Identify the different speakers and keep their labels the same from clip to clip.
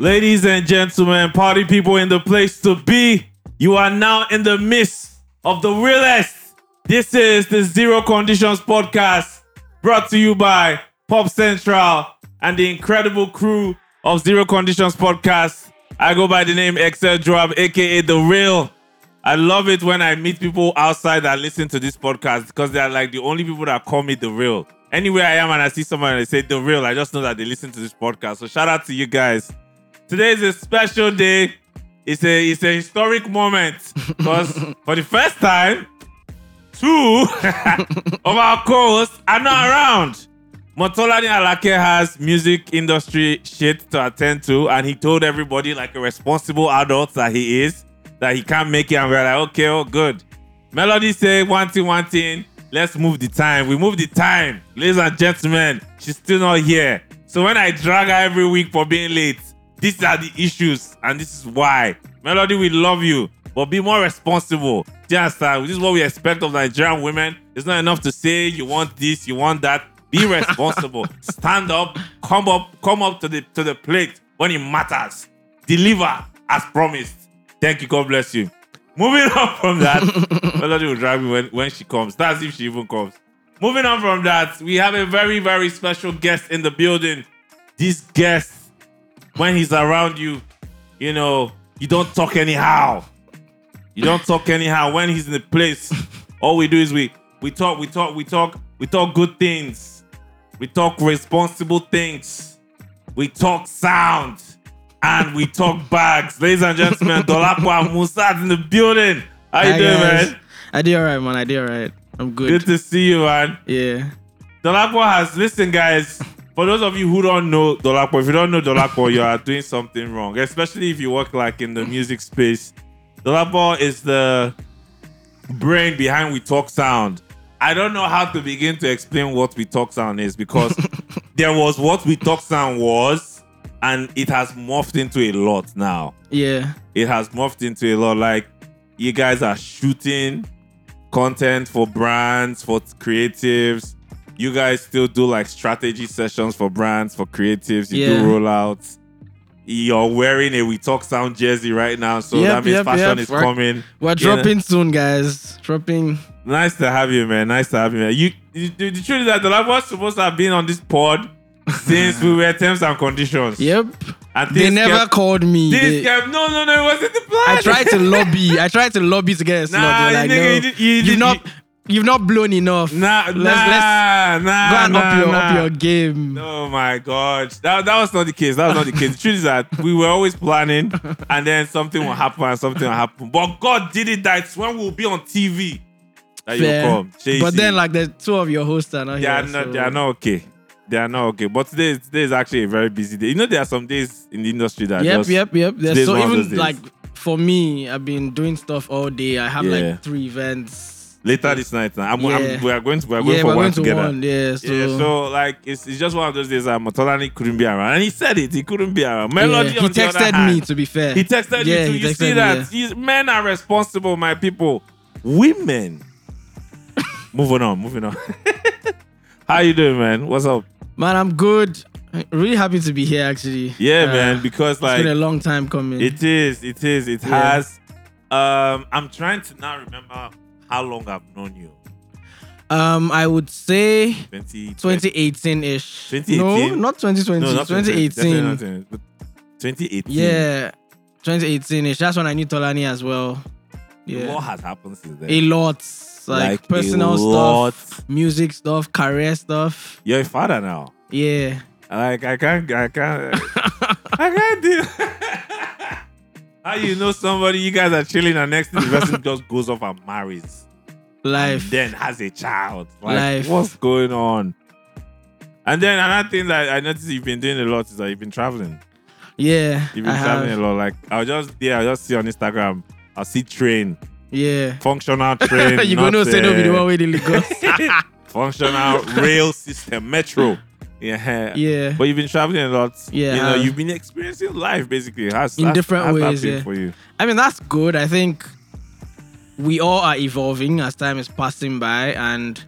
Speaker 1: Ladies and gentlemen, party people in the place to be, you are now in the midst of the realest. This is the Zero Conditions podcast brought to you by Pop Central and the incredible crew of Zero Conditions podcast. I go by the name Excel Joab, aka The Real. I love it when I meet people outside that listen to this podcast because they are like the only people that call me the real. Anywhere I am and I see someone and they say the real, I just know that they listen to this podcast. So shout out to you guys. Today is a special day. It's a it's a historic moment because for the first time, two of our co-hosts are not around. Motolani Alake has music industry shit to attend to, and he told everybody, like a responsible adult that he is, that he can't make it. And we're like, okay, oh, good. Melody say one thing, one thing. Let's move the time. We move the time, ladies and gentlemen. She's still not here. So when I drag her every week for being late, these are the issues, and this is why. Melody, we love you, but be more responsible. Do you understand? This is what we expect of Nigerian women. It's not enough to say you want this, you want that. Be responsible. Stand up, come up, come up to the to the plate when it matters. Deliver as promised. Thank you. God bless you. Moving on from that, Melody will drive me when, when she comes. That's if she even comes. Moving on from that, we have a very, very special guest in the building. This guest, when he's around you, you know, you don't talk anyhow. You don't talk anyhow. When he's in the place, all we do is we we talk, we talk, we talk, we talk good things. We talk responsible things. We talk sound. And we talk bags. Ladies and gentlemen, Dolapo Musa's in the building. How you
Speaker 2: Hi,
Speaker 1: doing,
Speaker 2: guys.
Speaker 1: man?
Speaker 2: I did alright, man. I did alright. I'm good.
Speaker 1: Good to see you, man.
Speaker 2: yeah.
Speaker 1: Dolapo has listen, guys. For those of you who don't know Dolapo, if you don't know Dolapo, you are doing something wrong. Especially if you work like in the music space. Dolapo is the brain behind We Talk Sound. I don't know how to begin to explain what We Talk Sound is because there was what We Talk Sound was, and it has morphed into a lot now
Speaker 2: Yeah.
Speaker 1: it has morphed into a lot. Like you guys are shooting content for brands, for creatives. You guys still do like strategy sessions for brands, for creatives. You
Speaker 2: Yeah.
Speaker 1: do rollouts. You're wearing a We Talk Sound jersey right now, so
Speaker 2: Yep,
Speaker 1: that means
Speaker 2: yep,
Speaker 1: fashion
Speaker 2: yep.
Speaker 1: is
Speaker 2: Right.
Speaker 1: coming.
Speaker 2: We're
Speaker 1: You know?
Speaker 2: dropping soon, guys. Dropping.
Speaker 1: Nice to have you, man. Nice to have you, man. You, you the, the truth is that the lab was supposed to have been on this pod since we were terms and conditions.
Speaker 2: Yep.
Speaker 1: and
Speaker 2: They
Speaker 1: things
Speaker 2: never
Speaker 1: kept,
Speaker 2: called me.
Speaker 1: things
Speaker 2: They-
Speaker 1: kept- no, no, no, it wasn't the plan.
Speaker 2: I tried to lobby. I tried to lobby to get a slot.
Speaker 1: Nah,
Speaker 2: They're like,
Speaker 1: nigga,
Speaker 2: no,
Speaker 1: you did- you
Speaker 2: have
Speaker 1: did-
Speaker 2: not. You've not blown enough.
Speaker 1: Nah,
Speaker 2: Let's-
Speaker 1: nah,
Speaker 2: let's
Speaker 1: nah,
Speaker 2: Go and
Speaker 1: nah,
Speaker 2: up your
Speaker 1: nah.
Speaker 2: up your game.
Speaker 1: Oh my god, that, that was not the case. That was not the case. The truth is that we were always planning, and then something will happen, and something will happen. But God did it that when we'll be on TV, that
Speaker 2: Fair.
Speaker 1: you come.
Speaker 2: But
Speaker 1: Chase
Speaker 2: then,
Speaker 1: it.
Speaker 2: like the two of your hosts are not
Speaker 1: they are
Speaker 2: here.
Speaker 1: not,
Speaker 2: so-
Speaker 1: they are not okay. They are not okay. But today, is- today is actually a very busy day. You know, there are some days in the industry that
Speaker 2: Yep,
Speaker 1: just
Speaker 2: yep, yep. There's
Speaker 1: today's
Speaker 2: so
Speaker 1: one of those
Speaker 2: even
Speaker 1: days.
Speaker 2: like for me, I've been doing stuff all day. I have
Speaker 1: Yeah.
Speaker 2: like three events.
Speaker 1: later this night. Now, I'm, I'm-
Speaker 2: Yeah.
Speaker 1: we are going to we are going
Speaker 2: Yeah,
Speaker 1: for
Speaker 2: we're
Speaker 1: one
Speaker 2: going to
Speaker 1: together.
Speaker 2: one. Yeah, so,
Speaker 1: Yeah, so like it's, it's just one of those days that Motolani couldn't be around, and he said it. He couldn't be around. Melody,
Speaker 2: Yeah, he
Speaker 1: on the other
Speaker 2: texted
Speaker 1: hand,
Speaker 2: me to be fair.
Speaker 1: He texted
Speaker 2: Yeah,
Speaker 1: you too.
Speaker 2: he
Speaker 1: You see
Speaker 2: texted me,
Speaker 1: that?
Speaker 2: yeah.
Speaker 1: These men are responsible, my people. Women. moving on, moving on. How you doing, man? What's up?
Speaker 2: Man, I'm good. Really happy to be here actually.
Speaker 1: Yeah,
Speaker 2: Uh,
Speaker 1: man. Because
Speaker 2: it's
Speaker 1: like
Speaker 2: been a long time coming.
Speaker 1: it is, it is, it
Speaker 2: Yeah.
Speaker 1: has. Um, I'm trying to now remember how long I've known you.
Speaker 2: um, I would say
Speaker 1: 20,
Speaker 2: 2018 ish.
Speaker 1: 2018?
Speaker 2: No, not 2020.
Speaker 1: no, not 20,
Speaker 2: 2018.
Speaker 1: definitely not 20, but 2018.
Speaker 2: yeah, 2018 ish. That's when I knew Tolani as well.
Speaker 1: A lot
Speaker 2: Yeah,
Speaker 1: has happened since then.
Speaker 2: a lot. Like,
Speaker 1: Like, a
Speaker 2: personal
Speaker 1: lot.
Speaker 2: stuff, music stuff, career stuff.
Speaker 1: You're a father now.
Speaker 2: Yeah.
Speaker 1: Like I can't, I can't, I can't do. How you know somebody? You guys are chilling, and next thing the person just goes off and marries, and
Speaker 2: Life.
Speaker 1: then has a child. Like
Speaker 2: Life.
Speaker 1: what's going on? And then another thing that I noticed you've been doing a lot is that you've been traveling.
Speaker 2: Yeah.
Speaker 1: You've
Speaker 2: I
Speaker 1: been traveling
Speaker 2: have.
Speaker 1: a lot. Like I'll just yeah, I'll just see on Instagram. I'll see train,
Speaker 2: Yeah.
Speaker 1: functional train.
Speaker 2: you gonna
Speaker 1: not,
Speaker 2: say no be the
Speaker 1: uh,
Speaker 2: one with the Lagos.
Speaker 1: functional rail system, metro. Yeah.
Speaker 2: yeah.
Speaker 1: But you've been traveling a lot.
Speaker 2: Yeah,
Speaker 1: You know,
Speaker 2: I have.
Speaker 1: you've been experiencing life basically. How's,
Speaker 2: In
Speaker 1: how's-
Speaker 2: different
Speaker 1: how's that
Speaker 2: ways,
Speaker 1: been
Speaker 2: yeah.
Speaker 1: For you.
Speaker 2: I mean, that's good. I think we all are evolving as time is passing by, and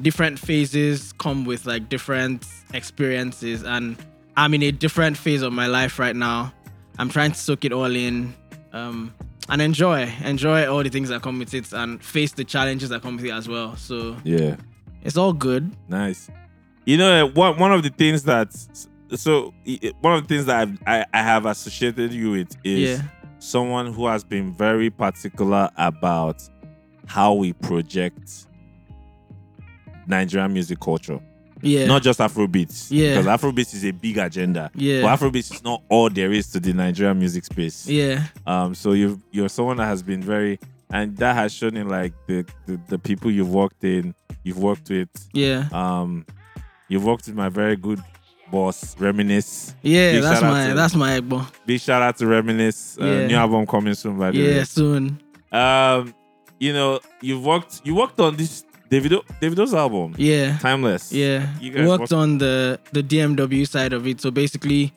Speaker 2: different phases come with like different experiences. And I'm in a different phase of my life right now. I'm trying to soak it all in um, and enjoy, enjoy all the things that come with it, and face the challenges that come with it as well. So
Speaker 1: Yeah.
Speaker 2: it's all good.
Speaker 1: Nice. You know, one one of the things that so i- one of the things that I've, I I have associated you with is
Speaker 2: Yeah.
Speaker 1: someone who has been very particular about how we project Nigerian music culture,
Speaker 2: Yeah.
Speaker 1: not just Afrobeats.
Speaker 2: Yeah.
Speaker 1: because Afrobeats is a big agenda.
Speaker 2: Yeah.
Speaker 1: but Afrobeats is not all there is to the Nigerian music space.
Speaker 2: yeah.
Speaker 1: Um, so you you're someone that has been very, and that has shown in like the the, the people you've worked in, you've worked with.
Speaker 2: Yeah.
Speaker 1: Um, you've worked with my very good boss, Reminisce.
Speaker 2: Yeah.
Speaker 1: Big
Speaker 2: that's
Speaker 1: shout out
Speaker 2: my
Speaker 1: to-
Speaker 2: that's my Egbo.
Speaker 1: Big shout out to Reminisce. Uh,
Speaker 2: Yeah.
Speaker 1: New album coming soon, by the
Speaker 2: Yeah. Soon.
Speaker 1: way. Um, you know, you've worked you worked on this Davido Davido's album,
Speaker 2: Yeah.
Speaker 1: Timeless.
Speaker 2: Yeah.
Speaker 1: You guys
Speaker 2: worked
Speaker 1: worked-
Speaker 2: on the the DMW side of it. So basically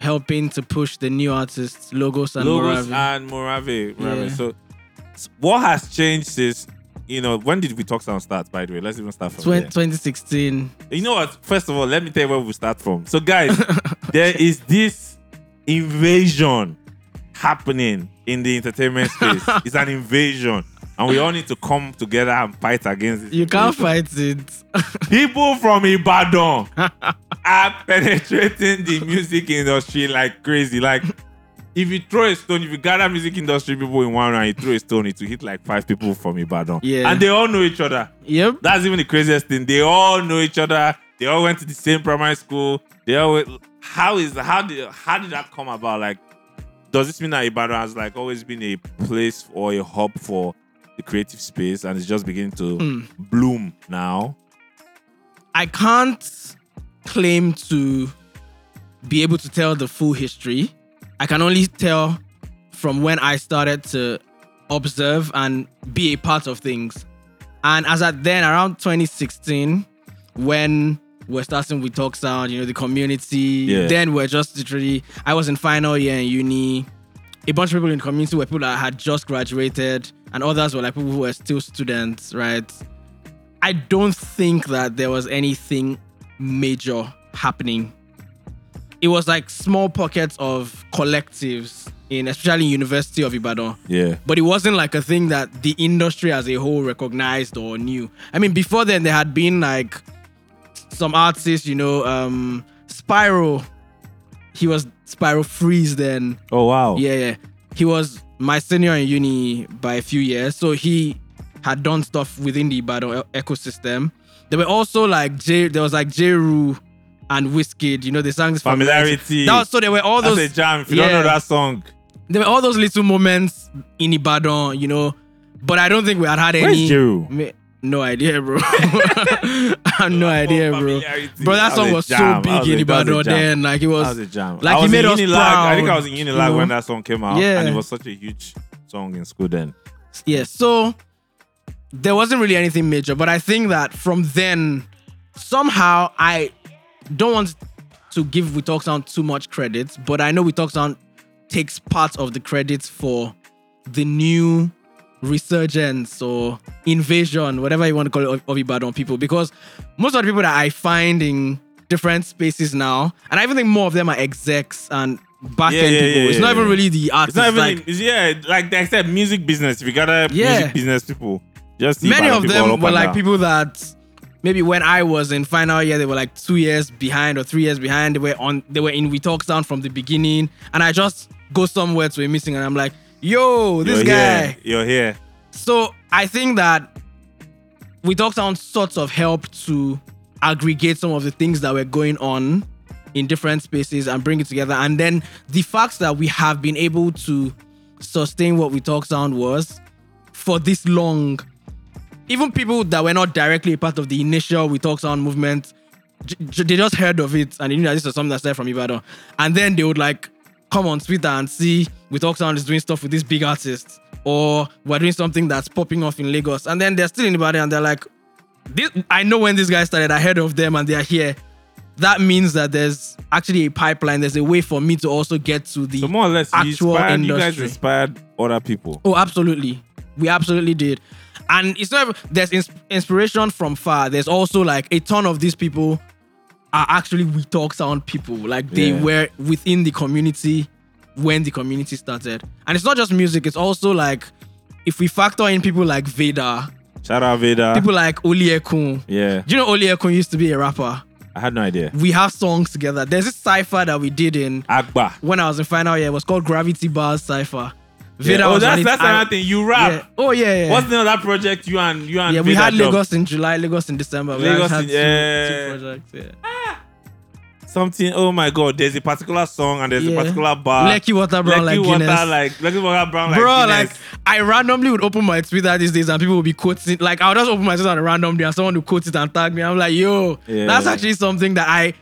Speaker 2: helping to push the new artists, logos and
Speaker 1: Logos
Speaker 2: Moravi.
Speaker 1: and Morave. Morave.
Speaker 2: Yeah.
Speaker 1: So, s- what has changed since? You know, when did we talk sound start? By the way, let's even start from
Speaker 2: Twen-
Speaker 1: there.
Speaker 2: 2016.
Speaker 1: You know what? First of all, let me tell you where we start from. So, guys, there is this invasion happening in the entertainment space. it's an invasion. And we all need to come together and fight against it.
Speaker 2: You can't fight it.
Speaker 1: People from Ibadan are penetrating the music industry like crazy. Like, if you throw a stone, if you gather music industry people in one round, you throw a stone, it will hit like five people from Ibadan.
Speaker 2: Yeah.
Speaker 1: And they all know each other.
Speaker 2: yep.
Speaker 1: That's even the craziest thing. They all know each other. They all went to the same primary school. They all went, how is how did how did that come about? Like, does this mean that Ibadan has like always been a place or a hub for the creative space and it's just beginning to
Speaker 2: Hmm.
Speaker 1: bloom now?
Speaker 2: I can't claim to be able to tell the full history. I can only tell from when I started to observe and be a part of things. And as at then, around 2016, when we're starting with Talk Sound, you know, the community,
Speaker 1: Yeah.
Speaker 2: then we're just literally, I was in final year in uni. A bunch of people in the community were people that had just graduated, and others were like people who were still students, right? I don't think that there was anything major happening. It was like small pockets of collectives in especially University of Ibadan.
Speaker 1: Yeah.
Speaker 2: But it wasn't like a thing that the industry as a whole recognized or knew. I mean, before then there had been like some artists, you know, um Spiral. He was Spiral Freeze then.
Speaker 1: Oh wow.
Speaker 2: Yeah, yeah. He was my senior in uni by a few years, so he had done stuff within the Ibadan e- ecosystem. There were also like J, there was like J. Rue and Wizkid. You know, they sang this
Speaker 1: Familiarity.
Speaker 2: That was, so there were all
Speaker 1: That's
Speaker 2: those
Speaker 1: a jam. If you don't
Speaker 2: yeah.
Speaker 1: know that song,
Speaker 2: there were all those little moments in Ibadan, you know. But I don't think we had had
Speaker 1: Where's
Speaker 2: any.
Speaker 1: Jeru?
Speaker 2: Me- no idea, bro. I have no idea, bro.
Speaker 1: Familiarity.
Speaker 2: Bro, that
Speaker 1: That was
Speaker 2: song
Speaker 1: a
Speaker 2: was so
Speaker 1: jam. That
Speaker 2: big
Speaker 1: was a-
Speaker 2: in
Speaker 1: that was a
Speaker 2: Ibadan
Speaker 1: jam.
Speaker 2: then. Like it
Speaker 1: that was
Speaker 2: was.
Speaker 1: a jam.
Speaker 2: like,
Speaker 1: I
Speaker 2: he
Speaker 1: was
Speaker 2: made
Speaker 1: in
Speaker 2: us
Speaker 1: Unilag. I think I was in
Speaker 2: proud,
Speaker 1: Unilag
Speaker 2: you
Speaker 1: when
Speaker 2: know?
Speaker 1: that song came out,
Speaker 2: Yeah.
Speaker 1: and it was such a huge song in school then.
Speaker 2: yeah, so there wasn't really anything major, but I think that from then, somehow I don't want to give We Talk Sound too much credit, but I know We Talk Sound takes part of the credits for the new resurgence or invasion, whatever you want to call it, of- of Ibadan people. Because most of the people that I find in different spaces now, and I even think more of them are execs and back
Speaker 1: Yeah,
Speaker 2: end
Speaker 1: yeah,
Speaker 2: people.
Speaker 1: yeah,
Speaker 2: it's
Speaker 1: yeah,
Speaker 2: not even
Speaker 1: yeah.
Speaker 2: really the
Speaker 1: It's
Speaker 2: artists.
Speaker 1: not even
Speaker 2: like,
Speaker 1: it's- yeah, like they said, music business. If you gather
Speaker 2: Yeah.
Speaker 1: music business people, just see
Speaker 2: many
Speaker 1: Ibadan
Speaker 2: of
Speaker 1: people all
Speaker 2: them
Speaker 1: up
Speaker 2: were
Speaker 1: and
Speaker 2: like
Speaker 1: down.
Speaker 2: people that maybe when I was in final year, they were like two years behind or three years behind. They were on they were in We Talk Sound from the beginning. And I just go somewhere to a missing and I'm like, yo, this
Speaker 1: You're
Speaker 2: guy.
Speaker 1: here. you're here.
Speaker 2: So I think that we talked on sorts of help to aggregate some of the things that were going on in different spaces and bring it together. And then the fact that we have been able to sustain what we talked sound was for this long. Even people that were not directly a part of the initial we talk sound movement, j- j- they just heard of it and they knew that this was something that started from Ibadan. And then they would like come on Twitter and see we talk sound is doing stuff with these big artists or we're doing something that's popping off in Lagos. And then they're still in Ibadan and they're like, this, I know when this guy started, I heard of them and they are here. That means that there's actually a pipeline. There's a way for me to also get to the
Speaker 1: So more or less, you
Speaker 2: actual
Speaker 1: inspired. You guys
Speaker 2: industry.
Speaker 1: inspired other people.
Speaker 2: Oh, absolutely. We absolutely did. And it's not there's ins- inspiration from far. There's also like a ton of these people are actually we talk sound people. Like they
Speaker 1: Yeah.
Speaker 2: were within the community when the community started. And it's not just music, it's also like if we factor in people like Veda,
Speaker 1: Shout out Veda.
Speaker 2: people like Oliekun.
Speaker 1: yeah,
Speaker 2: Do you know Oliekun used to be a rapper?
Speaker 1: I had no idea.
Speaker 2: We have songs together. There's this cipher that we did in
Speaker 1: Agba.
Speaker 2: when I was in final year. It was called Gravity Bars Cipher.
Speaker 1: Yeah.
Speaker 2: Veda
Speaker 1: Oh,
Speaker 2: was on
Speaker 1: that's
Speaker 2: it.
Speaker 1: that's
Speaker 2: I-
Speaker 1: another thing. You
Speaker 2: yeah.
Speaker 1: rap.
Speaker 2: Oh yeah, yeah.
Speaker 1: What's the name of that project? You and you and
Speaker 2: yeah, we
Speaker 1: Veda
Speaker 2: had
Speaker 1: dropped?
Speaker 2: Lagos in July, Lagos in December. We
Speaker 1: Lagos
Speaker 2: had
Speaker 1: in-
Speaker 2: two,
Speaker 1: yeah.
Speaker 2: two projects. Yeah.
Speaker 1: Something. Oh my God. There's a particular song and there's a
Speaker 2: Yeah.
Speaker 1: particular bar.
Speaker 2: Lecky water brown
Speaker 1: Lucky
Speaker 2: like
Speaker 1: water
Speaker 2: Guinness.
Speaker 1: like Lucky water brown like
Speaker 2: Bro,
Speaker 1: Guinness.
Speaker 2: like I randomly would open my Twitter these days and people would be quoting. Like I'll just open my Twitter on a random day and someone would quote it and tag me. I'm like, yo,
Speaker 1: Yeah.
Speaker 2: that's actually something that I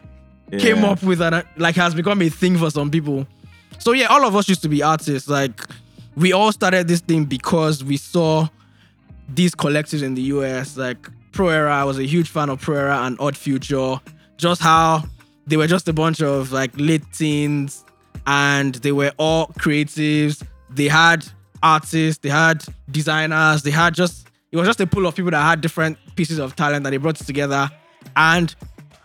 Speaker 1: Yeah.
Speaker 2: came up with and uh, like has become a thing for some people. So yeah, all of us used to be artists. Like we all started this thing because we saw these collectives in the US. Like Pro Era, I was a huge fan of Pro Era and Odd Future. Just how they were just a bunch of like late teens and they were all creatives. They had artists, they had designers, they had just it was just a pool of people that had different pieces of talent that they brought together. And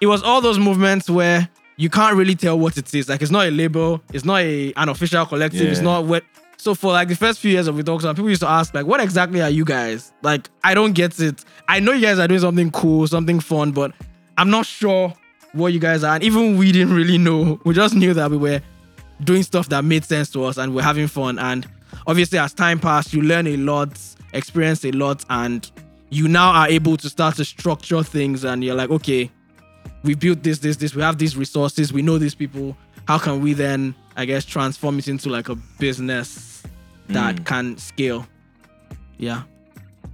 Speaker 2: it was all those movements where you can't really tell what it is. Like it's not a label, it's not a, an official collective, it's
Speaker 1: Yeah.
Speaker 2: not what. So for like the first few years of We Talk Sound, people used to ask like, "What exactly are you guys?" Like I don't get it. I know you guys are doing something cool, something fun, but I'm not sure what you guys are. And even we didn't really know. We just knew that we were doing stuff that made sense to us and we're having fun. And obviously, as time passed, you learn a lot, experience a lot, and you now are able to start to structure things. And you're like, okay, we built this, this, this. We have these resources. We know these people. How can we then, I guess, transform it into like a business that can scale? Yeah.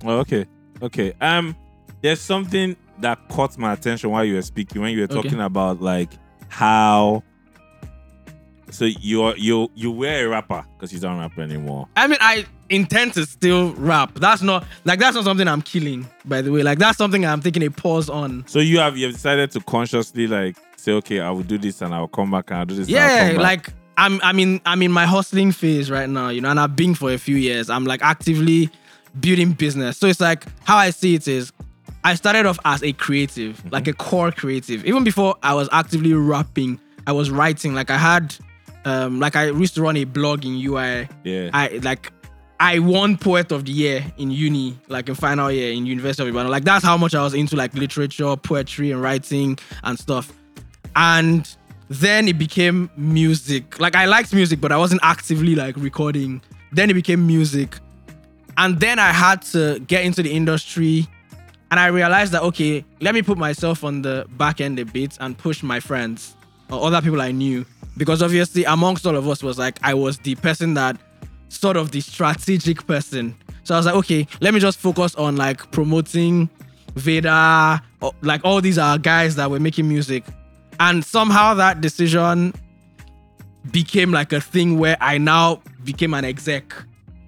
Speaker 1: Oh, okay. Okay. Um, there's something that caught my attention while you were speaking when you were
Speaker 2: Okay.
Speaker 1: talking about like how. So you're you you were a rapper because you don't rap anymore.
Speaker 2: I mean, I intend to still rap. That's not like that's not something I'm killing, by the way. Like that's something I'm taking a pause on.
Speaker 1: So you have you have decided to consciously like say okay I will do this and I will come back and I'll do this. and I'll
Speaker 2: Yeah,
Speaker 1: come back.
Speaker 2: like I'm I'm in I'm in my hustling phase right now, you know, and I've been for a few years. I'm like actively building business. So it's like how I see it is I started off as a creative,
Speaker 1: Mm-hmm.
Speaker 2: like a core creative. Even before I was actively rapping, I was writing. Like I had um like I used to run a blog in UI.
Speaker 1: yeah.
Speaker 2: I like I won poet of the year in uni, like in final year in University of Ibadan. Like that's how much I was into like literature, poetry, and writing and stuff. And then it became music. Like I liked music, but I wasn't actively like recording. Then it became music. And then I had to get into the industry and I realized that okay, let me put myself on the back end a bit and push my friends or other people I knew because obviously amongst all of us was like I was the person that sort of the strategic person. So I was like, okay, let me just focus on like promoting Veda, or, like all these are guys that were making music, and somehow that decision became like a thing where I now became an exec.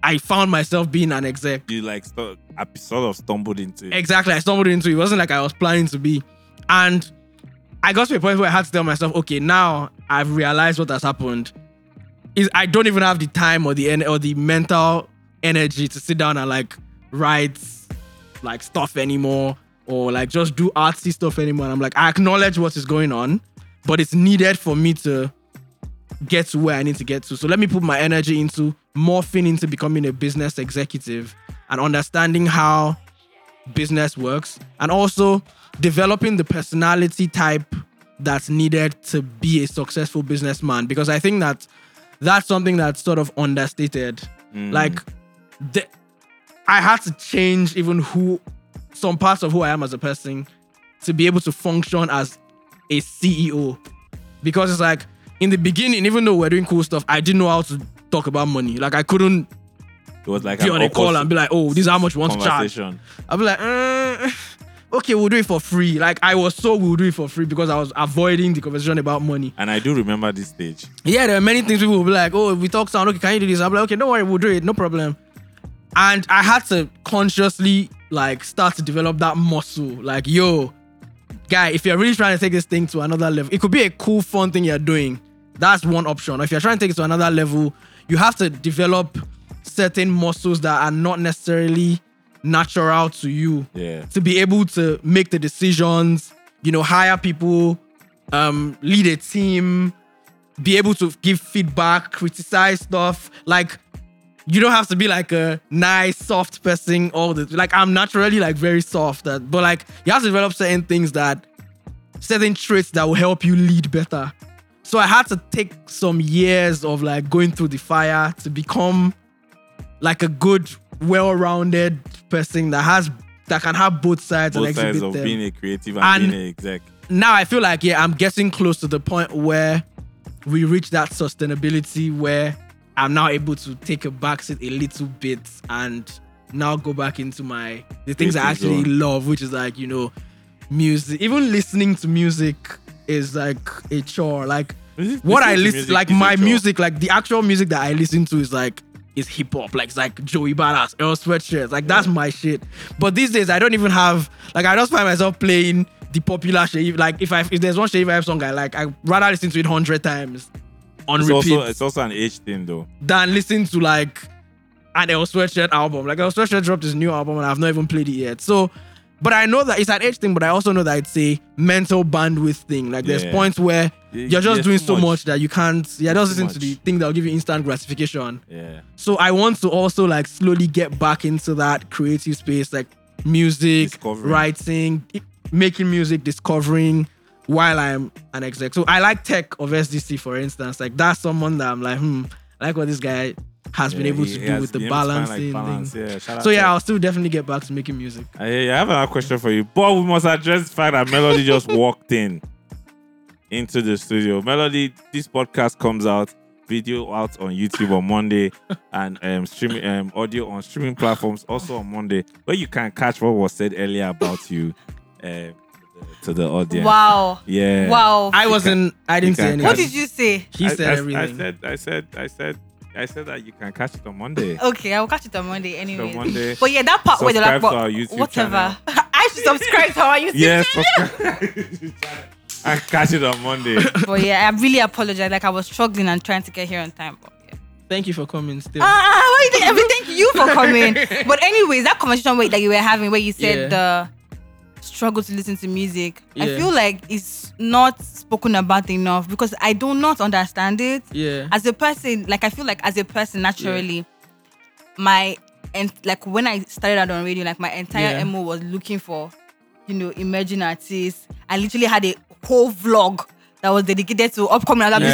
Speaker 2: I found myself being an exec.
Speaker 1: you like stu- I sort of stumbled into it.
Speaker 2: Exactly. I stumbled into it. It wasn't like I was planning to be. And I got to a point where I had to tell myself, okay, now I've realized what has happened. Is I don't even have the time or the en- or the mental energy to sit down and like write like stuff anymore or like just do artsy stuff anymore. And I'm like, I acknowledge what is going on, but it's needed for me to get to where I need to get to. So let me put my energy into morphing into becoming a business executive and understanding how business works and also developing the personality type that's needed to be a successful businessman because i think that that's something that's sort of understated like the, i had to change even who some parts of who i am as a person to be able to function as a ceo because it's like in the beginning even though we're doing cool stuff i didn't know how to talk about money like i couldn't
Speaker 1: it was like
Speaker 2: be
Speaker 1: an
Speaker 2: on a call
Speaker 1: awkward
Speaker 2: and be like oh this is how much we want to charge
Speaker 1: conversation.
Speaker 2: I'll be like, uh, okay, we'll do it for free. Like I was so we'll do it for free because I was avoiding the conversation about money.
Speaker 1: And I do remember this stage.
Speaker 2: Yeah, there are many things people will be like, oh, if we talk sound, okay, can you do this? I'm like, okay, don't worry, we'll do it, no problem. And I had to consciously like start to develop that muscle. Like, yo, guy, if you're really trying to take this thing to another level, it could be a cool, fun thing you're doing. That's one option. If you're trying to take it to another level, you have to develop certain muscles that are not necessarily natural to you
Speaker 1: Yeah.
Speaker 2: to be able to make the decisions, you know, hire people, um, lead a team, be able to give feedback, criticize stuff. Like you don't have to be like a nice, soft person all the like I'm naturally like very soft, that, but like you have to develop certain things that certain traits that will help you lead better. So I had to take some years of like going through the fire to become like a good, well-rounded person that has that can have both sides
Speaker 1: Both
Speaker 2: and
Speaker 1: sides
Speaker 2: exhibit
Speaker 1: of
Speaker 2: them.
Speaker 1: being a creative and,
Speaker 2: And-
Speaker 1: being an exec.
Speaker 2: now I feel like yeah, I'm getting close to the point where we reach that sustainability where I'm now able to take a backseat a little bit and now go back into my the things I
Speaker 1: Creative
Speaker 2: actually
Speaker 1: zone.
Speaker 2: love, which is like you know, music. Even listening to music is like a chore. Like
Speaker 1: Is it-
Speaker 2: what
Speaker 1: listening
Speaker 2: I
Speaker 1: to
Speaker 2: listen,
Speaker 1: music
Speaker 2: like
Speaker 1: is a
Speaker 2: my
Speaker 1: chore?
Speaker 2: music, like the actual music that I listen to is like is hip hop, like it's like Joey Badass, Earl Sweatshirt, like that's my shit. But these days I don't even have like I just find myself playing the popular Shave. Like if I if there's one Shave Vibe song I like, I would rather listen to it hundred times on
Speaker 1: It's
Speaker 2: repeat
Speaker 1: also, it's also an age thing though.
Speaker 2: than listen to like an El Sweatshirt album. Like El Sweatshirt dropped his new album and I've not even played it yet. So, but I know that it's an age thing, but I also know that it's a mental bandwidth thing. Like there's
Speaker 1: Yeah.
Speaker 2: points where
Speaker 1: Y-
Speaker 2: you're just
Speaker 1: there's
Speaker 2: doing
Speaker 1: too
Speaker 2: so much.
Speaker 1: much.
Speaker 2: that you can't. You're
Speaker 1: There's
Speaker 2: just
Speaker 1: too
Speaker 2: listening to the
Speaker 1: much.
Speaker 2: thing that will give you instant gratification.
Speaker 1: Yeah.
Speaker 2: So I want to also like slowly get back into that creative space, like music,
Speaker 1: Discovering.
Speaker 2: writing, i- making music, discovering while I'm an exec. So I like tech of SDC, for instance. Like that's someone that I'm like, hmm, I like what this guy has been
Speaker 1: Yeah,
Speaker 2: able
Speaker 1: he-
Speaker 2: to
Speaker 1: he
Speaker 2: do
Speaker 1: has
Speaker 2: with the
Speaker 1: been able to find, like,
Speaker 2: balancing
Speaker 1: balance.
Speaker 2: thing.
Speaker 1: Yeah, Oh, shout out
Speaker 2: So
Speaker 1: to
Speaker 2: yeah,
Speaker 1: him.
Speaker 2: I'll still definitely get back to making music.
Speaker 1: I hear you. I have another question for you, but we must address the fact that Melody just walked in into the studio. Melody, this podcast comes out video out on YouTube on Monday and um, streaming um, audio on streaming platforms also on Monday, where you can catch what was said earlier about you um, to the audience.
Speaker 3: Wow.
Speaker 1: Yeah.
Speaker 3: Wow.
Speaker 2: I wasn't. I didn't say
Speaker 1: can't
Speaker 2: anything.
Speaker 3: what did you say?
Speaker 2: He
Speaker 1: I-
Speaker 2: said
Speaker 1: I,
Speaker 2: everything.
Speaker 1: I said. I said. I said. I said that you can catch it on Monday.
Speaker 3: Okay, I will catch it on Monday anyway.
Speaker 1: Monday.
Speaker 3: But yeah, that part where they're like,
Speaker 1: Subscribe to
Speaker 3: but
Speaker 1: our YouTube
Speaker 3: whatever. I should subscribe to our YouTube.
Speaker 1: yes. subscribe. and catch it on Monday.
Speaker 3: But yeah, I really apologize. Like I was struggling and trying to get here on time. But yeah.
Speaker 2: Thank you for coming. Still,
Speaker 3: Ah, why did- I mean, thank you for coming. But anyways, that conversation where, that you were having, where you said the struggle to listen to music, I
Speaker 2: Yeah.
Speaker 3: feel like it's not spoken about enough because I do not understand it.
Speaker 2: yeah.
Speaker 3: As a person, like I feel like as a person, naturally, my and like when I started out on radio, like my entire
Speaker 2: Yeah.
Speaker 3: MO was looking for, you know, emerging artists. I literally had a whole vlog that was dedicated to upcoming albums.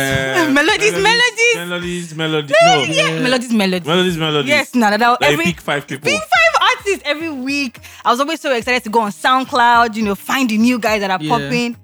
Speaker 3: melodies, melodies,
Speaker 1: Uh, melodies, melodies. No,
Speaker 3: yeah, melodies, melodies.
Speaker 1: melodies, melodies.
Speaker 3: Yes, no, that, that
Speaker 1: Like
Speaker 3: every
Speaker 1: pick five people.
Speaker 3: big five artists every week. I was always so excited to go on SoundCloud, you know, find the new guys that are
Speaker 2: Yeah.
Speaker 3: popping.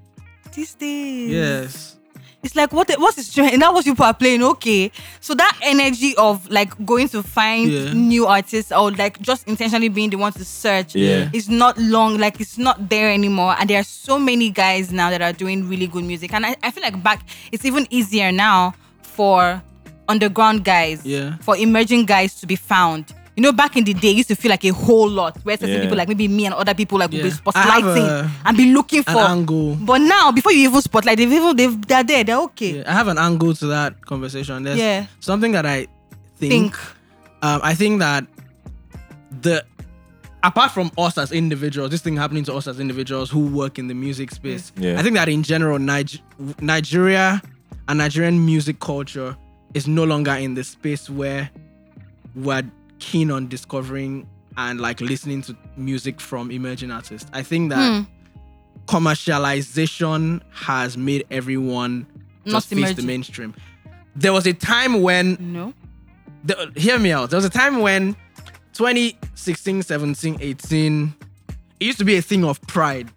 Speaker 3: These days,
Speaker 2: Yes.
Speaker 3: it's like what what's the trend? And that what people are playing, okay? So that energy of like going to find
Speaker 2: Yeah.
Speaker 3: new artists or like just intentionally being the one to search,
Speaker 1: Yeah.
Speaker 3: it's not long. Like it's not there anymore. And there are so many guys now that are doing really good music. And I, I feel like back, it's even easier now for underground guys,
Speaker 2: Yeah.
Speaker 3: for emerging guys to be found. You know, back in the day, it used to feel like a whole lot. Where certain
Speaker 1: Yeah.
Speaker 3: people, like maybe me and other people, like would
Speaker 2: Yeah.
Speaker 3: be
Speaker 2: I have
Speaker 3: spotlighting
Speaker 2: a-
Speaker 3: and be looking
Speaker 2: An
Speaker 3: for.
Speaker 2: angle.
Speaker 3: But now, before you even spotlight, they've even they've, they're there. They're okay.
Speaker 2: Yeah, I have an angle to that conversation. There's
Speaker 3: Yeah.
Speaker 2: something that I think,
Speaker 3: Think.
Speaker 2: Um, I think that the apart from us as individuals, this thing happening to us as individuals who work in the music space.
Speaker 1: Yeah.
Speaker 2: I think that in general, Niger- Nigeria and Nigerian music culture is no longer in the space where we're keen on discovering and like listening to music from emerging artists. I think that
Speaker 3: Hmm.
Speaker 2: commercialization has made everyone
Speaker 3: Not
Speaker 2: just face the
Speaker 3: emerging.
Speaker 2: mainstream. There was a time when,
Speaker 3: No.
Speaker 2: the, hear me out, there was a time when 2016, 17, 18, it used to be a thing of pride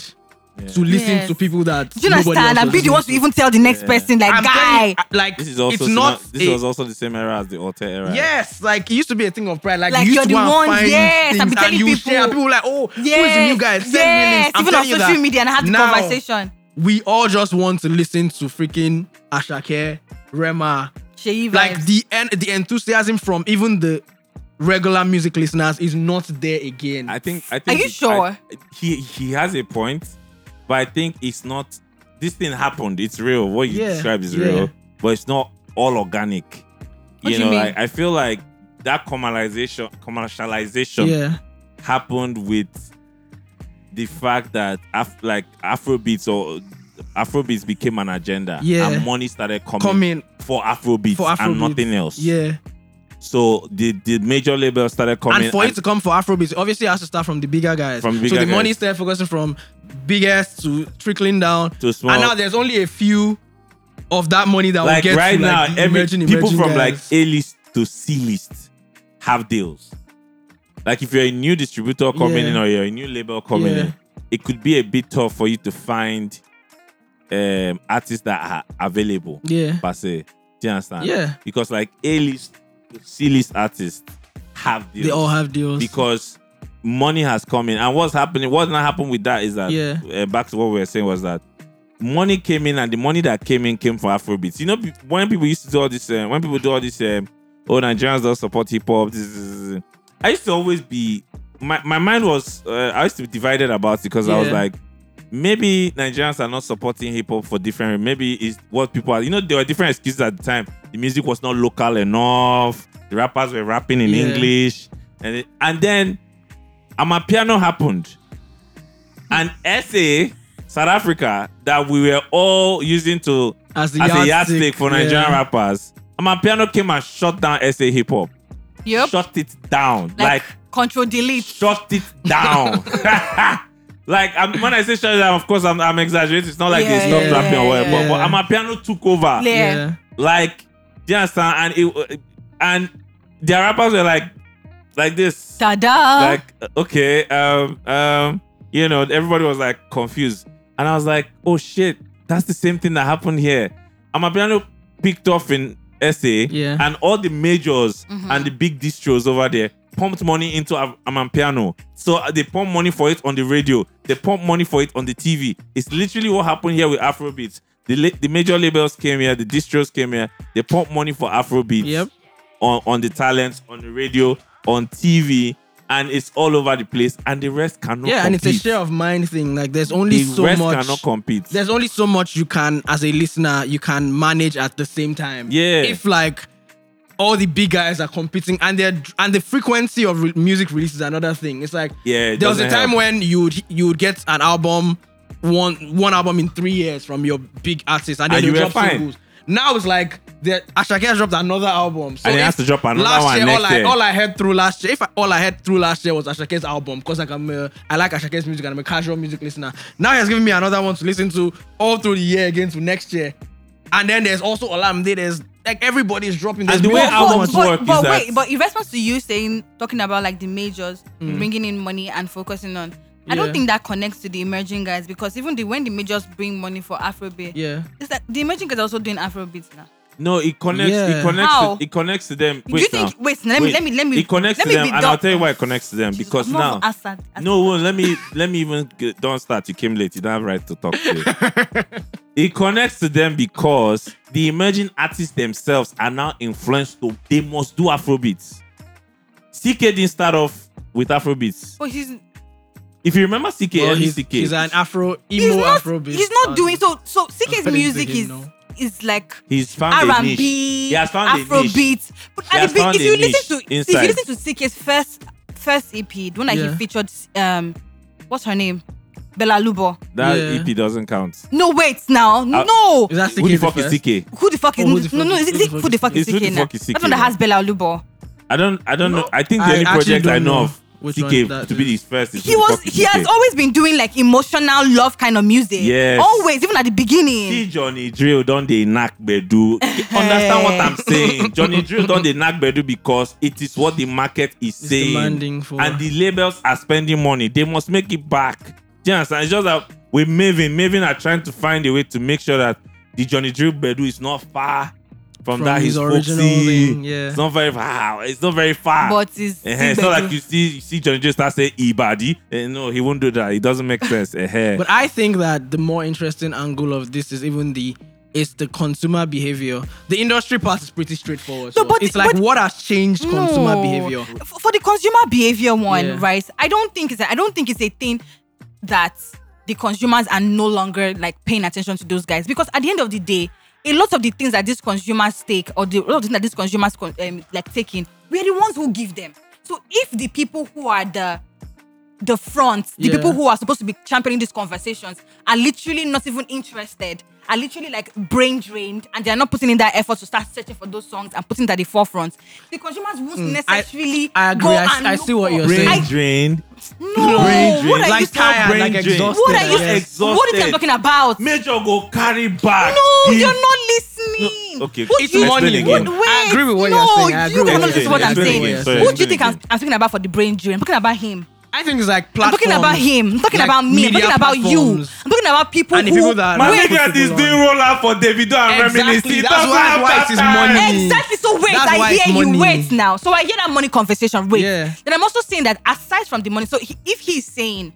Speaker 2: to listen
Speaker 3: Yes.
Speaker 2: to people that.
Speaker 3: Do you
Speaker 2: nobody else
Speaker 3: understand? And
Speaker 2: was
Speaker 3: be
Speaker 2: listening
Speaker 3: the one to even tell the next
Speaker 1: Yeah.
Speaker 3: person, like,
Speaker 2: I'm telling
Speaker 3: guy.
Speaker 2: you, I- like,
Speaker 1: This is also
Speaker 2: it's not.
Speaker 1: this
Speaker 2: a-
Speaker 1: was also the same era as the Otter era.
Speaker 2: Yes, like it used to be a thing of pride. Like,
Speaker 3: Like,
Speaker 2: you used
Speaker 3: you're
Speaker 2: to
Speaker 3: the
Speaker 2: go and
Speaker 3: one,
Speaker 2: find
Speaker 3: yes,
Speaker 2: things
Speaker 3: I'll be
Speaker 2: and
Speaker 3: telling
Speaker 2: you
Speaker 3: people.
Speaker 2: share. People were like, oh, who is the
Speaker 3: Yes,
Speaker 2: new guy? Send me
Speaker 3: yes.
Speaker 2: links. I'm
Speaker 3: Even on
Speaker 2: telling you
Speaker 3: social
Speaker 2: that
Speaker 3: media and have the
Speaker 2: now,
Speaker 3: conversation.
Speaker 2: we all just want to listen to freaking Ashake, Rema.
Speaker 3: Sheyi
Speaker 2: Like
Speaker 3: vibes.
Speaker 2: the en- the enthusiasm from even the regular music listeners is not there again.
Speaker 1: I think. I think.
Speaker 3: you
Speaker 1: it-
Speaker 3: sure?
Speaker 1: I- he he has a point, but I think it's not. This thing happened. It's real. What you
Speaker 2: Yeah,
Speaker 1: described is
Speaker 2: yeah.
Speaker 1: real, but it's not all organic.
Speaker 3: What do you
Speaker 1: know,
Speaker 3: mean?
Speaker 1: like I feel like that commercialization commercialization
Speaker 2: yeah,
Speaker 1: happened with the fact that Af- like Afrobeats or Afrobeats became an agenda.
Speaker 2: Yeah.
Speaker 1: And money started coming.
Speaker 2: coming
Speaker 1: for Afrobeat,
Speaker 2: for Afrobeat
Speaker 1: and nothing else.
Speaker 2: Yeah,
Speaker 1: So the, the major label started coming.
Speaker 2: and for it to come for Afrobeat, obviously it has to start from the bigger guys.
Speaker 1: From
Speaker 2: so
Speaker 1: bigger
Speaker 2: the money
Speaker 1: guys.
Speaker 2: started focusing from biggest to trickling down
Speaker 1: To small.
Speaker 2: And now there's only a few of that money that
Speaker 1: like
Speaker 2: will get
Speaker 1: right
Speaker 2: to,
Speaker 1: now,
Speaker 2: like, the
Speaker 1: every
Speaker 2: emerging,
Speaker 1: people
Speaker 2: emerging
Speaker 1: from
Speaker 2: guys.
Speaker 1: like A list to C list have deals. Like if you're a new distributor coming
Speaker 2: Yeah.
Speaker 1: in or you're a new label coming
Speaker 2: Yeah.
Speaker 1: in, it could be a bit tough for you to find um artists that are available.
Speaker 2: yeah,
Speaker 1: Per se, do you understand?
Speaker 2: Yeah.
Speaker 1: Because like A list, to C list artists have deals
Speaker 2: they all have deals.
Speaker 1: because money has come in. And what's happening, what's not happened with that is that,
Speaker 2: Yeah.
Speaker 1: uh, back to what we were saying, was that money came in and the money that came in came from Afrobeats. You know, pe- when people used to do all this, uh, when people do all this, um, oh, Nigerians don't support hip hop. this, this, this, this. I used to always be, my, my mind was, uh, I used to be divided about it because I was
Speaker 2: Yeah.
Speaker 1: like, maybe Nigerians are not supporting hip hop for different. Maybe it's what people are. You know, there were different excuses at the time. The music was not local enough. The rappers were rapping in
Speaker 2: Yeah.
Speaker 1: English, and it, and then Amapiano happened, an essay South Africa that we were all using to
Speaker 2: as, the
Speaker 1: as a yardstick for Nigerian
Speaker 2: yeah.
Speaker 1: rappers. Amapiano came and shut down essay hip hop.
Speaker 3: Yep.
Speaker 1: Shut it down.
Speaker 3: like,
Speaker 1: like
Speaker 3: control delete.
Speaker 1: shut it down. like I'm, when I say shut it down, of course I'm, I'm exaggerating. It's not like
Speaker 3: Yeah,
Speaker 1: they stopped
Speaker 2: yeah,
Speaker 1: rapping or
Speaker 3: yeah,
Speaker 1: whatever.
Speaker 2: yeah.
Speaker 1: But, but Amapiano took over.
Speaker 3: Yeah.
Speaker 2: Yeah.
Speaker 1: Like, do you understand? And it and their rappers were like like this.
Speaker 3: Ta da.
Speaker 2: Ah.
Speaker 1: Like okay, um, um, you know, everybody was like confused, and I was like, oh shit, that's the same thing that happened here. Amapiano picked off in SA,
Speaker 2: Yeah. Mm-hmm.
Speaker 1: and all the majors
Speaker 3: Mhm.
Speaker 1: and the big distros over there pumped money into Am- Amapiano. So uh, they pump money for it on the radio. They pump money for it on the TV. It's literally what happened here with Afrobeats. The, la- the major labels came here, the distros came here. They pump money for Afrobeats
Speaker 2: Yep.
Speaker 1: on, on the talents, on the radio, on TV, and it's all over the place. And the rest cannot
Speaker 2: Yeah, and
Speaker 1: compete.
Speaker 2: it's a share of mind thing. Like there's only
Speaker 1: the
Speaker 2: so
Speaker 1: rest
Speaker 2: much.
Speaker 1: cannot compete.
Speaker 2: there's only so much you can as a listener you can manage at the same time
Speaker 1: Yeah.
Speaker 2: if like all the big guys are competing and they're and the frequency of re- music release is another thing it's like
Speaker 1: Yeah, it
Speaker 2: there was a
Speaker 1: doesn't
Speaker 2: time
Speaker 1: help.
Speaker 2: when you would you would get an album one one album in three years from your big artist and then
Speaker 1: And
Speaker 2: they
Speaker 1: you were
Speaker 2: drop
Speaker 1: fine.
Speaker 2: singles now it's like the Ashake has dropped another album so
Speaker 1: And he
Speaker 2: if
Speaker 1: has to drop another
Speaker 2: last
Speaker 1: one
Speaker 2: year
Speaker 1: next
Speaker 2: all, I,
Speaker 1: year.
Speaker 2: all I heard through last year if I, all I heard through last year was Ashake's album because like I'm a, I like Ashake's music and I'm a casual music listener now he has given me another one to listen to all through the year again to next year and then there's also Olamide there's like everybody's dropping there's
Speaker 1: And the way
Speaker 2: more-
Speaker 1: how albums
Speaker 3: but,
Speaker 1: work is
Speaker 3: But
Speaker 1: that-
Speaker 3: wait, but in response to you saying talking about like the majors bringing in money and focusing on, I
Speaker 2: Mm. Yeah.
Speaker 3: don't think that connects to the emerging guys because even the when the majors bring money for Afrobeat,
Speaker 2: yeah
Speaker 3: it's like the emerging guys are also doing Afrobeats now.
Speaker 1: No, it connects.
Speaker 2: Yeah.
Speaker 1: It connects.
Speaker 3: How?
Speaker 1: To, it connects to them.
Speaker 3: Do
Speaker 1: Wait
Speaker 3: you think?
Speaker 1: now.
Speaker 3: Wait, let me
Speaker 1: Wait.
Speaker 3: let me let me.
Speaker 1: It connects
Speaker 3: let
Speaker 1: to
Speaker 3: me
Speaker 1: them,
Speaker 3: be
Speaker 1: and
Speaker 3: done.
Speaker 1: I'll tell you why it connects to them.
Speaker 3: Jesus,
Speaker 1: because
Speaker 3: I'm not
Speaker 1: now,
Speaker 3: even answered.
Speaker 1: no, well, let me let me even g- don't start. You came late. You don't have right to talk. Today. it connects to them because the emerging artists themselves are now influenced. To they must do Afrobeats. CK didn't start off with Afrobeats.
Speaker 3: But he's
Speaker 1: If you remember CK,
Speaker 2: Well,
Speaker 1: early
Speaker 2: he's,
Speaker 1: CK,
Speaker 2: he's an Afro
Speaker 3: he's
Speaker 2: emo
Speaker 3: not
Speaker 2: Afro beat
Speaker 3: he's not doing so. So CK's
Speaker 2: According to
Speaker 3: music
Speaker 2: him,
Speaker 3: is
Speaker 2: no.
Speaker 3: is like
Speaker 1: he's found
Speaker 3: R
Speaker 1: a
Speaker 3: and
Speaker 1: niche.
Speaker 3: B,
Speaker 1: He has found a niche.
Speaker 3: Afrobeat. But
Speaker 1: He
Speaker 3: at
Speaker 1: has
Speaker 3: the
Speaker 1: found
Speaker 3: big, if
Speaker 1: a
Speaker 3: you
Speaker 1: niche
Speaker 3: listen to if
Speaker 1: inside.
Speaker 3: you listen to CK's first first EP, the one that
Speaker 2: Yeah.
Speaker 3: he featured um what's her name? Bella Lubo.
Speaker 1: That
Speaker 2: Yeah.
Speaker 1: EP doesn't count.
Speaker 3: No wait
Speaker 1: Uh,
Speaker 3: now. no.
Speaker 2: is that
Speaker 1: Who the
Speaker 2: CK
Speaker 1: fuck is
Speaker 2: first?
Speaker 1: CK?
Speaker 3: who the fuck is
Speaker 2: Oh, who the
Speaker 3: no
Speaker 2: fuck
Speaker 3: no
Speaker 2: is-
Speaker 3: is it who the fuck is
Speaker 1: It's who the
Speaker 3: CK now?
Speaker 1: fuck is
Speaker 3: That one that
Speaker 1: CK?
Speaker 3: has Bella Lubo.
Speaker 1: I don't I don't know. I think the
Speaker 2: I
Speaker 1: only
Speaker 2: actually
Speaker 1: project
Speaker 2: don't
Speaker 1: I know
Speaker 2: know
Speaker 1: of
Speaker 2: which
Speaker 1: CK
Speaker 2: one that
Speaker 1: to be
Speaker 2: is.
Speaker 1: his first is
Speaker 3: He was he has always been doing like emotional love kind of music.
Speaker 1: Yes.
Speaker 3: Always, even at the beginning.
Speaker 1: See Johnny Drill don't they knack Bedu. Understand what I'm saying? Johnny Drill don't they knack Bedu because it is what the market is saying.
Speaker 2: demanding for-
Speaker 1: And the labels are spending money. They must make it back. Do you understand? It's just that with Maven, Maven are trying to find a way to make sure that the Johnny Drill Bedu is not far from,
Speaker 2: From
Speaker 1: that
Speaker 2: his
Speaker 1: his
Speaker 2: original
Speaker 1: folksy.
Speaker 2: thing, yeah.
Speaker 1: It's not very far. It's not very far.
Speaker 3: But it's
Speaker 1: Eh-heh, Eh, It's not
Speaker 3: Bedu.
Speaker 1: like you see you see Johnny Drill start saying Ibadi. Eh, no, he won't do that. It doesn't make sense. Eh-heh.
Speaker 2: But I think that the more interesting angle of this is even the it's the consumer behavior. The industry part is pretty straightforward.
Speaker 3: No,
Speaker 2: So
Speaker 3: but-
Speaker 2: it's like
Speaker 3: but-
Speaker 2: what has changed consumer behavior.
Speaker 3: F- For the consumer behavior one,
Speaker 2: Yeah.
Speaker 3: right? I don't think it's a, I don't think it's a thing that the consumers are no longer like paying attention to those guys because at the end of the day, a lot of the things that these consumers take or the a lot of things that these consumers con- um, like taking, we're the ones who give them. So if the people who are the the front, the
Speaker 2: Yeah.
Speaker 3: people who are supposed to be championing these conversations are literally not even interested, are literally like brain drained, and they're not putting in that effort to start searching for those songs and putting it at the forefront. The consumers won't necessarily
Speaker 2: Hmm. I agree.
Speaker 3: go
Speaker 2: I s-
Speaker 3: and
Speaker 2: I
Speaker 3: look
Speaker 2: see what
Speaker 3: for-
Speaker 2: you're
Speaker 1: Brain
Speaker 2: saying.
Speaker 3: I-
Speaker 1: drain. Brain
Speaker 3: No,
Speaker 1: drain.
Speaker 3: Oh, what are you
Speaker 2: Like
Speaker 3: talking
Speaker 2: tired,
Speaker 1: brain
Speaker 2: like
Speaker 1: drain.
Speaker 2: exhausted.
Speaker 3: What are you?
Speaker 2: I guess.
Speaker 3: What are you
Speaker 1: Exhausted.
Speaker 3: talking about?
Speaker 1: Major go carry back.
Speaker 3: No,
Speaker 1: Give-
Speaker 3: you're not listening.
Speaker 1: No, okay,
Speaker 3: Who
Speaker 1: it's
Speaker 3: do you-
Speaker 1: money.
Speaker 3: who-
Speaker 1: Again.
Speaker 3: wait,
Speaker 2: I agree with what
Speaker 3: no,
Speaker 2: you're saying. I agree
Speaker 3: you
Speaker 2: with
Speaker 3: don't
Speaker 2: what
Speaker 3: listen to
Speaker 1: you're
Speaker 3: what
Speaker 1: saying.
Speaker 3: I'm
Speaker 1: Explain
Speaker 3: saying.
Speaker 1: again, sorry,
Speaker 3: Who do you
Speaker 1: explain
Speaker 3: think I'm, I'm talking about for the brain drain? I'm talking about him.
Speaker 2: I think it's like
Speaker 3: I'm
Speaker 2: platforms.
Speaker 3: talking about him. I'm talking
Speaker 2: Like
Speaker 3: about me. I'm
Speaker 2: media
Speaker 3: talking about you.
Speaker 2: platforms.
Speaker 3: I'm talking about people
Speaker 2: And the
Speaker 3: who.
Speaker 2: people that-
Speaker 1: My
Speaker 2: Wait.
Speaker 1: nigga is doing rollout for Davido and
Speaker 2: Exactly,
Speaker 1: reminiscing. He
Speaker 2: that's
Speaker 1: doesn't
Speaker 2: why-
Speaker 1: have
Speaker 2: why
Speaker 1: that
Speaker 2: it is
Speaker 1: time.
Speaker 2: money.
Speaker 3: Exactly. So wait,
Speaker 2: That's why
Speaker 3: I
Speaker 2: it's
Speaker 3: hear
Speaker 2: money.
Speaker 3: you. Wait now. So I hear that money conversation. Wait.
Speaker 2: Yeah.
Speaker 3: Then I'm also saying that aside from the money, so he, if he's saying,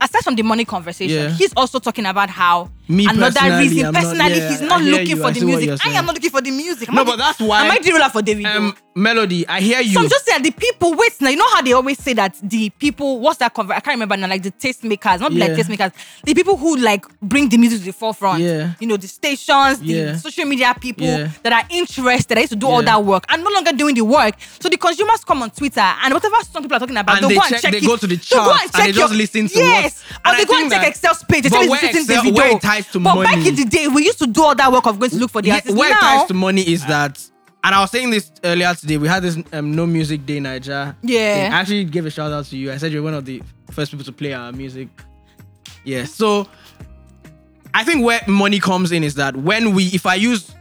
Speaker 3: aside from the money conversation,
Speaker 2: Yeah.
Speaker 3: he's also talking about how
Speaker 2: Me
Speaker 3: another
Speaker 2: personally,
Speaker 3: reason
Speaker 2: I'm not-
Speaker 3: personally
Speaker 2: yeah,
Speaker 3: he's not
Speaker 2: I hear
Speaker 3: looking
Speaker 2: you,
Speaker 3: for
Speaker 2: I
Speaker 3: the
Speaker 2: see what
Speaker 3: music.
Speaker 2: you're
Speaker 3: I
Speaker 2: saying.
Speaker 3: am not looking for the music. Am
Speaker 2: No,
Speaker 3: I
Speaker 2: but
Speaker 3: the-
Speaker 2: that's why-
Speaker 3: Am I the ruler for David?
Speaker 2: Um, Melody, I hear you.
Speaker 3: So I'm just saying the people wait now. You know how they always say that the people, what's that cover? I can't remember now, like the tastemakers, not be like
Speaker 2: Yeah.
Speaker 3: tastemakers, the people who like bring the music to the forefront.
Speaker 2: Yeah.
Speaker 3: You know, the stations, the
Speaker 2: Yeah.
Speaker 3: social media people
Speaker 2: Yeah.
Speaker 3: that are interested, that used to do all
Speaker 2: Yeah.
Speaker 3: that work and no longer doing the work. So the consumers come on Twitter and whatever some people are talking about,
Speaker 2: And
Speaker 3: they'll
Speaker 2: they
Speaker 3: go and
Speaker 2: check-
Speaker 3: check
Speaker 2: they
Speaker 3: it.
Speaker 2: go to the
Speaker 3: They'll go
Speaker 2: charts and
Speaker 3: check
Speaker 2: they just
Speaker 3: your-
Speaker 2: listen to
Speaker 3: Yes.
Speaker 2: what-
Speaker 3: Or
Speaker 2: and
Speaker 3: they
Speaker 2: I
Speaker 3: go and
Speaker 2: think
Speaker 3: check
Speaker 2: that-
Speaker 3: Excel's page. They
Speaker 2: but
Speaker 3: tell you
Speaker 2: where
Speaker 3: it's
Speaker 2: Excel-
Speaker 3: Davido.
Speaker 2: where it ties to
Speaker 3: But back
Speaker 2: money.
Speaker 3: in the day, we used to do all that work of going to look for the
Speaker 2: yeah,
Speaker 3: artist.
Speaker 2: where it
Speaker 3: Now-
Speaker 2: ties to money is that, and I was saying this earlier today. We had this um, No Music Day Niger.
Speaker 3: Yeah.
Speaker 2: thing. I actually gave a shout out to you. I said you're one of the first people to play our music. Yeah. So I think where money comes in is that when we, if I use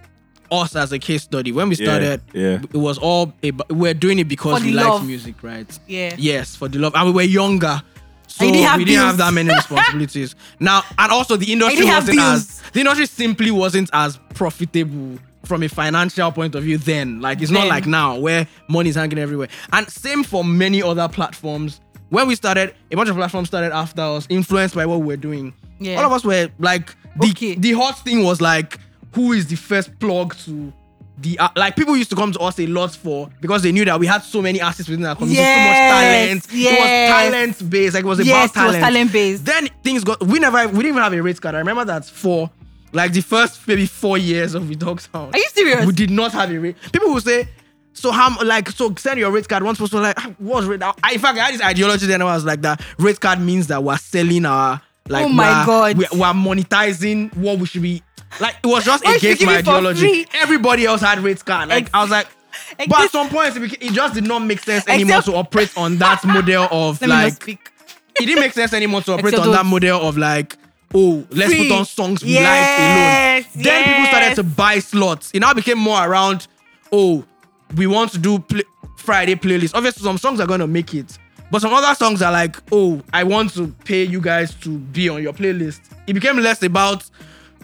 Speaker 2: us as a case study, when we
Speaker 1: Yeah,
Speaker 2: started,
Speaker 1: yeah.
Speaker 2: it was all about, we're doing it because
Speaker 3: For
Speaker 2: we
Speaker 3: the
Speaker 2: liked
Speaker 3: love.
Speaker 2: music, right?
Speaker 3: Yeah.
Speaker 2: Yes, for the love, and we were younger. So
Speaker 3: And you didn't have
Speaker 2: we didn't have
Speaker 3: bills.
Speaker 2: that many responsibilities. now, and also the industry
Speaker 3: didn't have
Speaker 2: wasn't
Speaker 3: bills.
Speaker 2: as the industry simply wasn't as profitable from a financial point of view then. Like it's
Speaker 3: Then.
Speaker 2: not like now where money's hanging everywhere. And same for many other platforms. When we started, a bunch of platforms started after us, influenced by what we were doing.
Speaker 3: Yeah.
Speaker 2: All of us were like the
Speaker 3: Okay.
Speaker 2: the hot thing was like who is the first plug to the uh, like people used to come to us a lot for because they knew that we had so many artists within our community, so
Speaker 3: Yes,
Speaker 2: much talent. It
Speaker 3: yes.
Speaker 2: was talent based, like it was
Speaker 3: Yes,
Speaker 2: about
Speaker 3: it was
Speaker 2: talent.
Speaker 3: talent-based.
Speaker 2: Then things got we never we didn't even have a rate card. I remember that for like the first maybe four years of the dog sound.
Speaker 3: Are you serious?
Speaker 2: We did not have a rate. People will say, so how m- like so send your rate card. One person was like, "Ah, what's rate? I, in fact, I had this ideology then. I was like that rate card means that we're selling our like
Speaker 3: Oh my
Speaker 2: we're-
Speaker 3: God.
Speaker 2: we- we're monetizing what we should be. Like it was just
Speaker 3: Why should
Speaker 2: against
Speaker 3: you give
Speaker 2: my
Speaker 3: it for
Speaker 2: ideology.
Speaker 3: free?
Speaker 2: Everybody else had rate card. Like
Speaker 3: Ex-
Speaker 2: I was like.
Speaker 3: Ex-
Speaker 2: But at some point, it, beca- it just did not make sense anymore
Speaker 3: Except-
Speaker 2: to operate on that model of
Speaker 3: Let me not
Speaker 2: like
Speaker 3: speak.
Speaker 2: it didn't make sense anymore to operate
Speaker 3: Except
Speaker 2: on that
Speaker 3: those-
Speaker 2: model of like, oh, let's
Speaker 3: Free.
Speaker 2: put on songs we
Speaker 3: Yes,
Speaker 2: like alone. Then people started
Speaker 3: yes.
Speaker 2: to buy slots. It now became more around, oh, we want to do pl- Friday playlist. Obviously, some songs are gonna make it, but some other songs are like, oh, I want to pay you guys to be on your playlist. It became less about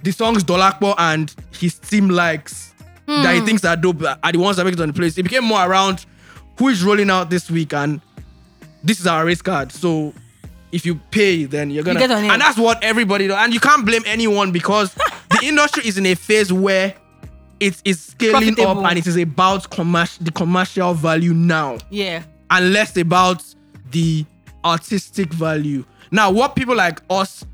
Speaker 2: the songs Dolakpo and his team likes that he
Speaker 3: Hmm.
Speaker 2: thinks are dope are the ones that make it on the playlist. It became more around who is rolling out this week and this is our race card. So if you pay, then you're gonna
Speaker 3: get on it.
Speaker 2: and that's what everybody does. And you can't blame anyone because the industry is in a phase where it is scaling
Speaker 3: Profitable.
Speaker 2: up and it is about commercial the commercial value now
Speaker 3: Yeah.
Speaker 2: and less about the artistic value. Now, what people like us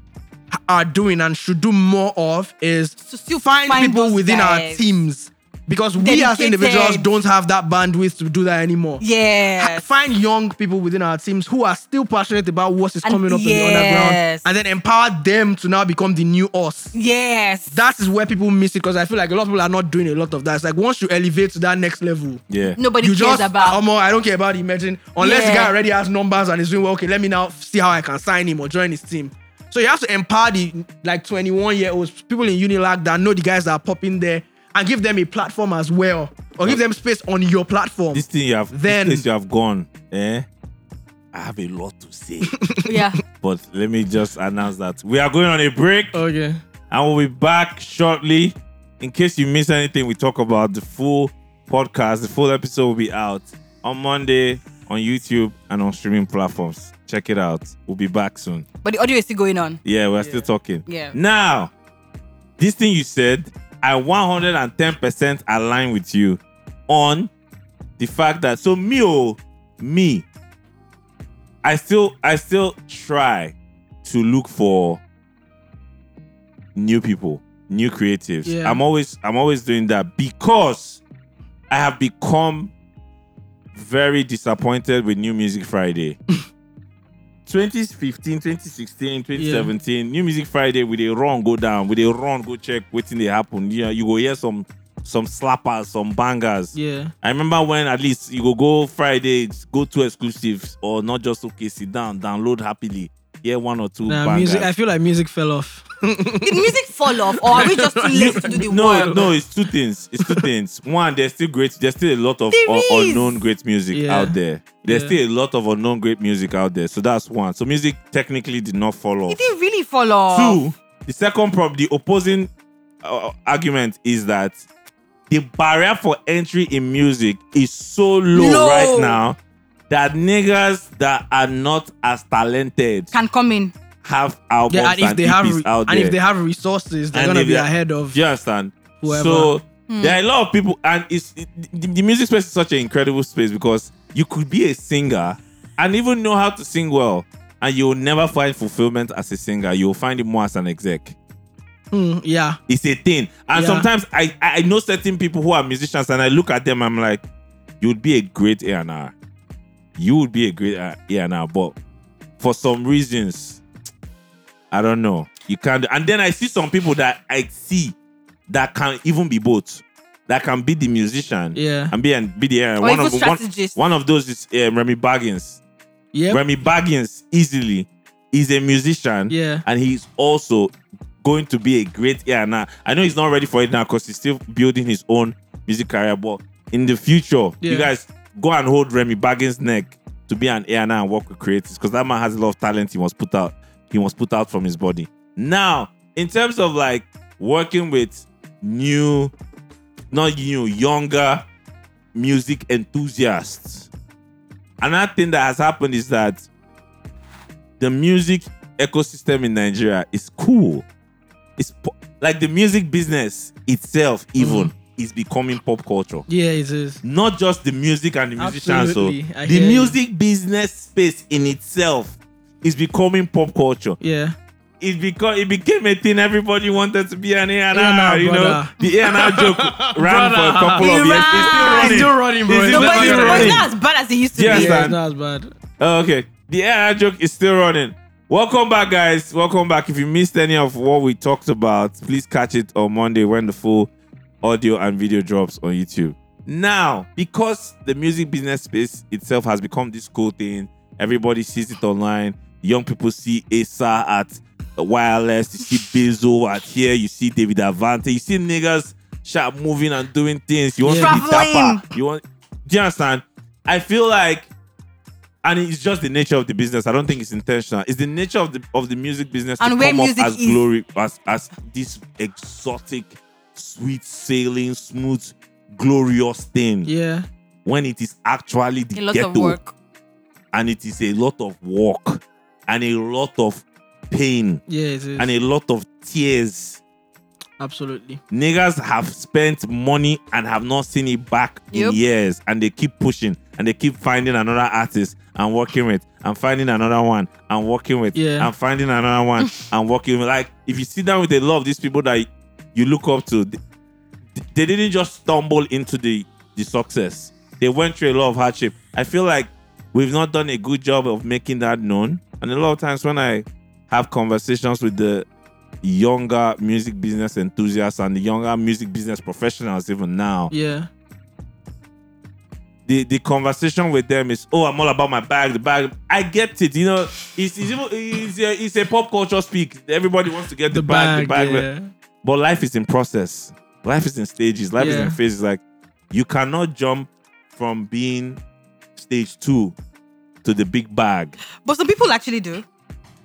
Speaker 2: are doing and should do more of is
Speaker 3: To still
Speaker 2: find,
Speaker 3: find
Speaker 2: people
Speaker 3: those
Speaker 2: within our
Speaker 3: guys.
Speaker 2: teams because we as
Speaker 3: Dedicated.
Speaker 2: individuals don't have that bandwidth to do that anymore. Ha-
Speaker 3: Yeah.
Speaker 2: Find young people within our teams who are still passionate about what is
Speaker 3: And
Speaker 2: coming up in the
Speaker 3: yes.
Speaker 2: underground and then empower them to now become the new us.
Speaker 3: Yes.
Speaker 2: That is where people miss it because I feel like a lot of people are not doing a lot of that. It's like once you elevate to that next level,
Speaker 1: Yeah.
Speaker 3: Nobody
Speaker 2: you
Speaker 3: cares
Speaker 2: just,
Speaker 3: about.
Speaker 2: Omo, I don't care about emerging unless the
Speaker 3: Yeah.
Speaker 2: guy already has numbers and is doing well. Okay, let me now see how I can sign him or join his team. So you have to empower the like 21 year olds, people in Unilag that know the guys that are popping there, and give them a platform as well, or give them space on your platform.
Speaker 1: This thing you have,
Speaker 2: Then-
Speaker 1: this place you have gone, eh? I have a lot to say,
Speaker 3: yeah.
Speaker 1: but let me just announce that we are going on a break.
Speaker 3: Uh.
Speaker 2: Okay.
Speaker 1: and we'll be back shortly. In case you miss anything we talk about, the full podcast, the full episode will be out on Monday on YouTube and on streaming platforms. Check it out. We'll be back soon.
Speaker 3: But the audio is still going on.
Speaker 1: Yeah, we're still talking.
Speaker 3: Yeah.
Speaker 1: Now, this thing you said, I 110% align with you on the fact that so me oh me, I still I still try to look for new people, new creatives.
Speaker 2: Yeah.
Speaker 1: I'm always I'm always doing that because I have become very disappointed with New Music Friday. 2015, 2016, 2017, New Music Friday with a run go down, with a run go check waiting they happen. You know, you go hear some some slappers, some bangers.
Speaker 2: Yeah.
Speaker 1: I remember when at least you go go Friday, go to exclusives or not just okay, sit down, download happily, hear one or two
Speaker 2: Nah,
Speaker 1: bangers.
Speaker 2: music. I feel like music fell off.
Speaker 3: Did music fall off, or are we just too late to do the
Speaker 1: no,
Speaker 3: work?
Speaker 1: no, it's two things. It's two things. One, there's still great. There's still a lot of
Speaker 3: There
Speaker 1: un-
Speaker 3: is.
Speaker 1: unknown great music
Speaker 2: Yeah.
Speaker 1: out there. There's
Speaker 2: Yeah.
Speaker 1: still a lot of unknown great music out there. So that's one. So music technically did not fall off.
Speaker 3: It didn't really fall off.
Speaker 1: Two, the second problem, the opposing uh, argument is that the barrier for entry in music is so low
Speaker 3: Low.
Speaker 1: right now that niggas that are not as talented
Speaker 3: Can come in.
Speaker 1: have albums
Speaker 2: Yeah, and if they have
Speaker 1: EPs
Speaker 2: re-
Speaker 1: out
Speaker 2: and
Speaker 1: there.
Speaker 2: if they have resources, they're
Speaker 1: And
Speaker 2: gonna
Speaker 1: if
Speaker 2: be
Speaker 1: they-
Speaker 2: ahead of.
Speaker 1: Do you understand?
Speaker 2: Whoever.
Speaker 1: So there are a lot of people, and it's it, the, the music space is such an incredible space because you could be a singer and even know how to sing well, and you'll never find fulfillment as a singer. You'll find it more as an exec.
Speaker 2: Hmm, yeah.
Speaker 1: It's a thing, and
Speaker 2: Yeah.
Speaker 1: sometimes I I know certain people who are musicians, and I look at them, I'm like, you'd be a great A and R, you would be a great A and R, but for some reasons, I don't know, you can't. And then I see some people that I see that can even be both, that can be the musician,
Speaker 2: Yeah.
Speaker 1: and be and be the A&R.
Speaker 3: Or
Speaker 1: one
Speaker 3: even
Speaker 1: of one,
Speaker 3: strategist.
Speaker 1: one of those is um, Remy Baggins.
Speaker 2: Yep.
Speaker 1: Remy Baggins easily is a musician,
Speaker 2: Yeah.
Speaker 1: and he's also going to be a great yeah. Now I know he's not ready for it now because he's still building his own music career. But in the future, you
Speaker 2: Yeah.
Speaker 1: guys go and hold Remy Baggins' neck to be an A and R and work with creatives because that man has a lot of talent. He was put out. He was put out from his body. Now, in terms of like working with new, not new, younger music enthusiasts. Another thing that has happened is that the music ecosystem in Nigeria is cool. It's po- like the music business itself,
Speaker 2: Mm.
Speaker 1: even is becoming pop culture.
Speaker 2: Yeah, it is.
Speaker 1: Not just the music and the musicians, so
Speaker 2: Absolutely, I
Speaker 1: the
Speaker 2: hear you.
Speaker 1: music business space in itself is becoming pop culture
Speaker 2: Yeah.
Speaker 1: it became it became a thing. Everybody wanted to be an A and
Speaker 2: A&R,
Speaker 1: R. You know,
Speaker 2: brother.
Speaker 1: the A and R joke ran for a couple
Speaker 3: Brother.
Speaker 1: of years.
Speaker 3: It's
Speaker 1: It's
Speaker 2: still
Speaker 1: still
Speaker 2: running,
Speaker 1: running.
Speaker 2: bro.
Speaker 1: It's
Speaker 3: No, but it's,
Speaker 1: still
Speaker 3: but it's
Speaker 1: running.
Speaker 3: not as bad as it used to
Speaker 1: Yes,
Speaker 3: be.
Speaker 2: Yeah, it's
Speaker 1: understand.
Speaker 2: not as bad.
Speaker 1: Oh, okay, the A and R joke is still running. Welcome back, guys. Welcome back. If you missed any of what we talked about, please catch it on Monday when the full audio and video drops on YouTube. Now, because the music business space itself has become this cool thing, everybody sees it online. Young people see Asa at Wireless, you see Bezo at here, you see David Avante, you see niggas sharp moving and doing things. You want to be
Speaker 3: Traveling.
Speaker 1: dapper. You want, do you understand? I feel like, and it's just the nature of the business. I don't think it's intentional. It's the nature of the of the music business
Speaker 3: And
Speaker 1: to
Speaker 3: where
Speaker 1: come up
Speaker 3: music
Speaker 1: as
Speaker 3: is.
Speaker 1: glory as as this exotic, sweet sailing, smooth, glorious thing
Speaker 2: Yeah.
Speaker 1: when it is actually the
Speaker 3: A lot
Speaker 1: ghetto
Speaker 3: of work.
Speaker 1: and it is a lot of work and a lot of pain
Speaker 2: Yeah, it is.
Speaker 1: and a lot of tears.
Speaker 2: Absolutely.
Speaker 1: Niggas have spent money and have not seen it back
Speaker 3: Yep.
Speaker 1: in years, and they keep pushing and they keep finding another artist and working with, and finding another one and working with,
Speaker 2: Yeah.
Speaker 1: and finding another one and working with. Like if you sit down with a lot of these people that you look up to, they, they didn't just stumble into the the success. They went through a lot of hardship. I feel like we've not done a good job of making that known, and a lot of times when I have conversations with the younger music business enthusiasts and the younger music business professionals even now
Speaker 2: Yeah.
Speaker 1: the, the conversation with them is oh i'm all about my bag the bag i get it you know it's it's, even, it's, a, it's a pop culture speak everybody wants to get the, bag, the bag
Speaker 2: yeah.
Speaker 1: but life is in process life is in stages life is
Speaker 2: Yeah.
Speaker 1: in phases like you cannot jump from being stage two to the big bag
Speaker 3: But some people actually do.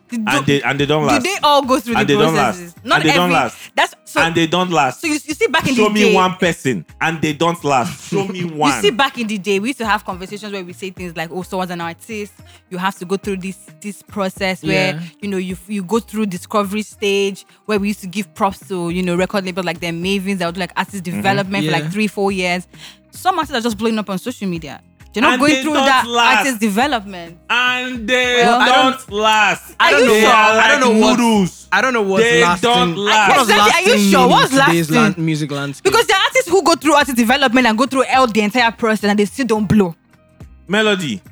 Speaker 3: They do-
Speaker 1: and they and they don't
Speaker 3: do
Speaker 1: last
Speaker 3: they all go through
Speaker 1: And
Speaker 3: the
Speaker 1: they don't
Speaker 3: processes?
Speaker 1: last.
Speaker 3: Not
Speaker 1: And they
Speaker 3: every.
Speaker 1: don't last.
Speaker 3: That's so.
Speaker 1: and they don't last
Speaker 3: so you, you see back in
Speaker 1: show
Speaker 3: the
Speaker 1: me
Speaker 3: day.
Speaker 1: one person and they don't last show me one
Speaker 3: You see, back in the day, we used to have conversations where we say things like, "Oh, someone's an artist. You have to go through this this process where
Speaker 2: Yeah.
Speaker 3: you know you you go through discovery stage." Where we used to give props to you know record labels like their Mavens that would do like artist development for
Speaker 2: Mm-hmm. Yeah.
Speaker 3: like three four years. Some artists are just blowing up on social media. They're not
Speaker 1: And
Speaker 3: going
Speaker 1: they
Speaker 3: through
Speaker 1: don't
Speaker 3: that
Speaker 1: last.
Speaker 3: artist development.
Speaker 1: and they
Speaker 3: Well, I
Speaker 1: don't,
Speaker 3: don't-
Speaker 1: last.
Speaker 3: Are you
Speaker 1: they
Speaker 3: sure?
Speaker 1: Are like
Speaker 2: I don't know what-
Speaker 1: noodles.
Speaker 2: I don't know what's
Speaker 1: They
Speaker 2: lasting.
Speaker 1: don't last.
Speaker 2: What was
Speaker 3: Exactly, are you
Speaker 2: lasting
Speaker 3: sure?
Speaker 2: in
Speaker 3: What's
Speaker 2: today's
Speaker 3: lasting?
Speaker 2: land- music landscape.
Speaker 3: Because there are artists who go through artist development and go through all the entire process and they still don't blow.
Speaker 1: Melody.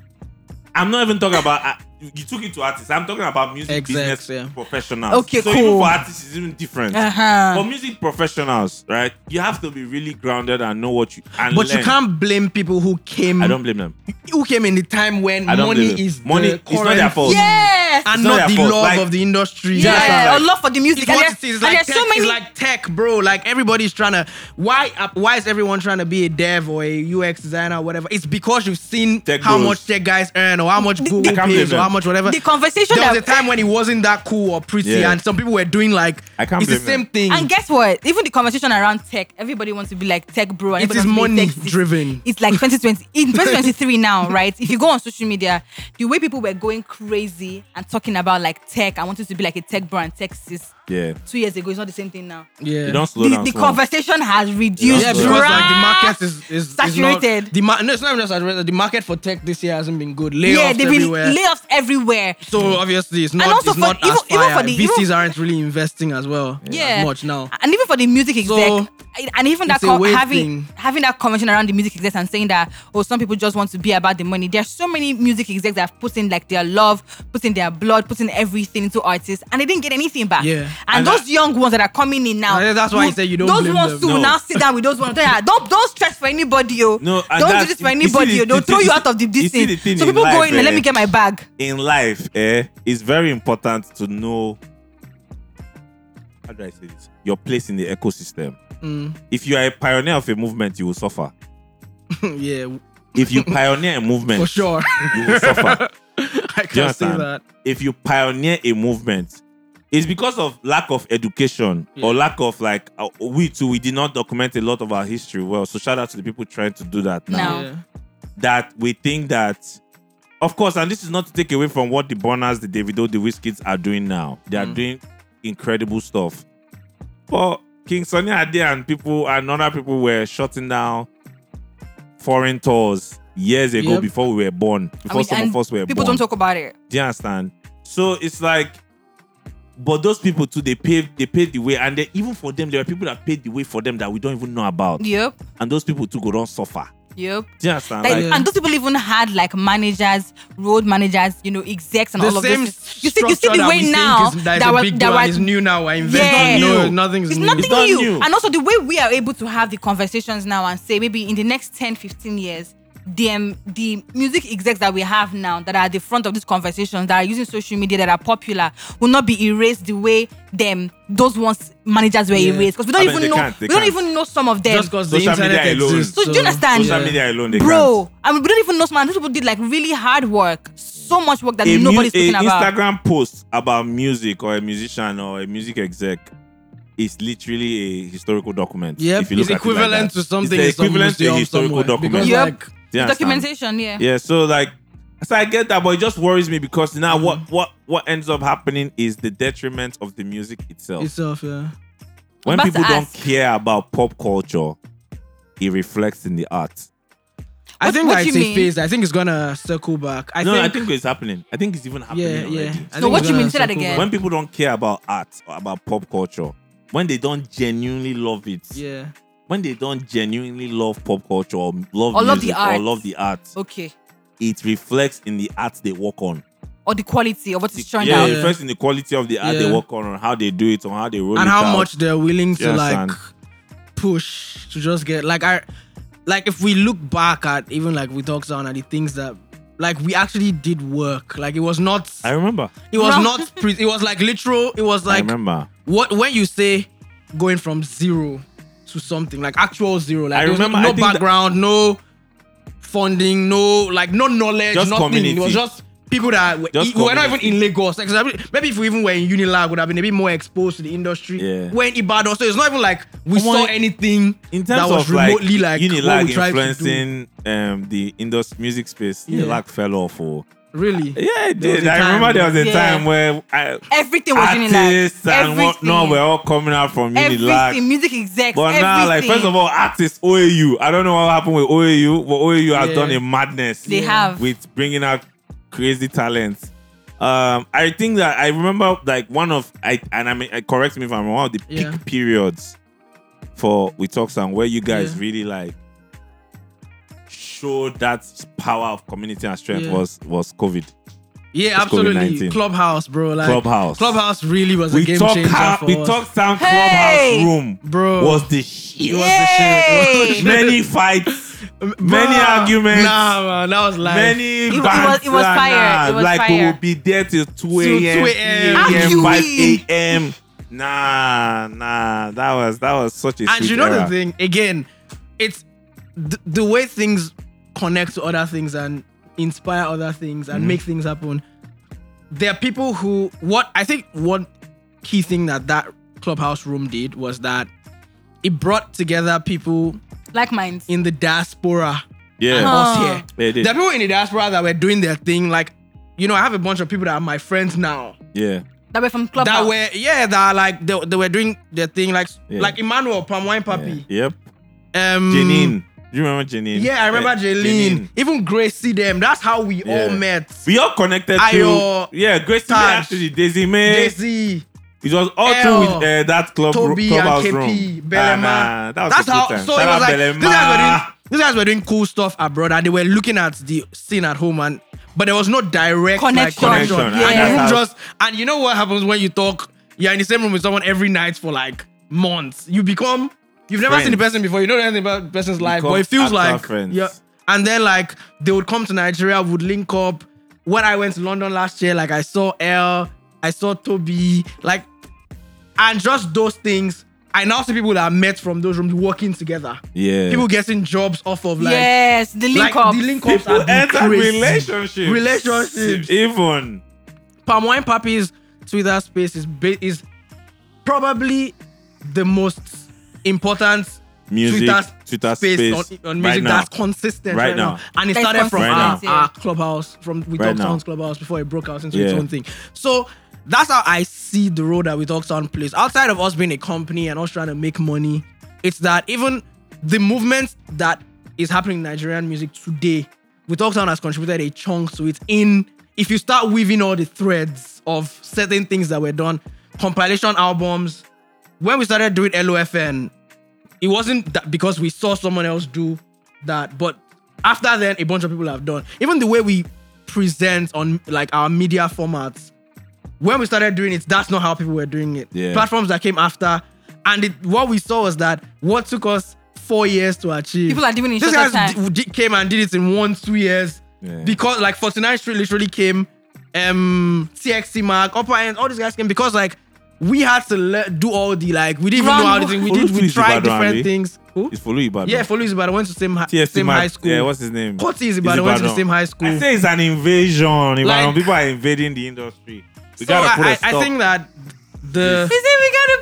Speaker 1: I'm not even talking about. I- you took it to artists. I'm talking about music
Speaker 2: Execs,
Speaker 1: business
Speaker 2: yeah.
Speaker 1: professionals.
Speaker 3: Okay,
Speaker 1: so even
Speaker 3: cool.
Speaker 1: for artists, it's even different.
Speaker 3: Uh-huh.
Speaker 1: For music professionals, right? You have to be really grounded and know what you and
Speaker 2: But you
Speaker 1: learn.
Speaker 2: can't blame people who came
Speaker 1: I don't blame them.
Speaker 2: who came in the time when
Speaker 1: I don't
Speaker 2: money
Speaker 1: blame them.
Speaker 2: is
Speaker 1: Money-
Speaker 2: the
Speaker 1: it's not
Speaker 2: current
Speaker 1: their fault.
Speaker 3: Yes.
Speaker 2: and
Speaker 1: It's not
Speaker 2: not, the
Speaker 1: their fault.
Speaker 2: love
Speaker 1: Like-
Speaker 2: of the industry.
Speaker 1: that's what
Speaker 3: yeah,
Speaker 1: I'm
Speaker 3: a
Speaker 1: like-
Speaker 3: love for the music.
Speaker 2: It's
Speaker 3: And
Speaker 2: what
Speaker 3: there's,
Speaker 2: it is. It's
Speaker 3: and
Speaker 2: Like,
Speaker 3: there's
Speaker 2: tech,
Speaker 3: so many.
Speaker 2: it's like tech, bro. Like everybody's trying to. Why? Uh, why is everyone trying to be a dev or a UX designer or whatever? It's because you've seen
Speaker 1: Tech
Speaker 2: how
Speaker 1: bros.
Speaker 2: much tech guys earn or how much
Speaker 3: The-
Speaker 2: Google
Speaker 3: the-
Speaker 1: can't
Speaker 2: pays
Speaker 1: blame
Speaker 2: or how
Speaker 1: them.
Speaker 2: much whatever.
Speaker 3: the conversation
Speaker 2: there was a
Speaker 3: that-
Speaker 2: time when it wasn't that cool or pretty,
Speaker 1: Yeah.
Speaker 2: and some people were doing like
Speaker 1: I can't
Speaker 2: it's the
Speaker 1: blame them.
Speaker 2: same thing.
Speaker 3: And guess what? Even the conversation around tech, everybody wants to be like tech bro. and
Speaker 2: It
Speaker 3: everybody
Speaker 2: is
Speaker 3: wants to be
Speaker 2: money
Speaker 3: tech sis.
Speaker 2: driven.
Speaker 3: It's like 2020 in 2023 now, right? If you go on social media, the way people were going crazy and talking about like tech, I wanted to be like a tech bro and tech sis.
Speaker 1: Yeah.
Speaker 3: Two years ago, it's not the same thing now.
Speaker 2: yeah.
Speaker 1: You don't slow
Speaker 3: The,
Speaker 1: down.
Speaker 3: the
Speaker 1: slow down.
Speaker 3: conversation has reduced.
Speaker 2: yeah,
Speaker 1: slow
Speaker 2: because
Speaker 1: down.
Speaker 2: like the market is, is is not-
Speaker 3: Saturated.
Speaker 2: the mar- no, it's not even just saturated. The market for tech this year hasn't been good. Layoffs
Speaker 3: yeah, they've been
Speaker 2: everywhere.
Speaker 3: layoffs everywhere.
Speaker 2: So obviously, it's not.
Speaker 3: Mm. also
Speaker 2: it's
Speaker 3: for-
Speaker 2: not
Speaker 3: even-
Speaker 2: as
Speaker 3: even
Speaker 2: fire.
Speaker 3: for the-
Speaker 2: VCs
Speaker 3: even-
Speaker 2: aren't really investing as well.
Speaker 3: yeah.
Speaker 2: as much now.
Speaker 3: And even for the music exec,
Speaker 2: So,
Speaker 3: and even that
Speaker 2: it's a
Speaker 3: co-
Speaker 2: wave
Speaker 3: having
Speaker 2: thing.
Speaker 3: having that convention around the music execs and saying that oh some people just want to be about the money. There's so many music execs that have put in like their love, put in their blood, put in everything into artists, and they didn't get anything back.
Speaker 2: Yeah.
Speaker 3: And,
Speaker 1: And
Speaker 3: those
Speaker 1: that-
Speaker 3: young ones that are coming in now,
Speaker 2: I think that's why I
Speaker 3: would-
Speaker 2: said you don't
Speaker 3: Those
Speaker 2: blame
Speaker 3: ones
Speaker 2: them.
Speaker 3: too
Speaker 1: No.
Speaker 3: now sit down with those ones. Tell her, Don't don't stress for anybody, yo.
Speaker 1: No, and
Speaker 3: don't do
Speaker 1: that's-
Speaker 3: this for
Speaker 1: you see the-
Speaker 3: anybody. yo. They'll
Speaker 1: you see-
Speaker 3: throw you
Speaker 1: you
Speaker 3: out of the
Speaker 1: see- you
Speaker 3: this
Speaker 1: see the thing
Speaker 3: So
Speaker 1: in
Speaker 3: people go
Speaker 1: life,
Speaker 3: in. and Let
Speaker 1: eh?
Speaker 3: me get my bag.
Speaker 1: in life, eh, it's very important to know how do I say this? Your place in the ecosystem.
Speaker 2: Mm.
Speaker 1: If you are a pioneer of a movement, you will suffer.
Speaker 2: yeah,
Speaker 1: If you pioneer a movement,
Speaker 2: for sure.
Speaker 1: you will suffer.
Speaker 2: I
Speaker 1: Do you
Speaker 2: can see
Speaker 1: understand?
Speaker 2: that.
Speaker 1: If you pioneer a movement, it's because of lack of education or lack of like uh, we too we did not document a lot of our history well. So shout out to the people trying to do that now.
Speaker 3: Now.
Speaker 2: Yeah.
Speaker 1: that we think that, of course, and this is not to take away from what the Bonners, the Davido, the Whiskids are doing now. They
Speaker 2: Mm.
Speaker 1: are doing incredible stuff. But King Sonny Ade and people and other people were shutting down foreign tours years ago
Speaker 2: Yep.
Speaker 1: before we were born,
Speaker 3: And
Speaker 1: before
Speaker 3: we-
Speaker 1: some
Speaker 3: and
Speaker 1: of us were
Speaker 3: people
Speaker 1: born.
Speaker 3: don't talk about it.
Speaker 1: Do you understand? So it's like, but those people too, they paved, they paved the way, and they, even for them, there are people that paved the way for them that we don't even know about,
Speaker 3: Yep.
Speaker 1: and those people too go don't suffer.
Speaker 3: Yep.
Speaker 1: Do you understand?
Speaker 3: Like,
Speaker 1: Like-
Speaker 2: Yeah.
Speaker 3: And those people even had like managers, road managers, you know, execs, and
Speaker 2: The
Speaker 3: all of
Speaker 2: same
Speaker 3: this. You see, you see
Speaker 2: structure
Speaker 3: the
Speaker 2: that
Speaker 3: way
Speaker 2: we think
Speaker 3: now
Speaker 2: is, that is a
Speaker 3: was-
Speaker 2: big
Speaker 3: that
Speaker 2: deal and
Speaker 3: was-
Speaker 2: it's new now. I invest.
Speaker 3: Yeah.
Speaker 2: No,
Speaker 1: It's
Speaker 2: nothing's
Speaker 3: it's
Speaker 2: new.
Speaker 3: nothing
Speaker 1: not
Speaker 3: new.
Speaker 1: new.
Speaker 3: And also the way we are able to have the conversations now and say maybe in the next 10, 15 years, the, um, the music execs that we have now that are at the front of these conversations, that are using social media, that are popular, will not be erased the way them those ones managers were
Speaker 2: Yeah.
Speaker 3: erased. Because
Speaker 1: I
Speaker 3: we don't
Speaker 1: mean,
Speaker 3: even
Speaker 1: they
Speaker 3: know
Speaker 1: can't, they
Speaker 3: we don't
Speaker 1: can't.
Speaker 3: even know some of them.
Speaker 2: Just because the
Speaker 1: Social
Speaker 2: internet
Speaker 1: media alone.
Speaker 2: exists.
Speaker 3: So do you understand?
Speaker 1: Social media alone, they
Speaker 3: Bro, I mean, we don't even know some. These people did like really hard work, so much work that
Speaker 1: a mu-
Speaker 3: nobody's
Speaker 1: a
Speaker 3: talking about.
Speaker 1: Instagram post about music or a musician or a music exec is literally a historical document.
Speaker 2: Yep,
Speaker 1: if you look
Speaker 2: it's
Speaker 1: at it like
Speaker 2: equivalent
Speaker 1: that.
Speaker 2: to something.
Speaker 1: It's
Speaker 2: in
Speaker 1: the
Speaker 2: some
Speaker 1: equivalent to a
Speaker 2: museum
Speaker 1: historical
Speaker 2: somewhere,
Speaker 1: document.
Speaker 2: Because,
Speaker 3: Yep.
Speaker 2: like,
Speaker 1: Do you understand?
Speaker 3: Documentation, yeah.
Speaker 1: Yeah, so like, so I get that, but it just worries me because now what what what ends up happening is the detriment of the music itself.
Speaker 2: itself, yeah.
Speaker 1: when
Speaker 3: about to
Speaker 1: people don't
Speaker 3: ask.
Speaker 1: care about pop culture, it reflects in the art.
Speaker 2: I
Speaker 3: What-
Speaker 2: think
Speaker 3: what
Speaker 2: that
Speaker 3: you
Speaker 2: it's a
Speaker 3: mean?
Speaker 2: phase. I think it's gonna circle back. I
Speaker 1: no,
Speaker 2: think,
Speaker 1: I think it's happening. I think it's even happening
Speaker 2: yeah,
Speaker 1: already.
Speaker 2: yeah. I
Speaker 3: So
Speaker 2: think
Speaker 3: what
Speaker 2: it's
Speaker 3: you mean?
Speaker 2: gonna
Speaker 3: Say that
Speaker 2: circle
Speaker 3: again.
Speaker 2: back.
Speaker 1: when people don't care about art or about pop culture, when they don't genuinely love it,
Speaker 2: Yeah.
Speaker 1: when they don't genuinely love pop culture or love
Speaker 3: Or love the
Speaker 1: music or
Speaker 3: art.
Speaker 1: love the art,
Speaker 3: Okay.
Speaker 1: it reflects in the art they work on.
Speaker 3: Or the quality of what is turned
Speaker 1: Yeah,
Speaker 3: out.
Speaker 1: it reflects in the quality of the art they
Speaker 2: Yeah.
Speaker 1: work on, on how they do it, on how they roll
Speaker 2: and
Speaker 1: it
Speaker 2: how
Speaker 1: out.
Speaker 2: much they're willing to
Speaker 1: Yeah,
Speaker 2: like
Speaker 1: son.
Speaker 2: push to just get like I like if we look back at even like we talked on at the things that like we actually did work like it was not
Speaker 1: I remember.
Speaker 2: it was
Speaker 3: Bro.
Speaker 2: not pre- it was like literal it was
Speaker 1: I
Speaker 2: like
Speaker 1: remember.
Speaker 2: what when you say going from zero to something like actual zero like
Speaker 1: I
Speaker 2: there was
Speaker 1: remember, I
Speaker 2: no,
Speaker 1: think that-
Speaker 2: background no funding no like no knowledge
Speaker 1: Just
Speaker 2: nothing
Speaker 1: community.
Speaker 2: it was just people that were, e,
Speaker 1: Just
Speaker 2: we were not even
Speaker 1: community.
Speaker 2: in Lagos like, example, maybe if we even were in Unilag would have been a bit more exposed to the industry
Speaker 1: Yeah.
Speaker 2: we're in Ibadan so it's not even like we
Speaker 1: Come on,
Speaker 2: saw anything
Speaker 1: In
Speaker 2: that
Speaker 1: terms
Speaker 2: was
Speaker 1: of
Speaker 2: remotely like, what
Speaker 1: Unilag
Speaker 2: we tried to
Speaker 1: influencing um, the indus music space,
Speaker 2: Yeah.
Speaker 1: Unilag fell off. Oh.
Speaker 2: do really
Speaker 1: Yeah, it
Speaker 2: There was
Speaker 1: did.
Speaker 2: a
Speaker 1: I
Speaker 2: time-
Speaker 1: remember there was a
Speaker 3: Yeah.
Speaker 1: time where I,
Speaker 3: Everything was in
Speaker 1: artists and
Speaker 3: Everything.
Speaker 1: whatnot were all coming out from Unilag.
Speaker 3: everything, music execs,
Speaker 1: But
Speaker 3: everything.
Speaker 1: now, like, first of all, artists OAU. I don't know what happened with OAU, but OAU has
Speaker 2: Yeah.
Speaker 1: done a madness.
Speaker 3: They have.
Speaker 1: with bringing out crazy talents. Um, I think that I remember like one of I and I mean I- correct me if I'm wrong. One of the
Speaker 2: Yeah.
Speaker 1: peak periods for we talk some where you guys
Speaker 2: Yeah.
Speaker 1: really like showed that power of community and strength
Speaker 2: Yeah.
Speaker 1: was was COVID.
Speaker 2: Yeah,
Speaker 1: It's
Speaker 2: absolutely.
Speaker 1: COVID-19.
Speaker 2: Clubhouse, bro. Like
Speaker 1: Clubhouse.
Speaker 2: Clubhouse really was a
Speaker 1: We
Speaker 2: game
Speaker 1: talk,
Speaker 2: changer
Speaker 1: ha-
Speaker 2: for
Speaker 1: we
Speaker 2: us.
Speaker 1: talk sound
Speaker 3: Hey!
Speaker 1: clubhouse room,
Speaker 2: Bro.
Speaker 1: Was the shit.
Speaker 2: It was the shit. It was the shit.
Speaker 1: Many fights,
Speaker 2: Bruh.
Speaker 1: many arguments.
Speaker 2: Nah, man, that was life.
Speaker 1: many
Speaker 3: It was- it
Speaker 1: bands
Speaker 3: was- it was
Speaker 1: are
Speaker 3: fire.
Speaker 1: now.
Speaker 3: It was
Speaker 1: like we
Speaker 3: fire.
Speaker 1: will be there till 2
Speaker 2: Till
Speaker 1: a.m.
Speaker 2: 2
Speaker 1: 3
Speaker 2: Arguing.
Speaker 1: a.m. 5 a.m. Nah, nah, that was that was such a.
Speaker 2: And
Speaker 1: sweet
Speaker 2: you know
Speaker 1: era.
Speaker 2: the thing again, it's th- the way things connect to other things and inspire other things
Speaker 1: Mm-hmm.
Speaker 2: and make things happen. There are people who what I think one key thing that that clubhouse room did was that it brought together people
Speaker 3: Like mines.
Speaker 2: in the diaspora and
Speaker 1: Yeah,
Speaker 3: Uh-huh.
Speaker 2: us
Speaker 3: Oh.
Speaker 2: here.
Speaker 1: They did.
Speaker 2: There are people in the diaspora that were doing their thing. Like, you know, I have a bunch of people that are my friends now
Speaker 1: yeah.
Speaker 3: That were from club.
Speaker 2: that were yeah that are like they, they were doing their thing like
Speaker 1: Yeah.
Speaker 2: like Emmanuel Palm Wine Papi.
Speaker 1: yeah. Yep.
Speaker 2: Um,
Speaker 1: Janine, do you remember Janine?
Speaker 2: Mm. Yeah, I remember
Speaker 1: Eh,
Speaker 2: Jaylene. Even Gracie them. That's how we all
Speaker 1: Yeah.
Speaker 2: met.
Speaker 1: We all connected
Speaker 2: Ayo,
Speaker 1: to yeah, Gracie May
Speaker 2: Taj,
Speaker 1: actually Daisy May.
Speaker 2: Daisy,
Speaker 1: It was all
Speaker 2: Elle,
Speaker 1: through with uh, that club
Speaker 2: Toby, and
Speaker 1: clubhouse
Speaker 2: KP,
Speaker 1: room.
Speaker 2: Belema.
Speaker 1: Ah, nah, that was
Speaker 2: That's
Speaker 1: a good
Speaker 2: how.
Speaker 1: time.
Speaker 2: So
Speaker 1: Shout
Speaker 2: it was
Speaker 1: out
Speaker 2: like
Speaker 1: Belema.
Speaker 2: these guys, were doing, these guys were doing cool stuff abroad, and they were looking at the scene at home, and but there was no direct
Speaker 3: Connection.
Speaker 2: Like, connection.
Speaker 1: Connection,
Speaker 2: And
Speaker 3: yeah.
Speaker 2: you
Speaker 1: That's how-
Speaker 2: just and you know what happens when you talk? You're in the same room with someone every night for like months. You become. You've never seen the
Speaker 1: Friends.
Speaker 2: person before. You don't know anything about the person's life, but
Speaker 1: become
Speaker 2: it feels
Speaker 1: actual
Speaker 2: like
Speaker 1: friends.
Speaker 2: yeah. And then like they would come to Nigeria, would link up. When I went to London last year, like I saw Elle, I saw Toby, like, and just those things. I now see people that I met from those rooms working together.
Speaker 1: Yeah.
Speaker 2: People getting jobs off of like,
Speaker 3: yes, the link
Speaker 2: like
Speaker 3: up.
Speaker 2: the link ups
Speaker 1: People
Speaker 2: are the
Speaker 1: enter
Speaker 2: crazy.
Speaker 1: relationships.
Speaker 2: Relationships.
Speaker 1: Even.
Speaker 2: Palm Wine Papi's Twitter space is ba- is probably the most important
Speaker 1: Music,
Speaker 2: Twitter,
Speaker 1: Twitter
Speaker 2: space,
Speaker 1: space
Speaker 2: on, on music
Speaker 1: right now.
Speaker 2: that's consistent
Speaker 1: Right
Speaker 2: right,
Speaker 1: now.
Speaker 2: now. And it
Speaker 3: That's
Speaker 2: started from
Speaker 1: consistent,
Speaker 2: our,
Speaker 1: yeah.
Speaker 2: our clubhouse, from We
Speaker 1: Right
Speaker 2: Talk
Speaker 1: now.
Speaker 2: Sounds clubhouse before it broke out into its
Speaker 1: Yeah.
Speaker 2: own thing. So that's how I see the role that We Talk Sound plays. Outside of us being a company and us trying to make money, it's that even the movement that is happening in Nigerian music today, We Talk Sound has contributed a chunk to it. In if you start weaving all the threads of certain things that were done, compilation albums, when we started doing LOFN, it wasn't that because we saw someone else do that, but after then, a bunch of people have done. Even the way we present on like our media formats, when we started doing it, that's not how people were doing it.
Speaker 1: Yeah.
Speaker 2: Platforms that came after, and it, what we saw was that what took us four years to achieve.
Speaker 3: People are doing it in
Speaker 2: These
Speaker 3: shorter
Speaker 2: guys
Speaker 3: time.
Speaker 2: di- di- came and did it in one, two years.
Speaker 1: Yeah.
Speaker 2: Because like 49th Street literally came, um, TXT Mark, Upper End, all these guys came because like we had to le- do all the like we didn't even know
Speaker 3: Round-
Speaker 2: how to think. We
Speaker 1: Follow
Speaker 2: did we
Speaker 1: Tweets
Speaker 2: tried
Speaker 1: Ibadan, abi?
Speaker 2: different things. Who?
Speaker 1: It's Follow Ibadan.
Speaker 2: Yeah, Follow is about I went to same hi-
Speaker 1: TFC
Speaker 2: same
Speaker 1: Max-
Speaker 2: high school.
Speaker 1: Yeah, what's his name?
Speaker 2: Koti is
Speaker 1: It's
Speaker 2: Ibadan, went to the
Speaker 1: Ibadan.
Speaker 2: same high school.
Speaker 1: I say it's an invasion. Ibadan.
Speaker 2: Like-
Speaker 1: people are invading the industry. We
Speaker 2: so
Speaker 1: gotta put
Speaker 2: I,
Speaker 1: a
Speaker 2: I,
Speaker 1: stop.
Speaker 2: I think that the
Speaker 3: You see, we gotta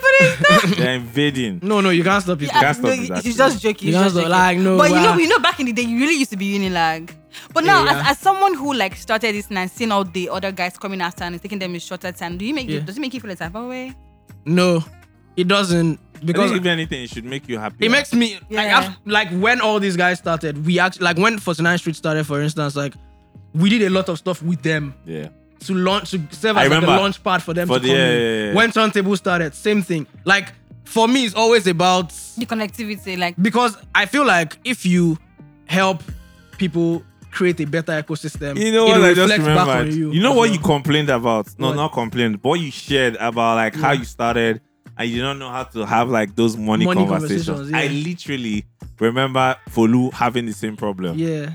Speaker 3: put it.
Speaker 1: They're invading.
Speaker 2: no no you can't stop it.
Speaker 3: Yeah,
Speaker 1: can't
Speaker 3: no,
Speaker 1: stop with that
Speaker 3: She's
Speaker 1: shit.
Speaker 3: just joking.
Speaker 2: You
Speaker 3: she's
Speaker 2: can't
Speaker 3: just
Speaker 2: stop,
Speaker 3: joking.
Speaker 2: like, no,
Speaker 3: but you know,
Speaker 2: wow.
Speaker 3: you know, back in the day, you really used to be unilag. But now,
Speaker 2: Yeah, yeah.
Speaker 3: as, as someone who like started this and I've seen all the other guys coming after and it's taking them a shorter time, do you make
Speaker 2: Yeah.
Speaker 3: you, does it make you feel like oh, wait?
Speaker 2: No, it doesn't
Speaker 1: Because
Speaker 2: because
Speaker 1: if anything, it should make you happy.
Speaker 2: It makes me like,
Speaker 3: Yeah.
Speaker 2: af- like when all these guys started, we actually like when 49th Street started, for instance, like we did a lot of stuff with them
Speaker 1: Yeah.
Speaker 2: to launch to serve
Speaker 1: I
Speaker 2: as like a
Speaker 1: remember.
Speaker 2: launch pad for them
Speaker 1: For
Speaker 2: to
Speaker 1: the-
Speaker 2: come
Speaker 1: yeah,
Speaker 2: in.
Speaker 1: yeah, yeah, yeah.
Speaker 2: When turntable started, same thing. Like for me, it's always about
Speaker 3: The connectivity, like
Speaker 2: because I feel like if you help people create a better ecosystem,
Speaker 1: You know
Speaker 2: it
Speaker 1: what? I just
Speaker 2: reflects back on
Speaker 1: remembered.
Speaker 2: you.
Speaker 1: You, know
Speaker 2: as
Speaker 1: what
Speaker 2: well.
Speaker 1: you complained about? No,
Speaker 2: What?
Speaker 1: not complained. But you shared about like how you started and you did not know how to have like those money,
Speaker 2: Money
Speaker 1: conversations.
Speaker 2: conversations, yeah.
Speaker 1: I literally remember Folu having the same problem.
Speaker 2: yeah.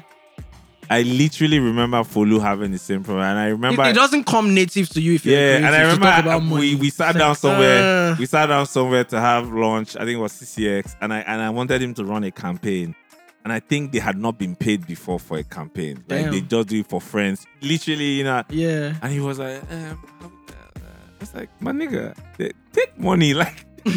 Speaker 1: I literally remember Folu having the same problem, and I
Speaker 2: It,
Speaker 1: remember.
Speaker 2: it doesn't come native to you if you're
Speaker 1: yeah, and I
Speaker 2: creative to talk about
Speaker 1: remember
Speaker 2: money.
Speaker 1: we, we sat
Speaker 2: It's
Speaker 1: down
Speaker 2: like,
Speaker 1: somewhere.
Speaker 2: uh,
Speaker 1: we sat down somewhere to have lunch. I think it was CCX, and I and I wanted him to run a campaign, and I think they had not been paid before for a campaign. Like
Speaker 2: Damn.
Speaker 1: they just do it for friends. Literally, you know,
Speaker 2: yeah.
Speaker 1: and he was like, um, uh, I was like, my nigga, eh, take money. Like,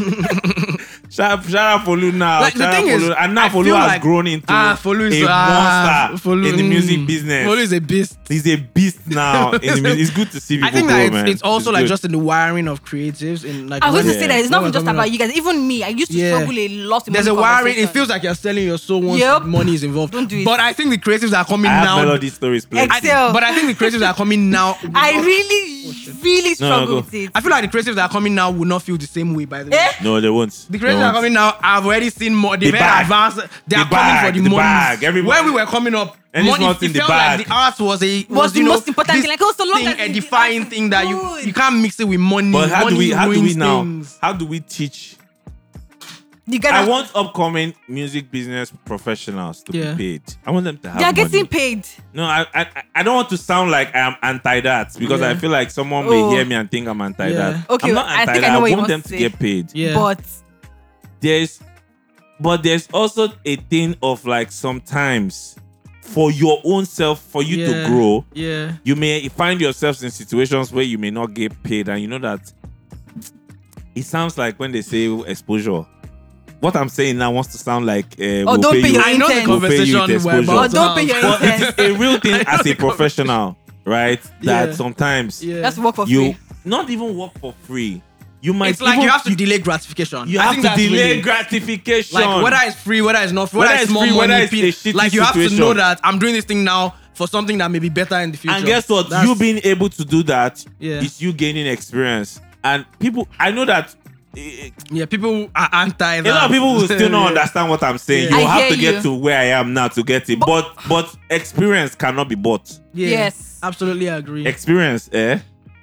Speaker 1: shout, shout out Folu now.
Speaker 2: Like, the
Speaker 1: shout out
Speaker 2: thing is,
Speaker 1: Folu. Ah, and now
Speaker 2: I
Speaker 1: Folu has
Speaker 2: feel like-
Speaker 1: grown into
Speaker 2: Ah, Folu is
Speaker 1: a
Speaker 2: ah,
Speaker 1: monster
Speaker 2: Folu-
Speaker 1: in the music
Speaker 2: mm.
Speaker 1: business.
Speaker 2: Folu is a beast.
Speaker 1: He's a beast now. in the, music- it's good to see people
Speaker 2: I think
Speaker 1: grow,
Speaker 2: that it's,
Speaker 1: man.
Speaker 2: it's also like
Speaker 1: good.
Speaker 2: just in the wiring of creatives in like.
Speaker 3: I was
Speaker 2: when-
Speaker 3: going to say that
Speaker 2: when
Speaker 3: it's not
Speaker 2: we're
Speaker 3: just
Speaker 2: coming
Speaker 3: about
Speaker 2: up.
Speaker 3: you guys. Even me, I used to
Speaker 2: Yeah.
Speaker 3: struggle a lot in
Speaker 2: There's a
Speaker 3: money
Speaker 2: wiring. It
Speaker 3: conversation.
Speaker 2: feels like you're selling your soul once
Speaker 3: Yep.
Speaker 2: money is involved.
Speaker 3: Don't do it.
Speaker 2: But I think the creatives that are coming
Speaker 1: I have
Speaker 2: now.
Speaker 1: melody stories playing.
Speaker 2: I think-
Speaker 3: Excel.
Speaker 2: but I think the creatives that are coming now. will
Speaker 1: Oh,
Speaker 3: I
Speaker 2: not-
Speaker 3: really, really
Speaker 1: No, no,
Speaker 3: struggle
Speaker 1: go.
Speaker 3: with it.
Speaker 2: I feel like the creatives that are coming now will not feel the same way. By the way,
Speaker 3: Eh?
Speaker 1: No, they won't.
Speaker 2: the
Speaker 1: They
Speaker 2: creatives that are
Speaker 1: won't.
Speaker 2: coming now, I've already seen more. They've
Speaker 1: The bag.
Speaker 2: advanced.
Speaker 1: The
Speaker 2: They are coming
Speaker 1: bag,
Speaker 2: for the,
Speaker 1: the
Speaker 2: money.
Speaker 1: bag, everybody.
Speaker 2: When we were coming up,
Speaker 1: and it's
Speaker 2: money-
Speaker 1: not
Speaker 2: it
Speaker 1: in the
Speaker 2: felt
Speaker 1: bag.
Speaker 2: Like the art was a was,
Speaker 3: the
Speaker 2: you know,
Speaker 3: most important
Speaker 2: this
Speaker 3: thing. Like, oh, so long
Speaker 2: thing,
Speaker 3: as
Speaker 2: a
Speaker 3: the
Speaker 2: defining
Speaker 3: art is
Speaker 2: thing that you
Speaker 3: good.
Speaker 2: you can't mix it with money.
Speaker 1: but how do
Speaker 2: Money
Speaker 1: we how do we
Speaker 2: ruins
Speaker 1: now
Speaker 2: things.
Speaker 1: how do we teach
Speaker 3: You get
Speaker 1: I
Speaker 3: it?
Speaker 1: want upcoming music business professionals to
Speaker 2: Yeah.
Speaker 1: be paid. I want them to have
Speaker 3: They are getting
Speaker 1: money.
Speaker 3: paid.
Speaker 1: No, I, I I don't want to sound like I'm anti that because
Speaker 2: Yeah.
Speaker 1: I feel like someone
Speaker 3: Oh.
Speaker 1: may hear me and think I'm anti
Speaker 2: Yeah.
Speaker 1: that.
Speaker 3: Okay,
Speaker 1: I'm not
Speaker 3: I think
Speaker 1: anti
Speaker 3: I
Speaker 1: that.
Speaker 3: know
Speaker 1: I,
Speaker 3: what you
Speaker 1: want them
Speaker 3: want
Speaker 1: to
Speaker 3: to say.
Speaker 1: get paid.
Speaker 2: Yeah.
Speaker 3: But
Speaker 1: There's, but there's also a thing of like sometimes for your own self, for you
Speaker 2: Yeah.
Speaker 1: to grow,
Speaker 2: Yeah.
Speaker 1: you may find yourselves in situations where you may not get paid, and you know that it sounds like when they say exposure. What I'm saying now wants to sound like uh, we'll
Speaker 2: Oh,
Speaker 3: don't
Speaker 1: pay
Speaker 3: pay
Speaker 1: you
Speaker 3: your
Speaker 2: I know the
Speaker 3: Intent. We'll
Speaker 1: pay you the
Speaker 2: conversation we're
Speaker 1: exposure.
Speaker 2: about
Speaker 1: Oh,
Speaker 2: to
Speaker 3: don't pay
Speaker 2: have.
Speaker 3: your
Speaker 1: but it's a real
Speaker 2: I
Speaker 1: thing
Speaker 2: know
Speaker 1: as
Speaker 2: the
Speaker 1: a professional, right? That
Speaker 2: Yeah.
Speaker 1: sometimes
Speaker 2: Yeah.
Speaker 3: that's work for
Speaker 1: you
Speaker 3: free.
Speaker 1: not even work for free. You might
Speaker 2: it's like
Speaker 1: even-
Speaker 2: you have to delay gratification.
Speaker 1: you
Speaker 2: I
Speaker 1: have
Speaker 2: think
Speaker 1: to
Speaker 2: that's
Speaker 1: delay
Speaker 2: really-
Speaker 1: gratification.
Speaker 2: Like whether it's free, whether it's not free, whether,
Speaker 1: Whether
Speaker 2: it's
Speaker 1: it's
Speaker 2: more
Speaker 1: free, whether
Speaker 2: money,
Speaker 1: it's a
Speaker 2: pe-
Speaker 1: shitty
Speaker 2: like you have to know
Speaker 1: situation.
Speaker 2: that I'm doing this thing now for something that may be better in the future.
Speaker 1: and guess what?
Speaker 2: That's-
Speaker 1: you being able to do that is
Speaker 2: Yeah.
Speaker 1: you gaining experience. And people, I know that eh,
Speaker 2: yeah, people are anti that.
Speaker 1: a lot of people will still not
Speaker 2: Yeah.
Speaker 1: understand what I'm saying.
Speaker 2: Yeah.
Speaker 1: You
Speaker 3: I
Speaker 1: have
Speaker 3: hear
Speaker 1: to get
Speaker 3: you.
Speaker 1: to where I am now to get it. But but experience cannot be bought.
Speaker 2: Yeah,
Speaker 3: Yes.
Speaker 2: absolutely agree.
Speaker 1: Experience, eh,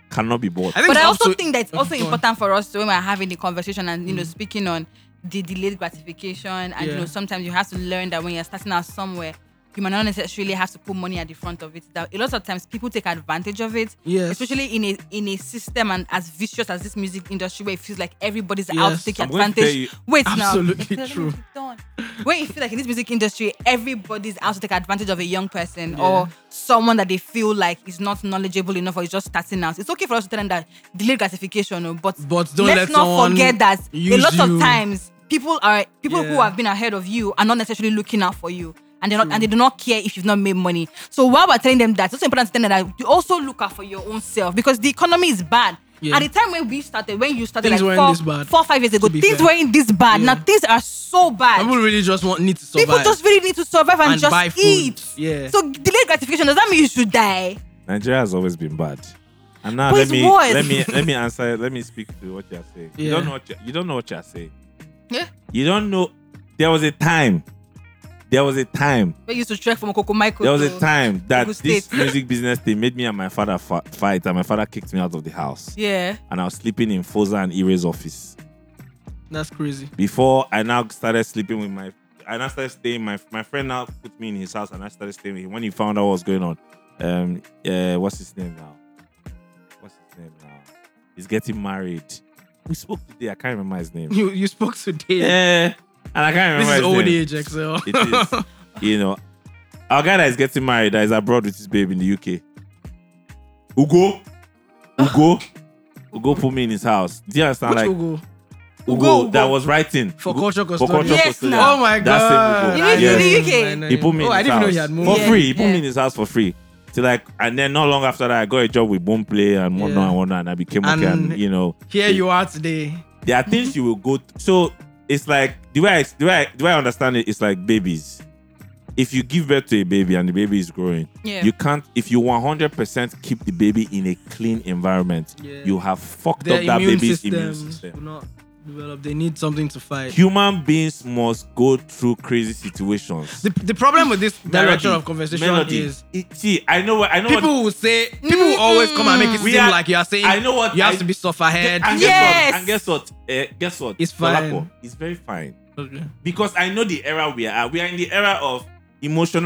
Speaker 1: cannot be bought.
Speaker 2: think
Speaker 3: But
Speaker 2: it's up
Speaker 3: I also
Speaker 2: to-
Speaker 3: think that it's
Speaker 2: Okay, go
Speaker 3: also
Speaker 2: on.
Speaker 3: important for us to when we're having the conversation and you know speaking on the delayed gratification and you
Speaker 2: Yeah.
Speaker 3: know sometimes you have to learn that when you're starting out somewhere you might not necessarily have to put money at the front of it. That a lot of times people take advantage of it,
Speaker 2: Yes.
Speaker 3: especially in a in a system and as vicious as this music industry where it feels like everybody's out
Speaker 2: Yes.
Speaker 3: to take
Speaker 1: I'm going to
Speaker 3: advantage.
Speaker 1: tell you-
Speaker 3: Wait
Speaker 2: Absolutely
Speaker 3: now, Let me
Speaker 2: true.
Speaker 3: be done. When you feel like in this music industry, everybody's out to take advantage of a young person or someone that they feel like is not knowledgeable enough or is just starting out. It's okay for us to tell them that delayed gratification, oh, but
Speaker 2: But don't
Speaker 3: let's
Speaker 2: let
Speaker 3: not
Speaker 2: someone
Speaker 3: forget that a
Speaker 2: use
Speaker 3: lot
Speaker 2: you.
Speaker 3: of times people are people who
Speaker 2: Yeah.
Speaker 3: have been ahead of you are not necessarily looking out for you. And they are not and they do not care if you've not made money. So while we're telling them that, it's also important to tell them that you also look out for your own self because the economy is bad.
Speaker 2: Yeah.
Speaker 3: At the time when we started, when you started
Speaker 2: Things
Speaker 3: like
Speaker 2: weren't
Speaker 3: four,
Speaker 2: this bad,
Speaker 3: four, five years ago,
Speaker 2: be
Speaker 3: things
Speaker 2: fair.
Speaker 3: weren't this bad.
Speaker 2: Yeah.
Speaker 3: Now things are so bad.
Speaker 2: People really just want need to survive.
Speaker 3: People just really need to survive and,
Speaker 2: And
Speaker 3: just
Speaker 2: buy food.
Speaker 3: eat.
Speaker 2: Yeah.
Speaker 3: So delayed gratification does that mean you should die?
Speaker 1: Nigeria has always been bad. And now
Speaker 3: But
Speaker 1: let
Speaker 3: it's
Speaker 1: me
Speaker 3: worse.
Speaker 1: let me let me answer. Let me speak to what you're saying. You
Speaker 2: Yeah.
Speaker 1: don't know what you're, you don't know what you're saying.
Speaker 3: Yeah.
Speaker 1: You don't know. There was a time. There was a time.
Speaker 3: We used to trek from Coco Michael.
Speaker 1: There was
Speaker 3: to-
Speaker 1: a time that
Speaker 3: Ogun
Speaker 1: this
Speaker 3: State.
Speaker 1: music business thing made me and my father fa- fight, and my father kicked me out of the house.
Speaker 3: Yeah.
Speaker 1: And I was sleeping in Foza and Ire's office
Speaker 2: That's crazy.
Speaker 1: before I now started sleeping with my. I now started staying. My my friend now put me in his house, and I started staying with him. When he found out what was going on, um, uh, what's his name now? What's his name now? He's getting married. We spoke today. I can't remember his name.
Speaker 2: You you spoke today.
Speaker 1: yeah, and I can't
Speaker 2: This
Speaker 1: remember.
Speaker 2: is
Speaker 1: his
Speaker 2: old
Speaker 1: name.
Speaker 2: age XL.
Speaker 1: It is. you know, our guy that is getting married that is abroad with his babe in the UK. Ugo, Ugo, Ugo put me in his house. Do you understand?
Speaker 2: Ah. Which
Speaker 1: like
Speaker 2: Ugo?
Speaker 1: Ugo,
Speaker 2: Ugo,
Speaker 1: that
Speaker 2: Ugo.
Speaker 1: was writing
Speaker 2: For
Speaker 1: Ugo-
Speaker 2: culture
Speaker 1: for
Speaker 2: custodian.
Speaker 1: culture
Speaker 3: Yes,
Speaker 1: custodian.
Speaker 3: now.
Speaker 2: Oh my
Speaker 1: That same
Speaker 2: god.
Speaker 1: Ugo.
Speaker 3: You need to
Speaker 1: Yes.
Speaker 3: do UK.
Speaker 2: I know
Speaker 1: He put me
Speaker 2: Oh,
Speaker 1: in
Speaker 2: I
Speaker 1: his
Speaker 2: didn't know
Speaker 1: house
Speaker 2: he had
Speaker 1: for
Speaker 2: moved.
Speaker 3: Yeah,
Speaker 1: free. He put
Speaker 3: yeah.
Speaker 1: me in his house for free. Till like, and then not long after that, I got a job with Bone Play and whatnot
Speaker 2: Yeah.
Speaker 1: and whatnot, and I became
Speaker 2: And
Speaker 1: okay. And you know,
Speaker 2: Here you are today.
Speaker 1: there are things you will go. th- so it's like the way I, the way I, the way I understand it, it's like babies. If you give birth to a baby and the baby is growing,
Speaker 3: Yeah.
Speaker 1: you can't. If you 100% keep the baby in a clean environment,
Speaker 2: Yeah.
Speaker 1: you have fucked
Speaker 2: Their
Speaker 1: up that
Speaker 2: immune
Speaker 1: baby's
Speaker 2: system,
Speaker 1: immune
Speaker 2: will
Speaker 1: system.
Speaker 2: not develop. They need something to fight.
Speaker 1: Human beings must go through crazy situations.
Speaker 2: The, the problem with this
Speaker 1: Melody,
Speaker 2: direction of conversation
Speaker 1: melody.
Speaker 2: is
Speaker 1: It- see, I know what I know. what,
Speaker 2: people will say people will always come and make it
Speaker 1: We
Speaker 2: seem
Speaker 1: are-
Speaker 2: like you are saying
Speaker 1: I know what
Speaker 2: you have
Speaker 1: I-
Speaker 2: to be soft ahead.
Speaker 1: and
Speaker 3: Yes.
Speaker 1: guess what? And guess what? Eh, guess what?
Speaker 2: It's fine.
Speaker 1: Dolapo, It's very fine.
Speaker 2: Okay.
Speaker 1: because I know the era we are. at. We are in the era of emotional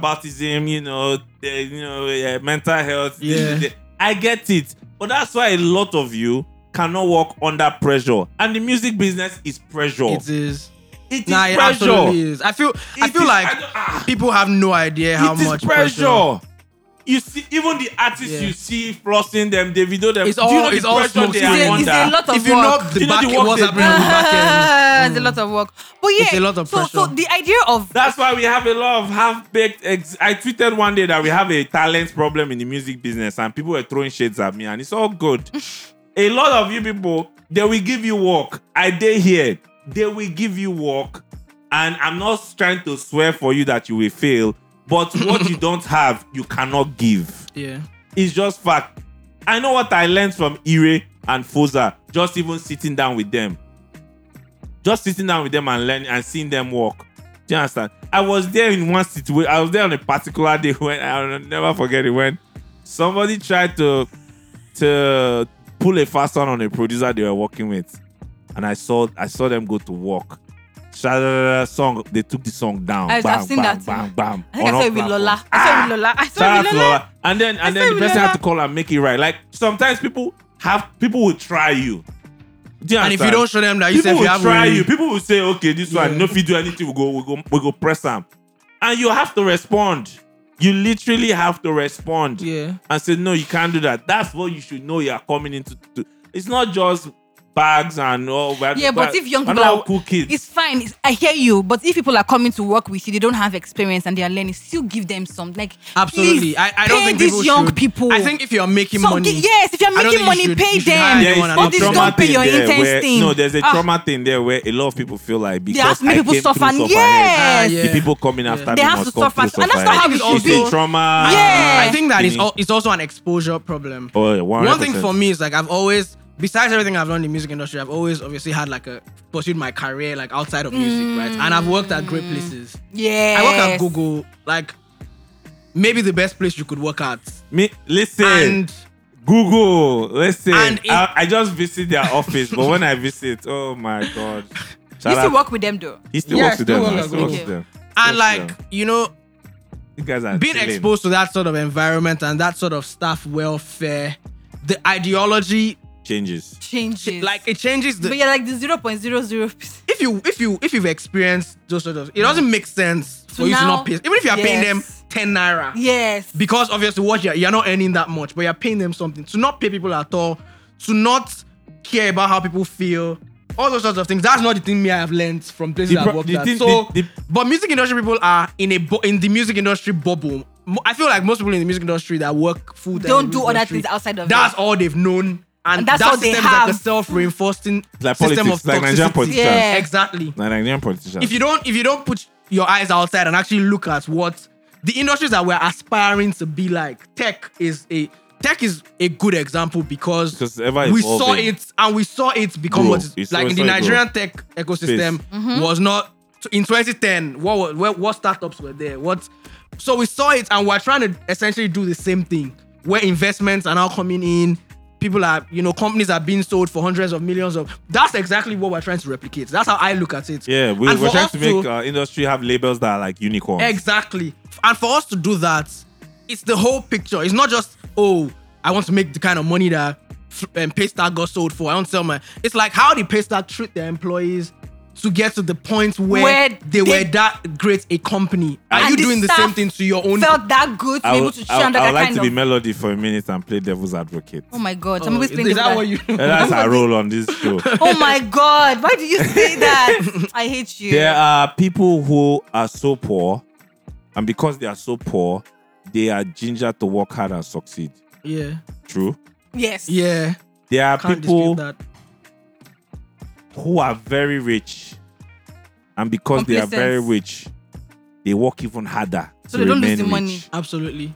Speaker 1: whataboutism, you know, the, you know, eh, mental health. this,
Speaker 2: Yeah.
Speaker 1: this, that. I get it, but that's why a lot of you cannot work under pressure, and the music business is pressure.
Speaker 2: It is.
Speaker 1: It is
Speaker 2: Nah, it absolutely
Speaker 1: pressure.
Speaker 2: is. I feel I
Speaker 1: It
Speaker 2: feel
Speaker 1: is-
Speaker 2: like
Speaker 1: I don't- ah.
Speaker 2: people have no idea how
Speaker 1: It is
Speaker 2: much
Speaker 1: pressure. You see, even the artists
Speaker 2: Yeah.
Speaker 1: you see flossing them, they video them.
Speaker 2: It's
Speaker 1: do you
Speaker 2: all-
Speaker 1: know the
Speaker 2: it's all
Speaker 1: pressure
Speaker 2: smoke
Speaker 1: they
Speaker 3: it's,
Speaker 1: are
Speaker 2: screen.
Speaker 3: a,
Speaker 1: under?
Speaker 3: it's a lot of
Speaker 2: If you
Speaker 3: work.
Speaker 2: know the
Speaker 1: You know
Speaker 2: back,
Speaker 1: the work
Speaker 2: what's
Speaker 1: they
Speaker 2: happening
Speaker 1: do.
Speaker 2: on the back end.
Speaker 3: It's a lot of work. But yeah,
Speaker 2: It's a lot of
Speaker 3: so, so
Speaker 2: pressure.
Speaker 3: the idea of
Speaker 1: That's why we have a lot of half-baked. Ex- I tweeted one day that we have a talent problem in the music business, and people were throwing shades at me, and it's all good. a lot of you people, they will give you work. I did here. They will give you work, and I'm not trying to swear for you that you will fail, but what you don't have, you cannot give.
Speaker 2: Yeah.
Speaker 1: It's just fact. I know what I learned from Ire and Foza, just even sitting down with them. Just sitting down with them and learning and seeing them work. Do you understand? I was there in one situation. I was there on a particular day when I'll never forget it. When somebody tried to to pull a fast one on a producer they were working with, and I saw I saw them go to work. Shada song. They took the song down.
Speaker 3: I've-
Speaker 1: bam,
Speaker 3: I've seen
Speaker 1: bam,
Speaker 3: that too.
Speaker 1: Bam, bam,
Speaker 3: I think I
Speaker 1: on
Speaker 3: saw
Speaker 1: all
Speaker 3: it with Lola.
Speaker 1: platforms.
Speaker 3: I saw it with Lola. I saw it
Speaker 1: Shout out
Speaker 3: with
Speaker 1: to
Speaker 3: Lola.
Speaker 1: Lola. And then and
Speaker 3: I
Speaker 1: then
Speaker 3: said
Speaker 1: the person
Speaker 3: Lola.
Speaker 1: had to call and make it right. Like sometimes people have people will try you. Do you
Speaker 2: And if you
Speaker 1: understand?
Speaker 2: don't show them that you
Speaker 1: people
Speaker 2: say if
Speaker 1: will
Speaker 2: you have
Speaker 1: try
Speaker 2: money-
Speaker 1: you. People will say, okay, this one,
Speaker 2: Yeah.
Speaker 1: no if you do anything, we go, we go, we go press them. And you have to respond. You literally have to respond
Speaker 2: Yeah.
Speaker 1: and say, no, you can't do that. That's what you should know you are coming into. To. It's not just bags and all. we have to
Speaker 3: Yeah, but
Speaker 1: buy-
Speaker 3: if young
Speaker 1: I know
Speaker 3: people
Speaker 1: how
Speaker 3: are-
Speaker 1: cool kids.
Speaker 3: It's fine. It's, I hear you. But if people are coming to work with you, they don't have experience and they are learning, still give them some. Like,
Speaker 2: Absolutely.
Speaker 3: please,
Speaker 2: I, I don't
Speaker 3: pay
Speaker 2: think
Speaker 3: these
Speaker 2: people
Speaker 3: young
Speaker 2: should.
Speaker 3: people.
Speaker 2: I think if you're making
Speaker 3: So,
Speaker 2: money,
Speaker 3: gi- yes, if you're
Speaker 2: I don't
Speaker 3: making
Speaker 2: think
Speaker 3: money,
Speaker 2: should-
Speaker 3: pay
Speaker 2: you should
Speaker 3: them.
Speaker 2: hire
Speaker 3: Yeah,
Speaker 2: anyone
Speaker 3: it's-
Speaker 2: and
Speaker 1: a
Speaker 3: All
Speaker 2: not
Speaker 3: this
Speaker 2: pay
Speaker 1: trauma
Speaker 2: them.
Speaker 3: don't pay your
Speaker 1: there
Speaker 3: intense
Speaker 1: where-
Speaker 3: thing.
Speaker 1: No, there's a
Speaker 3: Ah.
Speaker 1: trauma thing there where a lot of people feel like
Speaker 3: they have
Speaker 1: because
Speaker 3: to make
Speaker 1: I
Speaker 3: people
Speaker 1: came
Speaker 3: suffer.
Speaker 1: through
Speaker 3: Yes.
Speaker 1: suffer head,
Speaker 2: Ah, yeah.
Speaker 1: the people coming after
Speaker 2: They
Speaker 1: me
Speaker 3: have
Speaker 1: must
Speaker 3: to
Speaker 1: come
Speaker 3: suffer.
Speaker 1: through
Speaker 3: And that's
Speaker 1: suffer
Speaker 3: not
Speaker 1: head.
Speaker 3: how
Speaker 2: it should
Speaker 1: It's a
Speaker 2: be.
Speaker 1: trauma.
Speaker 3: Yeah.
Speaker 2: I think that is
Speaker 1: Meaning-
Speaker 2: al- it's also an exposure problem.
Speaker 1: Oh, yeah, 100%.
Speaker 2: One thing for me is like I've always, besides everything I've learned in music industry, I've always obviously had like a pursued my career like outside of music, right?
Speaker 3: Mm.
Speaker 2: And I've worked at great places.
Speaker 3: yeah.
Speaker 2: I work at Google, like maybe the best place you could work at.
Speaker 1: Me, listen,
Speaker 2: And
Speaker 1: Google, listen.
Speaker 2: And it-
Speaker 1: I, I just visit their office, but when I visit, oh my god, Shout
Speaker 3: You still
Speaker 1: out-
Speaker 3: work with them though.
Speaker 1: He still
Speaker 2: Yeah,
Speaker 1: works with
Speaker 2: still
Speaker 1: them.
Speaker 2: work
Speaker 1: man.
Speaker 2: at
Speaker 1: Still works
Speaker 3: Google.
Speaker 1: with them. Yes,
Speaker 2: and like
Speaker 1: yeah.
Speaker 2: you know,
Speaker 1: You guys are
Speaker 2: being
Speaker 1: chilling.
Speaker 2: exposed to that sort of environment and that sort of staff welfare, the ideology
Speaker 1: changes.
Speaker 3: Changes.
Speaker 2: like it changes the
Speaker 3: but you're like the 0.00.
Speaker 2: if you if you if you've experienced those sort of it doesn't make sense for you to
Speaker 3: now-
Speaker 2: not pay even if you're paying them
Speaker 3: Yes.
Speaker 2: 10 naira
Speaker 3: Yes.
Speaker 2: because obviously what you're, you're not earning that much but you're paying them something to not pay people at all to not care about how people feel all those sorts of things that's not the thing me i have learned from places
Speaker 1: The pro-
Speaker 2: i've worked
Speaker 1: the
Speaker 2: at
Speaker 1: thing-
Speaker 2: so
Speaker 1: the- the-
Speaker 2: but music industry people are in a bu- in the music industry bubble Mo- i feel like most people in the music industry that work full time
Speaker 3: Don't
Speaker 2: in the
Speaker 3: do
Speaker 2: music
Speaker 3: other
Speaker 2: industry,
Speaker 3: things outside of
Speaker 2: that's
Speaker 3: it.
Speaker 2: all they've known and,
Speaker 3: And that's
Speaker 2: that
Speaker 3: all they
Speaker 2: system is like a
Speaker 3: have.
Speaker 2: self-reinforcing
Speaker 1: Like
Speaker 2: system
Speaker 1: politics,
Speaker 2: of
Speaker 1: like Nigerian
Speaker 2: toxicity.
Speaker 1: politicians.
Speaker 3: Yeah.
Speaker 2: exactly
Speaker 1: Like Nigerian politicians.
Speaker 2: if you don't if you don't put your eyes outside and actually look at what the industries that we're aspiring to be like tech is a tech is a good example because
Speaker 1: Because it's ever
Speaker 2: we
Speaker 1: evolving.
Speaker 2: saw it and we saw it become
Speaker 1: Grow.
Speaker 2: what it's,
Speaker 1: It's-
Speaker 2: like
Speaker 1: we
Speaker 2: in the
Speaker 1: saw it grow.
Speaker 2: Nigerian tech ecosystem was not so in 2010 what was what, what startups were there what so we saw it and we're trying to essentially do the same thing where investments are now coming in people are you know companies are being sold for hundreds of millions of that's exactly what we're trying to replicate that's how I look at it
Speaker 1: yeah, we,
Speaker 2: And
Speaker 1: we're
Speaker 2: for
Speaker 1: trying
Speaker 2: us
Speaker 1: to make uh, industry have labels that are like unicorns.
Speaker 2: Exactly. And for us to do that, it's the whole picture. It's not just, oh, I want to make the kind of money that um, Paystar got sold for. I want to sell my. It's like how did Paystar treat their employees to get to the point where,
Speaker 3: Where
Speaker 2: they,
Speaker 3: they-
Speaker 2: were that great a company? Are
Speaker 3: And
Speaker 2: you
Speaker 3: the
Speaker 2: doing the same
Speaker 3: staff
Speaker 2: thing to your own?
Speaker 3: Felt that good to be
Speaker 1: I
Speaker 3: able
Speaker 1: would,
Speaker 3: to
Speaker 1: I,
Speaker 3: share under
Speaker 1: I
Speaker 3: that
Speaker 1: would like
Speaker 3: kind
Speaker 1: to be
Speaker 3: of.
Speaker 1: melody for a minute and play devil's advocate.
Speaker 3: Oh my god.
Speaker 2: Oh,
Speaker 3: Somebody's
Speaker 2: is
Speaker 3: playing the
Speaker 2: that
Speaker 3: bad.
Speaker 2: what you?
Speaker 1: And that's our role on this show.
Speaker 3: Oh my god. Why do you say that? I hate you.
Speaker 1: There are people who are so poor, and because they are so poor, they are gingered to work hard and succeed.
Speaker 2: yeah.
Speaker 1: True.
Speaker 3: Yes.
Speaker 2: Yeah.
Speaker 1: There are
Speaker 2: Can't
Speaker 1: people
Speaker 2: dispute that.
Speaker 1: who are very rich, and because they are
Speaker 3: Complacent.
Speaker 1: very rich, they work even harder.
Speaker 3: So
Speaker 1: to
Speaker 3: they don't lose
Speaker 1: remain
Speaker 3: the
Speaker 1: rich.
Speaker 3: money.
Speaker 2: Absolutely.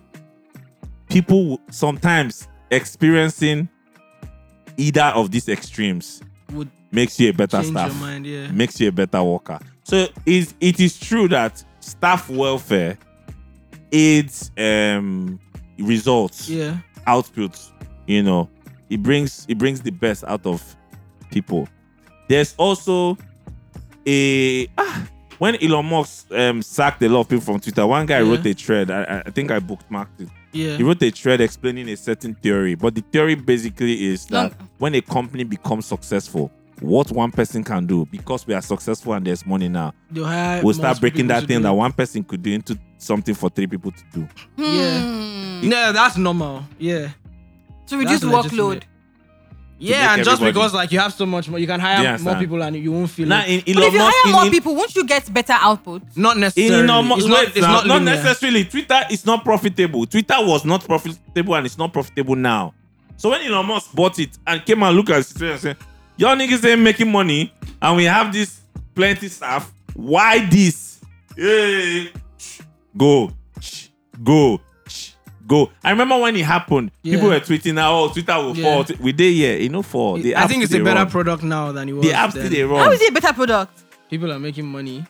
Speaker 1: People w- sometimes experiencing either of these extremes
Speaker 2: Would
Speaker 1: makes you a better
Speaker 2: change
Speaker 1: staff.
Speaker 2: your mind. Yeah.
Speaker 1: makes you a better worker. So is it is true that staff welfare aids um results,
Speaker 2: Yeah.
Speaker 1: outputs, you know. It brings it brings the best out of people. There's also a ah, when Elon Musk um, sacked a lot of people from Twitter, one guy
Speaker 2: Yeah.
Speaker 1: wrote a thread. I, I- I think I bookmarked it.
Speaker 2: Yeah.
Speaker 1: He wrote a thread explaining a certain theory, but the theory basically is that
Speaker 3: Long-
Speaker 1: when a company becomes successful, what one person can do, because we are successful and there's money now,
Speaker 2: They'll hire
Speaker 1: we'll start
Speaker 2: multiple
Speaker 1: breaking
Speaker 2: people
Speaker 1: that
Speaker 2: to
Speaker 1: thing
Speaker 2: do
Speaker 1: that
Speaker 2: it.
Speaker 1: one person could do into something for three people to do.
Speaker 2: Yeah.
Speaker 3: Hmm.
Speaker 2: No, that's normal. Yeah.
Speaker 3: To reduce
Speaker 2: That's
Speaker 3: workload.
Speaker 2: legitimate. Yeah,
Speaker 1: make
Speaker 2: and just
Speaker 1: everybody-
Speaker 2: because like you have so much more, you can hire
Speaker 1: Yeah,
Speaker 2: more
Speaker 1: sir.
Speaker 2: people and you won't feel
Speaker 1: Now
Speaker 2: it.
Speaker 1: in
Speaker 3: But if
Speaker 1: Elon
Speaker 3: you
Speaker 1: Musk,
Speaker 3: hire
Speaker 1: in-
Speaker 3: more
Speaker 1: in-
Speaker 3: people, won't you get better output?
Speaker 2: not
Speaker 1: in
Speaker 2: necessarily.
Speaker 1: Elon Musk,
Speaker 2: it's not,
Speaker 1: wait
Speaker 2: it's
Speaker 1: now,
Speaker 2: not,
Speaker 1: not
Speaker 2: linear.
Speaker 1: necessarily. Twitter is not profitable. Twitter was not profitable and it's not profitable now. So when Elon Musk bought it and came and looked at the situation and said, Y'all niggas ain't making money and we have this plenty staff. Why this? Hey, go, go, go. I remember when it happened, people
Speaker 2: Yeah.
Speaker 1: were tweeting now, oh, Twitter will
Speaker 2: Yeah.
Speaker 1: fall. We did, yeah, it no fall. The
Speaker 2: I
Speaker 1: app
Speaker 2: think it's a
Speaker 1: still they
Speaker 2: better
Speaker 1: run.
Speaker 2: product now than it was.
Speaker 1: The app still
Speaker 2: then.
Speaker 1: they
Speaker 3: How
Speaker 1: run.
Speaker 3: is it a better product?
Speaker 2: People are making money.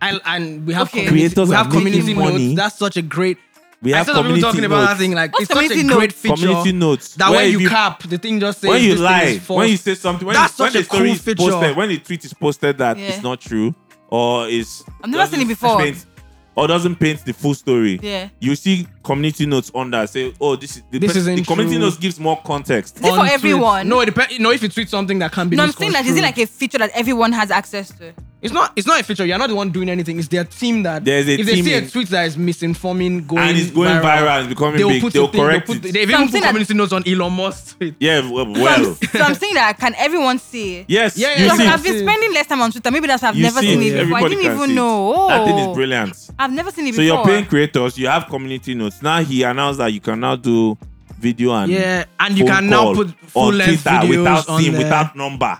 Speaker 2: I, and we have
Speaker 3: Okay.
Speaker 2: community,
Speaker 1: Creators
Speaker 2: we
Speaker 1: are
Speaker 2: have community
Speaker 1: making money.
Speaker 2: notes. That's such a great.
Speaker 1: We
Speaker 2: I
Speaker 1: have
Speaker 2: saw some people
Speaker 1: community
Speaker 2: talking about that
Speaker 1: notes.
Speaker 2: thing. Like
Speaker 3: What's
Speaker 2: it's such a
Speaker 3: community
Speaker 2: great
Speaker 3: notes?
Speaker 2: feature.
Speaker 1: Community notes.
Speaker 2: That
Speaker 1: Where
Speaker 2: when
Speaker 1: if
Speaker 2: you,
Speaker 1: you-
Speaker 2: cap, the thing just says
Speaker 1: when you
Speaker 2: this thing is
Speaker 1: lie,
Speaker 2: false.
Speaker 1: when you say something, when,
Speaker 2: That's
Speaker 1: when
Speaker 2: such a
Speaker 1: the story
Speaker 2: cool
Speaker 1: is
Speaker 2: feature.
Speaker 1: posted, when the tweet is posted that
Speaker 3: Yeah.
Speaker 1: it's not true or is
Speaker 3: I've never seen
Speaker 1: doesn't
Speaker 3: it before.
Speaker 1: paint- or doesn't paint the full story.
Speaker 3: Yeah.
Speaker 1: You see community notes on that say, oh, this is the,
Speaker 2: This
Speaker 1: person-
Speaker 2: isn't
Speaker 1: the community
Speaker 2: true.
Speaker 1: notes gives more context.
Speaker 3: Is it for
Speaker 2: On tweets.
Speaker 3: everyone?
Speaker 2: No, it depends. No, if you tweet something that can be.
Speaker 3: No, I'm saying that is it
Speaker 2: misconstrued.
Speaker 3: like a feature that everyone has access to?
Speaker 2: It's not. It's not a feature. You're not the one doing anything. It's their team that.
Speaker 1: There's a
Speaker 2: if they
Speaker 1: team
Speaker 2: see a
Speaker 1: in-
Speaker 2: tweet that is misinforming, going
Speaker 1: And it's going viral, and becoming
Speaker 2: they will
Speaker 1: big.
Speaker 2: put
Speaker 1: They'll
Speaker 2: the thing-
Speaker 1: correct
Speaker 2: put,
Speaker 1: it.
Speaker 2: They've
Speaker 3: So I'm
Speaker 2: even put
Speaker 3: saying that-
Speaker 2: community notes on Elon Musk. tweet.
Speaker 1: yeah, w-
Speaker 3: So I'm-
Speaker 1: well.
Speaker 3: so I'm saying that can everyone see? it?
Speaker 1: Yes,
Speaker 2: Yeah,
Speaker 1: you
Speaker 2: yeah,
Speaker 3: Because
Speaker 1: see,
Speaker 2: yeah.
Speaker 3: I've been spending less time on Twitter. Maybe that's why I've
Speaker 1: you
Speaker 3: never
Speaker 1: see
Speaker 3: seen
Speaker 1: it.
Speaker 3: it before. I
Speaker 1: Everybody
Speaker 3: didn't
Speaker 1: can see
Speaker 3: even
Speaker 1: it.
Speaker 3: know.
Speaker 1: That thing is brilliant.
Speaker 3: I've never seen it
Speaker 1: So
Speaker 3: before.
Speaker 1: you're paying creators, you have community notes. Now he announced that you can now do video and
Speaker 2: Yeah, and you
Speaker 1: phone
Speaker 2: can now
Speaker 1: call
Speaker 2: put full
Speaker 1: on
Speaker 2: length
Speaker 1: Twitter
Speaker 2: videos
Speaker 1: without
Speaker 2: on
Speaker 1: SIM,
Speaker 2: there.
Speaker 1: without number.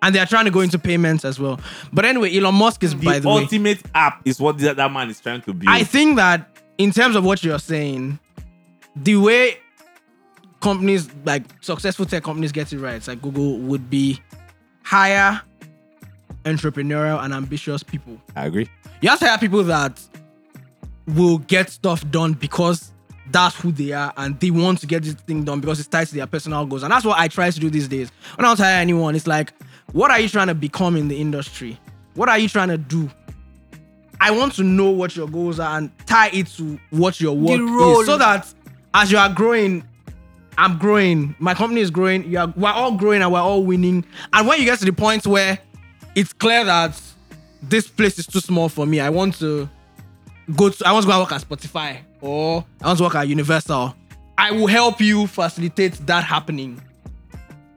Speaker 2: and they are trying to go into payments as well. But anyway, Elon Musk is
Speaker 1: The,
Speaker 2: by the way.
Speaker 1: ultimate app is what that, that man is trying to build.
Speaker 2: I think that in terms of what you're saying, the way companies like successful tech companies get it right, like Google, would be hire entrepreneurial and ambitious people.
Speaker 1: I agree.
Speaker 2: You have to hire people that will get stuff done because that's who they are and they want to get this thing done because it's tied to their personal goals. And that's what I try to do these days. When I don't hire anyone, it's like, what are you trying to become in the industry? What are you trying to do? I want to know what your goals are and tie it to what your work
Speaker 3: role.
Speaker 2: is so that as you are growing, I'm growing, my company is growing, you are, we're all growing and we're all winning. And when you get to the point where it's clear that this place is too small for me, I want to go to I want to go and work at Spotify or I want to work at Universal. I will help you facilitate that happening.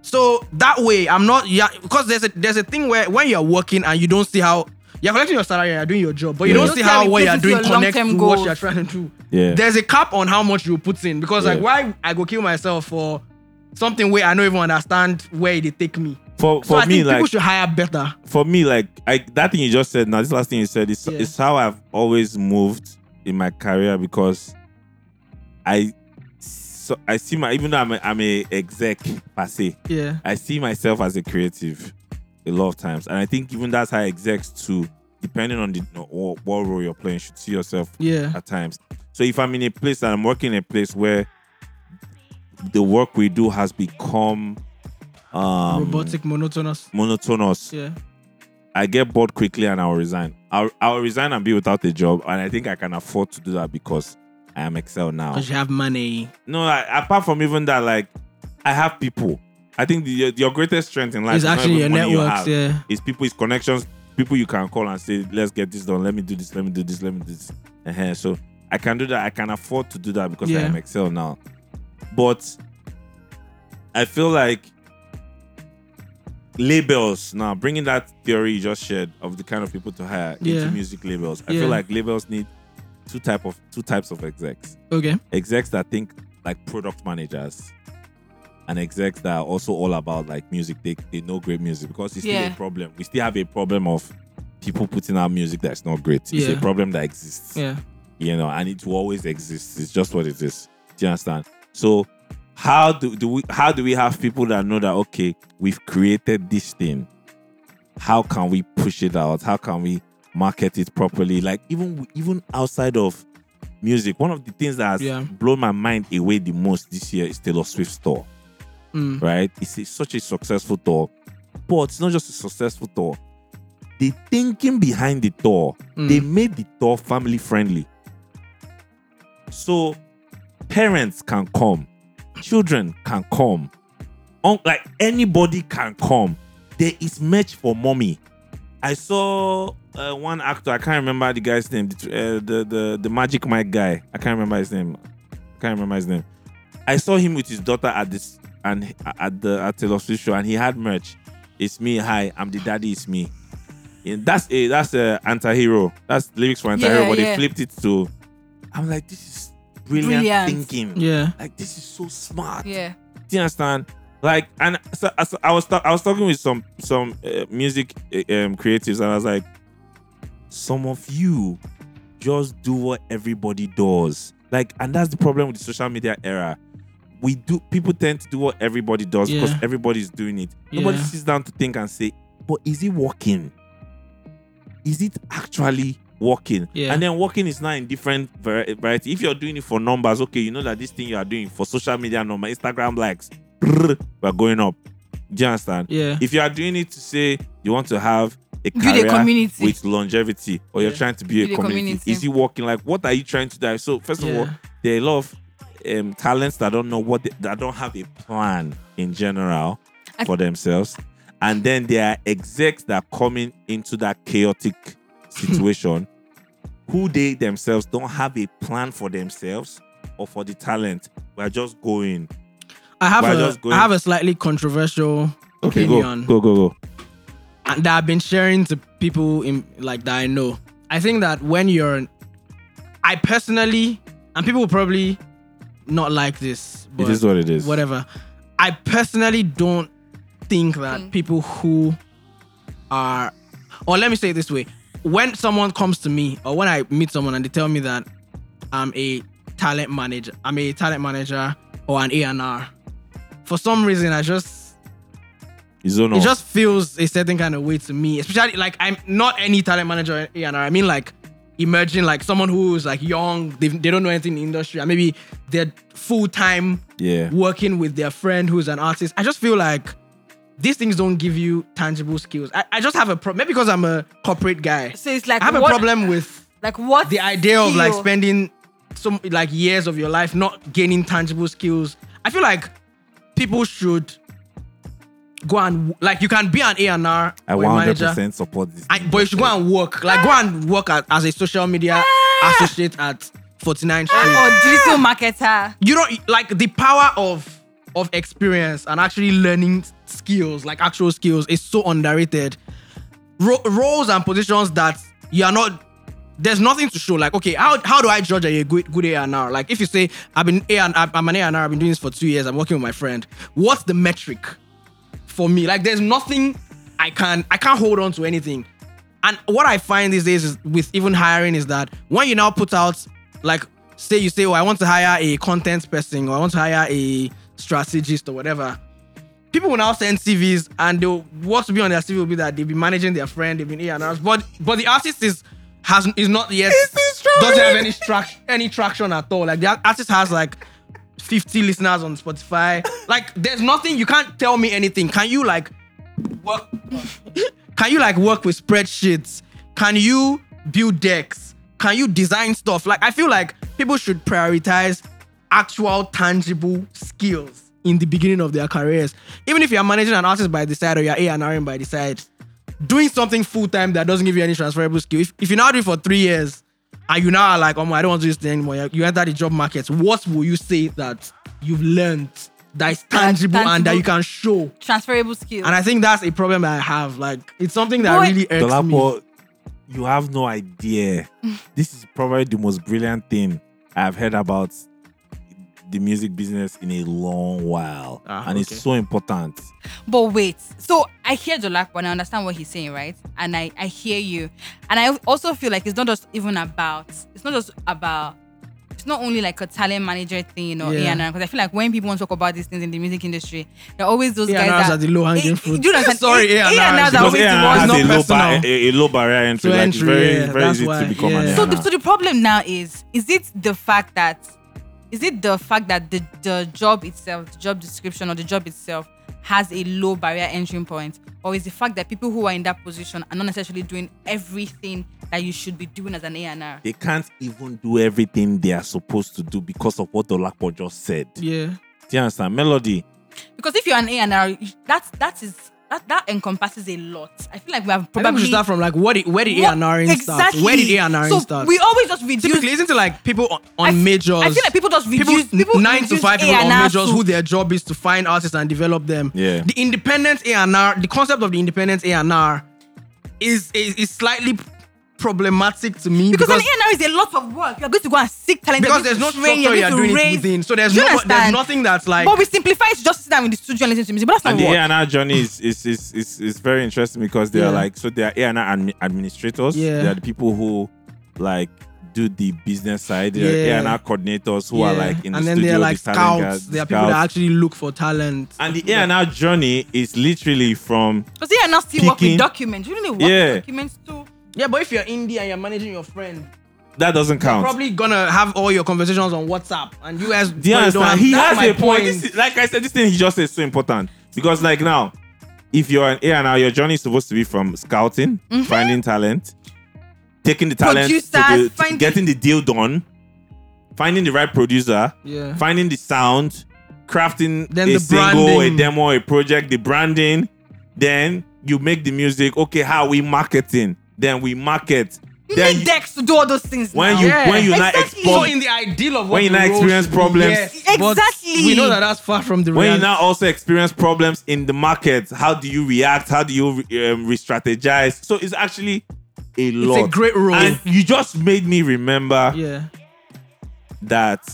Speaker 2: So that way, I'm not yeah, because there's a there's a thing where when you're working and you don't see how you're collecting your salary and you're doing your job, but you
Speaker 1: Yeah.
Speaker 2: don't
Speaker 3: Don't
Speaker 2: see
Speaker 3: see how
Speaker 2: how
Speaker 3: it
Speaker 2: what
Speaker 3: plays
Speaker 2: you're
Speaker 3: into
Speaker 2: doing
Speaker 3: your
Speaker 2: connects to
Speaker 3: long-term
Speaker 2: what
Speaker 3: goals.
Speaker 2: you're trying to do.
Speaker 1: Yeah.
Speaker 2: There's a cap on how much you put in because like
Speaker 1: Yeah.
Speaker 2: why I go kill myself for something where I don't even understand where it take me.
Speaker 1: For
Speaker 2: So
Speaker 1: for
Speaker 2: I
Speaker 1: me,
Speaker 2: think people
Speaker 1: like
Speaker 2: should hire better.
Speaker 1: for me, like I that thing you just said. Now this last thing you said is
Speaker 2: Yeah.
Speaker 1: is how I've always moved in my career because I so I see my even though I'm a, I'm a exec per se,
Speaker 2: Yeah.
Speaker 1: I see myself as a creative a lot of times, and I think even that's how execs too, depending on the what what role you're playing, should see yourself
Speaker 2: Yeah.
Speaker 1: at times. So if I'm in a place and I'm working in a place where the work we do has become um,
Speaker 2: Robotic monotonous.
Speaker 1: monotonous,
Speaker 2: Yeah.
Speaker 1: I get bored quickly and I'll resign. I'll, I'll resign and be without a job, and I think I can afford to do that because I am Excel now.
Speaker 2: Because you have money.
Speaker 1: No, I, apart from even that, like I have people. I think the, your, your greatest strength in life
Speaker 2: It's
Speaker 1: is not
Speaker 2: actually your
Speaker 1: even money you
Speaker 2: networks,
Speaker 1: have.
Speaker 2: yeah.
Speaker 1: It's people, it's connections, people you can call and say, let's get this done, let me do this, let me do this, let me do this. uh So I can do that. I can afford to do that because
Speaker 2: Yeah.
Speaker 1: I am Excel now. But I feel like labels now, bringing that theory you just shared of the kind of people to hire
Speaker 2: Yeah.
Speaker 1: into music labels, I
Speaker 2: Yeah.
Speaker 1: feel like labels need two type of two types of execs
Speaker 2: Okay.
Speaker 1: execs that think like product managers and execs that are also all about like music. They, they know great music because it's still
Speaker 3: Yeah.
Speaker 1: a problem. We still have a problem of people putting out music that's not great. It's
Speaker 2: Yeah.
Speaker 1: a problem that exists,
Speaker 2: Yeah.
Speaker 1: you know, and it will always exist. It's just what it is. Do you understand? So how do, do we how do we have people that know that okay, we've created this thing. How can we push it out? How can we market it properly? Like even even outside of music, one of the things that has
Speaker 2: Yeah.
Speaker 1: blown my mind away the most this year is Taylor Swift's tour.
Speaker 2: Mm.
Speaker 1: Right? It's a- such a successful tour, but it's not just a successful tour. The thinking behind the tour,
Speaker 2: Mm.
Speaker 1: they made the tour family friendly. So parents can come, children can come, un- like anybody can come. There is merch for mommy. I saw uh, one actor. I can't remember the guy's name. The, tr- uh, the the the Magic Mike guy. I can't remember his name. I can't remember his name. I saw him with his daughter at this and at the at Taylor Swift show, and he had merch. It's me. Hi, I'm the daddy. It's me. And that's a that's a anti-hero. That's lyrics for anti-hero,
Speaker 3: Yeah,
Speaker 1: but they
Speaker 3: yeah.
Speaker 1: flipped it to. I'm like, this is brilliant,
Speaker 3: Brilliant.
Speaker 1: thinking.
Speaker 2: Yeah.
Speaker 1: Like this is so smart.
Speaker 3: Yeah.
Speaker 1: Do you understand? Like, and so, so I was ta- I was talking with some some uh, music uh, um, creatives, and I was like, some of you just do what everybody does. Like, and that's the problem with the social media era. We do people tend to do what everybody does because
Speaker 2: Yeah.
Speaker 1: everybody's doing it.
Speaker 2: Yeah.
Speaker 1: Nobody sits down to think and say, but is it working? is it actually working?
Speaker 2: Yeah.
Speaker 1: And then working is now in different vari- variety. If you're doing it for numbers, okay, you know that this thing you are doing for social media number, Instagram likes, brrr, we're going up. Do you understand?
Speaker 2: Yeah.
Speaker 1: If you are doing it to say you want to have a
Speaker 3: Build a
Speaker 1: career
Speaker 3: community.
Speaker 1: with longevity, or you're
Speaker 2: Yeah.
Speaker 1: trying to be a
Speaker 3: Build a
Speaker 1: community,
Speaker 3: community.
Speaker 1: is it working? Like, what are you trying to do? So first of all,
Speaker 2: Yeah.
Speaker 1: there are a lot of um, talents that don't know what they, that don't have a plan in general
Speaker 3: I-
Speaker 1: for themselves, and then there are execs that are coming into that chaotic situation who they themselves don't have a plan for themselves or for the talent. We're just going.
Speaker 2: I have
Speaker 1: We're
Speaker 2: a
Speaker 1: just
Speaker 2: I
Speaker 1: going-
Speaker 2: have a slightly controversial
Speaker 1: Okay,
Speaker 2: opinion.
Speaker 1: go, go, go, go.
Speaker 2: and that I've been sharing to people in like that I know. I think that when you're, I personally, and people will probably not like this, but
Speaker 1: It is what it is.
Speaker 2: whatever. I personally don't think that
Speaker 3: Mm.
Speaker 2: people who are, or let me say it this way: when someone comes to me, or when I meet someone and they tell me that I'm a talent manager, I'm a talent manager or an A and R, for some reason I just
Speaker 1: It's on
Speaker 2: it
Speaker 1: off.
Speaker 2: just feels a certain kind of way to me, especially like I'm not any talent manager, you know. I mean, like emerging, like someone who's like young, they, they don't know anything in the industry, and maybe they're full time
Speaker 1: yeah.
Speaker 2: working with their friend who's an artist. I just feel like these things don't give you tangible skills. I, I just have a problem, maybe because I'm a corporate guy.
Speaker 3: So it's like
Speaker 2: I have a
Speaker 3: what-
Speaker 2: problem with
Speaker 3: Like what
Speaker 2: the idea of like
Speaker 3: skill?
Speaker 2: spending some like years of your life not gaining tangible skills. I feel like people should go and like you can be an A and R
Speaker 1: I
Speaker 2: or a
Speaker 1: 100
Speaker 2: manager,
Speaker 1: percent support this.
Speaker 2: and, but you should go and work. Like go and work at, as a social media associate at 49 Street.
Speaker 3: or digital marketer.
Speaker 2: You don't like the power of of experience and actually learning skills, like actual skills, is so underrated. Ro- roles and positions that you are not there's nothing to show. Like, okay, how how do I judge a good good A and R? Like, if you say I've been A and I'm an A and R, I've been doing this for two years. I'm working with my friend. What's the metric for me? Like, there's nothing I can I can't hold on to anything. And what I find these days is with even hiring is that when you now put out like say you say oh I want to hire a content person or I want to hire a strategist or whatever. People will now send CVs and they'll what to be on their CV will be that they've been managing their friend, they've been A and R's, but but the artist is has is not yet doesn't have any traction any traction at all. Like the artist has like 50 listeners on Spotify. Like there's nothing you can't tell me anything. Can you like work can you like work with spreadsheets? Can you build decks? Can you design stuff? Like I feel like people should prioritize actual tangible skills in the beginning of their careers. Even if you're managing an artist by the side or you're A and R'ing by the side, doing something full time that doesn't give you any transferable skill. If, if you now do it for three years and you now are like, oh my, I don't want to do this thing anymore, you- you enter the job market, what will you say that you've learned that is tangible, and that
Speaker 3: tangible.
Speaker 2: you can show?
Speaker 3: Transferable skills.
Speaker 2: And I think that's a problem that I have. Like, it's something that
Speaker 3: Boy.
Speaker 2: really irks me.
Speaker 1: Dolapo, you have no idea. this is probably the most brilliant thing I've heard about the music business in a long while,
Speaker 2: Ah,
Speaker 1: and
Speaker 2: okay.
Speaker 1: it's so important.
Speaker 3: But wait, so I hear Jolakwa and I understand what he's saying, right? And I, I hear you. And I also feel like it's not just even about, it's not just about, it's not only like a talent manager thing or
Speaker 2: Yeah.
Speaker 3: A&R, because I feel like when people want to talk about these things in the music industry, there are always those guys
Speaker 2: A&Rs
Speaker 3: that
Speaker 2: are the low-hanging
Speaker 3: Eh,
Speaker 2: fruit.
Speaker 3: Do you understand?
Speaker 2: Sorry,
Speaker 3: A-
Speaker 2: A&Rs.
Speaker 3: A&Rs
Speaker 2: Because
Speaker 3: are
Speaker 1: Because
Speaker 3: always
Speaker 1: it
Speaker 3: the
Speaker 2: A&R
Speaker 3: ones
Speaker 1: has a
Speaker 2: not
Speaker 1: low, bar,
Speaker 2: personal.
Speaker 1: a, a low barrier entry.
Speaker 2: To
Speaker 1: like, it's
Speaker 2: entry,
Speaker 1: very,
Speaker 2: yeah,
Speaker 1: very
Speaker 2: that's
Speaker 1: easy
Speaker 2: why,
Speaker 1: to become
Speaker 2: yeah.
Speaker 1: an
Speaker 3: So,
Speaker 1: A&R.
Speaker 3: the, so the problem now is, is it the fact that, is it the fact that the, the job itself, the job description or the job itself has a low barrier entry point? Or is the fact that people who are in that position are not necessarily doing everything that you should be doing as an A&R?
Speaker 1: they can't even do everything they are supposed to do because of what Dolapo just said.
Speaker 2: Yeah.
Speaker 1: Do you understand? Melody,
Speaker 3: Because if you're an A&R, you- that, that is, that, that encompasses a lot. I feel like we have
Speaker 2: Probably
Speaker 3: probably...
Speaker 2: we should start from like what did, where did
Speaker 3: What-
Speaker 2: A&R start? Where did A&R
Speaker 3: so
Speaker 2: start?
Speaker 3: We always just reduce
Speaker 2: Typically, isn't it like people on, on
Speaker 3: I f-
Speaker 2: majors?
Speaker 3: I feel like people just
Speaker 2: people,
Speaker 3: reduce people
Speaker 2: nine to
Speaker 3: reduce
Speaker 2: five people on
Speaker 3: A&R
Speaker 2: majors
Speaker 3: to-
Speaker 2: who their job is to find artists and develop them.
Speaker 1: Yeah.
Speaker 2: The independent A and R, the concept of the independent A and R, is, is is slightly problematic to me
Speaker 3: Because, an A&R is a lot of work. You're going to go and seek talent.
Speaker 2: because
Speaker 3: you're
Speaker 2: there's
Speaker 3: going
Speaker 2: no
Speaker 3: to train,
Speaker 2: structure
Speaker 3: you're
Speaker 2: you're
Speaker 3: going
Speaker 2: doing
Speaker 3: to
Speaker 2: it
Speaker 3: raise.
Speaker 2: within. So there's
Speaker 3: Do you
Speaker 2: no there's
Speaker 3: understand?
Speaker 2: nothing that's like
Speaker 3: but we simplify it to just sit down in the studio and listen to music. But that's not
Speaker 1: and the
Speaker 3: what.
Speaker 1: A&R journey is is, is is is very interesting because they
Speaker 2: Yeah.
Speaker 1: are like so they are A&R admi- administrators.
Speaker 2: Yeah.
Speaker 1: They are the people who like do the business side. They
Speaker 2: Yeah.
Speaker 1: are A&R coordinators who are
Speaker 2: Yeah.
Speaker 1: like in the
Speaker 2: and then
Speaker 1: studio.
Speaker 2: they're like
Speaker 1: the talent guys,
Speaker 2: scouts.
Speaker 1: the
Speaker 2: There are people that
Speaker 1: scouts.
Speaker 2: actually look for talent.
Speaker 1: and the A&R journey is literally from
Speaker 3: Because A&R still work
Speaker 1: Picking.
Speaker 3: with documents. You really work
Speaker 1: Yeah.
Speaker 3: with documents too.
Speaker 2: Yeah, but if you're indie and you're managing your friend,
Speaker 1: That doesn't count.
Speaker 2: probably gonna have all your conversations on WhatsApp, and you guys
Speaker 1: Do you
Speaker 2: probably
Speaker 1: understand? He
Speaker 2: that's
Speaker 1: has
Speaker 2: my
Speaker 1: a point. This is- like I said, this thing he just said is so important because, like now, if you're an A and R, your journey is supposed to be from scouting, finding talent, taking the talent, to
Speaker 3: Producers,
Speaker 1: the- to
Speaker 3: finding-
Speaker 1: getting the deal done, finding the right producer,
Speaker 2: Yeah.
Speaker 1: finding the sound, crafting
Speaker 2: Then
Speaker 1: a
Speaker 2: the
Speaker 1: single,
Speaker 2: branding.
Speaker 1: a demo, a project, the branding. Then you make the music. Okay, how we marketing? Then we market.
Speaker 3: You
Speaker 1: then
Speaker 3: need decks to do all those things.
Speaker 1: when
Speaker 3: now.
Speaker 1: you
Speaker 2: Yeah.
Speaker 1: when you not
Speaker 3: Exactly.
Speaker 1: export
Speaker 2: So in the ideal of what
Speaker 1: When you
Speaker 2: the
Speaker 1: now
Speaker 2: role
Speaker 1: experience
Speaker 2: should be,
Speaker 1: problems.
Speaker 2: yes, but
Speaker 3: Exactly.
Speaker 2: We know that that's far from the
Speaker 1: When you
Speaker 2: reality.
Speaker 1: now also experience problems in the market, how do you react? How do you re- um, re-strategize? So it's actually a lot.
Speaker 2: great role.
Speaker 1: And you just made me remember
Speaker 2: yeah.
Speaker 1: that,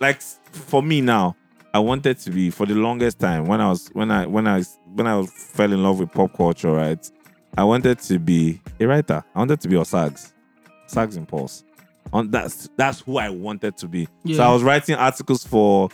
Speaker 1: like s- for me now, I wanted to be for the longest time when I was when I when I when I fell in love with pop culture, right? I wanted to be a writer. I wanted to be on Sags, Sags Impulse. On that's that's who I wanted to be. So
Speaker 2: Yeah.
Speaker 1: I was writing articles for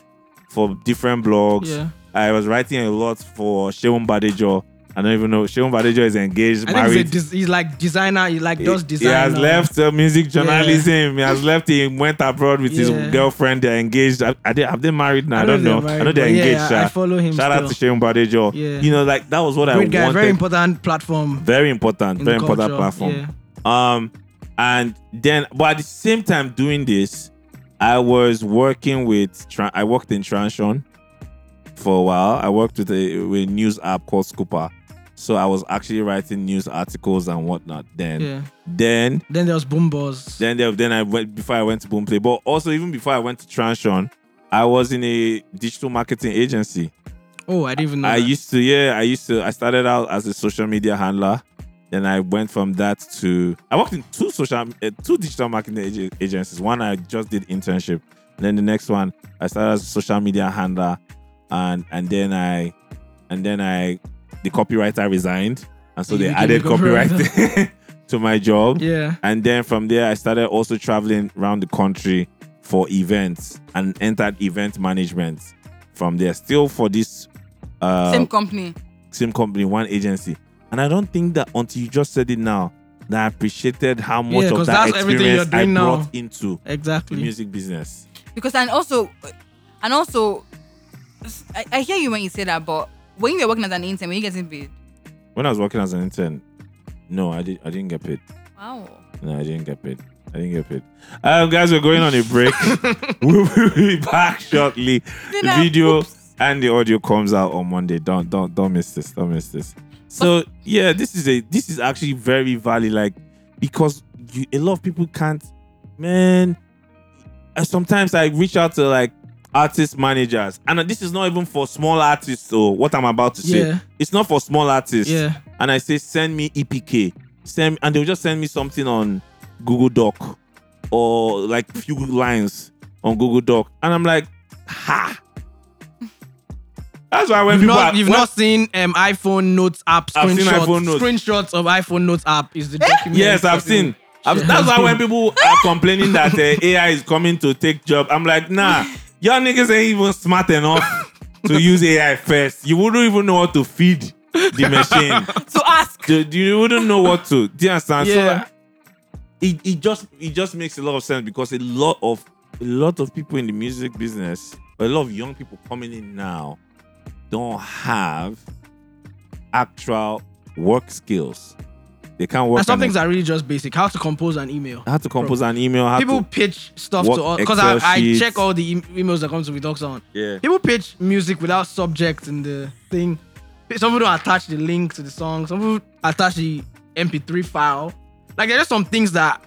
Speaker 1: for different blogs.
Speaker 2: Yeah.
Speaker 1: I was writing a lot for Sheon Badejo. I don't even know. Sheon Badejo is engaged,
Speaker 2: I think he's,
Speaker 1: married.
Speaker 2: a des- he's like designer. He like does
Speaker 1: He-
Speaker 2: design.
Speaker 1: He has
Speaker 2: now.
Speaker 1: left uh, music journalism. He has left. He went abroad with
Speaker 2: Yeah.
Speaker 1: his girlfriend. They're engaged. Are, are they, have they married now? I,
Speaker 2: I
Speaker 1: don't
Speaker 2: don't
Speaker 1: know.
Speaker 2: know if they're
Speaker 1: I know
Speaker 2: married,
Speaker 1: they're
Speaker 2: but yeah,
Speaker 1: engaged.
Speaker 2: I- I
Speaker 1: sha.
Speaker 2: follow him
Speaker 1: Shout out to Sheon Badejo.
Speaker 2: Yeah.
Speaker 1: You know, like that was what I
Speaker 2: Great
Speaker 1: wanted.
Speaker 2: guy. Very important platform.
Speaker 1: Very important.
Speaker 2: in
Speaker 1: Very
Speaker 2: the
Speaker 1: important
Speaker 2: culture.
Speaker 1: platform.
Speaker 2: Yeah.
Speaker 1: Um, and then, but at the same time, doing this, I was working with. Tran- I worked in Transion for a while. I worked with a, with a news app called Scooper, so I was actually writing news articles and whatnot. Then,
Speaker 2: Yeah.
Speaker 1: then,
Speaker 2: Then there was Boom Boss.
Speaker 1: then, there- then I went before I went to Boomplay, but also even before I went to Transion, I was in a digital marketing agency.
Speaker 2: oh, I didn't even know.
Speaker 1: I
Speaker 2: that.
Speaker 1: used to, yeah, I used to. I started out as a social media handler, then I went from that to I worked in two social, uh, two digital marketing agen- agencies. One I just did internship, then the next one I started as a social media handler, and and then I, and then I, the copywriter resigned, and so
Speaker 2: You
Speaker 1: they
Speaker 2: became
Speaker 1: added
Speaker 2: a copywriter.
Speaker 1: copywriting to my job.
Speaker 2: yeah.
Speaker 1: And then from there, I started also traveling around the country for events and entered event management from there, still for this uh,
Speaker 3: Same
Speaker 1: same.
Speaker 3: company.
Speaker 1: company, one agency. And I don't think that until you just said it now, that I appreciated how much
Speaker 2: Yeah,
Speaker 1: of
Speaker 2: 'cause
Speaker 1: that
Speaker 2: that's everything you're
Speaker 1: experience I
Speaker 2: doing now.
Speaker 1: brought into the
Speaker 2: Exactly.
Speaker 1: music business.
Speaker 3: Because and also and also I, I hear you when you say that, but when you're working as an intern, when you getting paid.
Speaker 1: When I was working as an intern, no, I, did, I didn't get paid.
Speaker 3: Wow.
Speaker 1: No, I didn't get paid. I didn't get paid. Um, guys, we're going on a break. we'll be back shortly.
Speaker 3: Did
Speaker 1: the
Speaker 3: I-
Speaker 1: video and the audio comes out on Monday. Don't don't don't miss this. Don't miss this. So yeah, this is a this is actually very valid. Like because you, a lot of people can't. Man, uh, sometimes I reach out to like artist managers, and uh, this is not even for small artists. So what I'm about to say,
Speaker 2: Yeah.
Speaker 1: it's not for small artists
Speaker 2: Yeah.
Speaker 1: and I say send me EPK, send and they'll just send me something on Google Doc or like few lines on Google Doc, and I'm like, ha. That's why when
Speaker 2: You've
Speaker 1: people
Speaker 2: not,
Speaker 1: are,
Speaker 2: you've
Speaker 1: when-
Speaker 2: not seen um, iPhone Notes app
Speaker 1: I've seen
Speaker 2: screenshots.
Speaker 1: iPhone Notes.
Speaker 2: Screenshots of iPhone Notes app is the document.
Speaker 1: yes, I've seen. I've- that's why when people are complaining that uh, AI is coming to take job, I'm like, nah, y'all niggas ain't even smart enough to use AI first. You wouldn't even know what to feed the machine.
Speaker 3: So ask.
Speaker 1: the, the- you wouldn't know what to. Do you understand? So
Speaker 2: Yeah.
Speaker 1: uh, it, it just it just makes a lot of sense because a lot of a lot of people in the music business, a lot of young people coming in now, don't have actual work skills. They can't work.
Speaker 2: And some
Speaker 1: on
Speaker 2: things
Speaker 1: it.
Speaker 2: are really just basic. How to compose an email.
Speaker 1: how to compose an email. How
Speaker 2: People
Speaker 1: to,
Speaker 2: pitch stuff
Speaker 1: work
Speaker 2: to us because
Speaker 1: Excel
Speaker 2: I, I
Speaker 1: sheets.
Speaker 2: check all the em- emails that comes to Vitox on.
Speaker 1: yeah.
Speaker 2: People pitch music without subject in the thing. Some people don't attach the link to the song. Some people attach the MP3 file. Like there are just some things that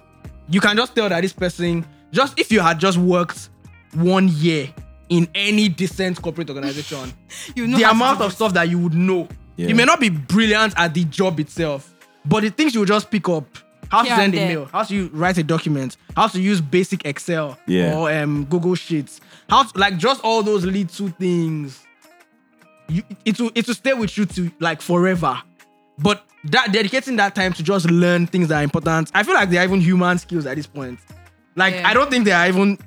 Speaker 2: you can just tell that this person just if you had just worked one year in any decent corporate organization,
Speaker 3: You know
Speaker 2: the
Speaker 3: how to
Speaker 2: amount
Speaker 3: do
Speaker 2: of
Speaker 3: this.
Speaker 2: stuff that you would know.
Speaker 1: Yeah.
Speaker 2: You may not be brilliant at the job itself, but the things you will just pick up. How to
Speaker 3: Here and
Speaker 2: send
Speaker 3: there.
Speaker 2: email, how to u- write a document, how to use basic Excel
Speaker 1: Yeah.
Speaker 2: or um, Google Sheets, how to, like just all those little things. You, it will it will stay with you to like forever, but that dedicating that time to just learn things that are important. I feel like they are even human skills at this point. Like
Speaker 3: Yeah.
Speaker 2: I don't think they are even.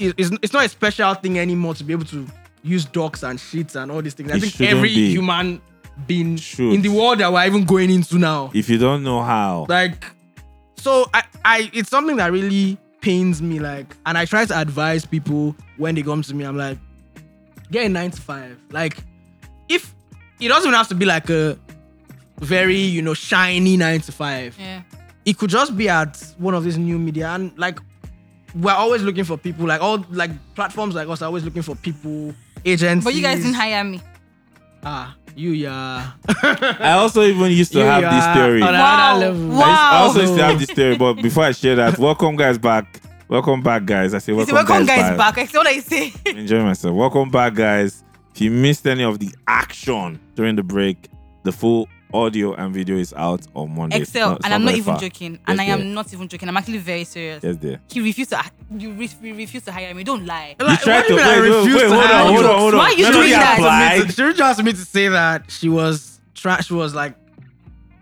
Speaker 2: it- It's, it's not a special thing anymore to be able to use docs and sheets and all these things. I
Speaker 1: It
Speaker 2: think
Speaker 1: shouldn't
Speaker 2: every
Speaker 1: be.
Speaker 2: human being
Speaker 1: Should.
Speaker 2: in the world that we're even going into now,
Speaker 1: If you don't know how,
Speaker 2: like so I, I it's something that really pains me like and i try to advise people when they come to me i'm like get a 9 to 5 like if it doesn't even have to be like a very you know shiny 9 to 5
Speaker 3: Yeah.
Speaker 2: it could just be at one of these new media and like we're always looking for people like all like platforms like us are always looking for people agents
Speaker 3: But you guys didn't hire me.
Speaker 2: ah you yeah
Speaker 1: I also even used to
Speaker 2: You
Speaker 1: have
Speaker 2: are
Speaker 1: this theory.
Speaker 2: on
Speaker 1: I, used,
Speaker 2: Another
Speaker 3: Wow.
Speaker 2: level.
Speaker 3: Wow.
Speaker 1: I also used to have this theory, but before I share that, welcome guys back. Welcome back, guys. I say
Speaker 3: You
Speaker 1: welcome,
Speaker 3: see, welcome guys back. I see what I say.
Speaker 1: Enjoy myself. Welcome back, guys. If you missed any of the action during the break, the full audio and video is out on Monday. It's
Speaker 3: Excel,
Speaker 1: not- it's
Speaker 3: and I'm not
Speaker 1: very
Speaker 3: even
Speaker 1: far.
Speaker 3: joking. And I
Speaker 1: Yes,
Speaker 3: am
Speaker 1: dear.
Speaker 3: not even joking. I'm actually very serious.
Speaker 1: Yes, there.
Speaker 3: He refused to. You re- re- refused to hire me. Don't lie.
Speaker 1: You tried to
Speaker 2: mean
Speaker 1: wait,
Speaker 2: I
Speaker 1: wait,
Speaker 2: refuse
Speaker 1: wait,
Speaker 2: to
Speaker 1: hold
Speaker 2: hire
Speaker 1: on,
Speaker 2: you?
Speaker 1: hold on, hold on.
Speaker 3: Why are you
Speaker 1: Melody
Speaker 3: doing that?
Speaker 1: applied.
Speaker 2: She just asked me to say that she was tra- she was like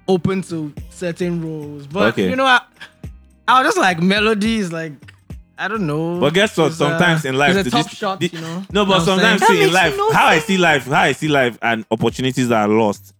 Speaker 2: open to certain roles, but
Speaker 1: Okay.
Speaker 2: you know, I, I was just like melody is like I don't know.
Speaker 1: But guess what?
Speaker 2: It's a-
Speaker 1: Sometimes in life,
Speaker 2: it's a
Speaker 1: the
Speaker 2: top
Speaker 1: dis-
Speaker 2: shot,
Speaker 1: the-
Speaker 2: you know.
Speaker 1: No,
Speaker 2: Know
Speaker 1: but
Speaker 2: what I'm
Speaker 1: sometimes
Speaker 2: saying?
Speaker 1: see in
Speaker 3: That
Speaker 1: life,
Speaker 3: makes no
Speaker 1: how I see life, how I see life, and opportunities that are lost,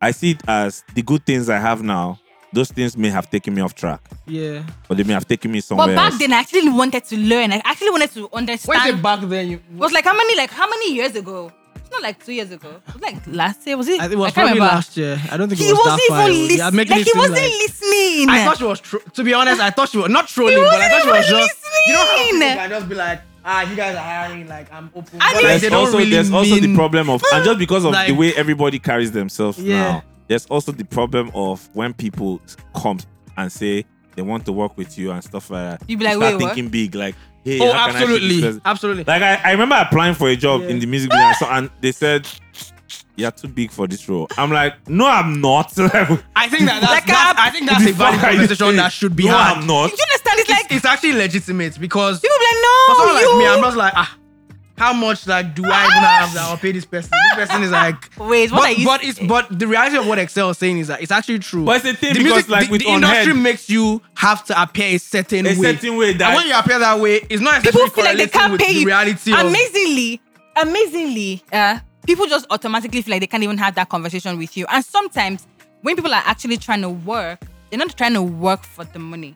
Speaker 1: I see it as the good things I have now. Those things may have taken me off track,
Speaker 2: yeah.
Speaker 1: or they may have taken me somewhere
Speaker 3: But back
Speaker 1: else.
Speaker 3: then, I actually wanted to learn. I actually wanted to
Speaker 2: Wait
Speaker 3: understand.
Speaker 2: till back then you.
Speaker 3: It was like how many like how many years ago? It's not like two years ago. It was like last year. Was it?
Speaker 2: I think it was
Speaker 3: can't
Speaker 2: probably
Speaker 3: remember.
Speaker 2: last year. I don't think
Speaker 3: He
Speaker 2: it was
Speaker 3: wasn't
Speaker 2: that far.
Speaker 3: even
Speaker 2: away. You're
Speaker 3: listening.
Speaker 2: making
Speaker 3: Like
Speaker 2: it
Speaker 3: he
Speaker 2: seem
Speaker 3: wasn't
Speaker 2: like-
Speaker 3: listening.
Speaker 2: I thought she was. Tro- to be honest, I thought she was not trolling, but I
Speaker 3: wasn't
Speaker 2: thought she was
Speaker 3: even
Speaker 2: just. You know how people
Speaker 3: listening.
Speaker 2: can just be like, ah, you guys are hiring, like I'm open. But,
Speaker 3: I
Speaker 2: like,
Speaker 3: mean-
Speaker 1: there's
Speaker 2: they don't
Speaker 1: also
Speaker 2: really
Speaker 1: there's also the
Speaker 2: mean-
Speaker 1: problem of and just because of the
Speaker 2: Like-
Speaker 1: way everybody carries themselves
Speaker 2: Yeah.
Speaker 1: now, there's also the problem of when people come and say they want to work with you and stuff like that.
Speaker 3: You be like,
Speaker 1: start
Speaker 3: "Wait, what?"
Speaker 1: thinking big, like, hey,
Speaker 2: Oh,
Speaker 1: how can I fit this
Speaker 2: absolutely,
Speaker 1: person?
Speaker 2: absolutely.
Speaker 1: Like I, I remember applying for a job
Speaker 2: Yeah.
Speaker 1: in the music business, and so- and they said you're too big for this role. I'm like, no, I'm not. Like,
Speaker 2: I think that that's,
Speaker 3: Like,
Speaker 2: that's-
Speaker 3: I-
Speaker 2: I think that's a valid conversation that should be
Speaker 1: no,
Speaker 2: had.
Speaker 1: I'm not.
Speaker 3: Do you understand? It's like
Speaker 2: It's, it's actually legitimate because
Speaker 3: people be like, no,
Speaker 2: for someone
Speaker 3: you.
Speaker 2: like me, I'm just like, ah, how much like do I even have that I'll pay this person? This person is like,
Speaker 3: Wait, what
Speaker 2: but,
Speaker 3: are you
Speaker 2: But it's but the reality of what Excel is saying is that it's actually true.
Speaker 1: But it's the thing
Speaker 2: the
Speaker 1: because,
Speaker 2: music,
Speaker 1: like,
Speaker 2: the,
Speaker 1: with
Speaker 2: the industry
Speaker 1: Unheard-
Speaker 2: makes you have to appear a certain
Speaker 1: A
Speaker 2: way.
Speaker 1: certain way that-
Speaker 2: and when you appear that way, it's not
Speaker 3: people
Speaker 2: necessarily
Speaker 3: feel like they
Speaker 2: correlating
Speaker 3: can't
Speaker 2: with
Speaker 3: pay
Speaker 2: the
Speaker 3: you.
Speaker 2: reality of
Speaker 3: amazingly, amazingly, uh, people just automatically feel like they can't even have that conversation with you. And sometimes when people are actually trying to work, they're not trying to work for the money.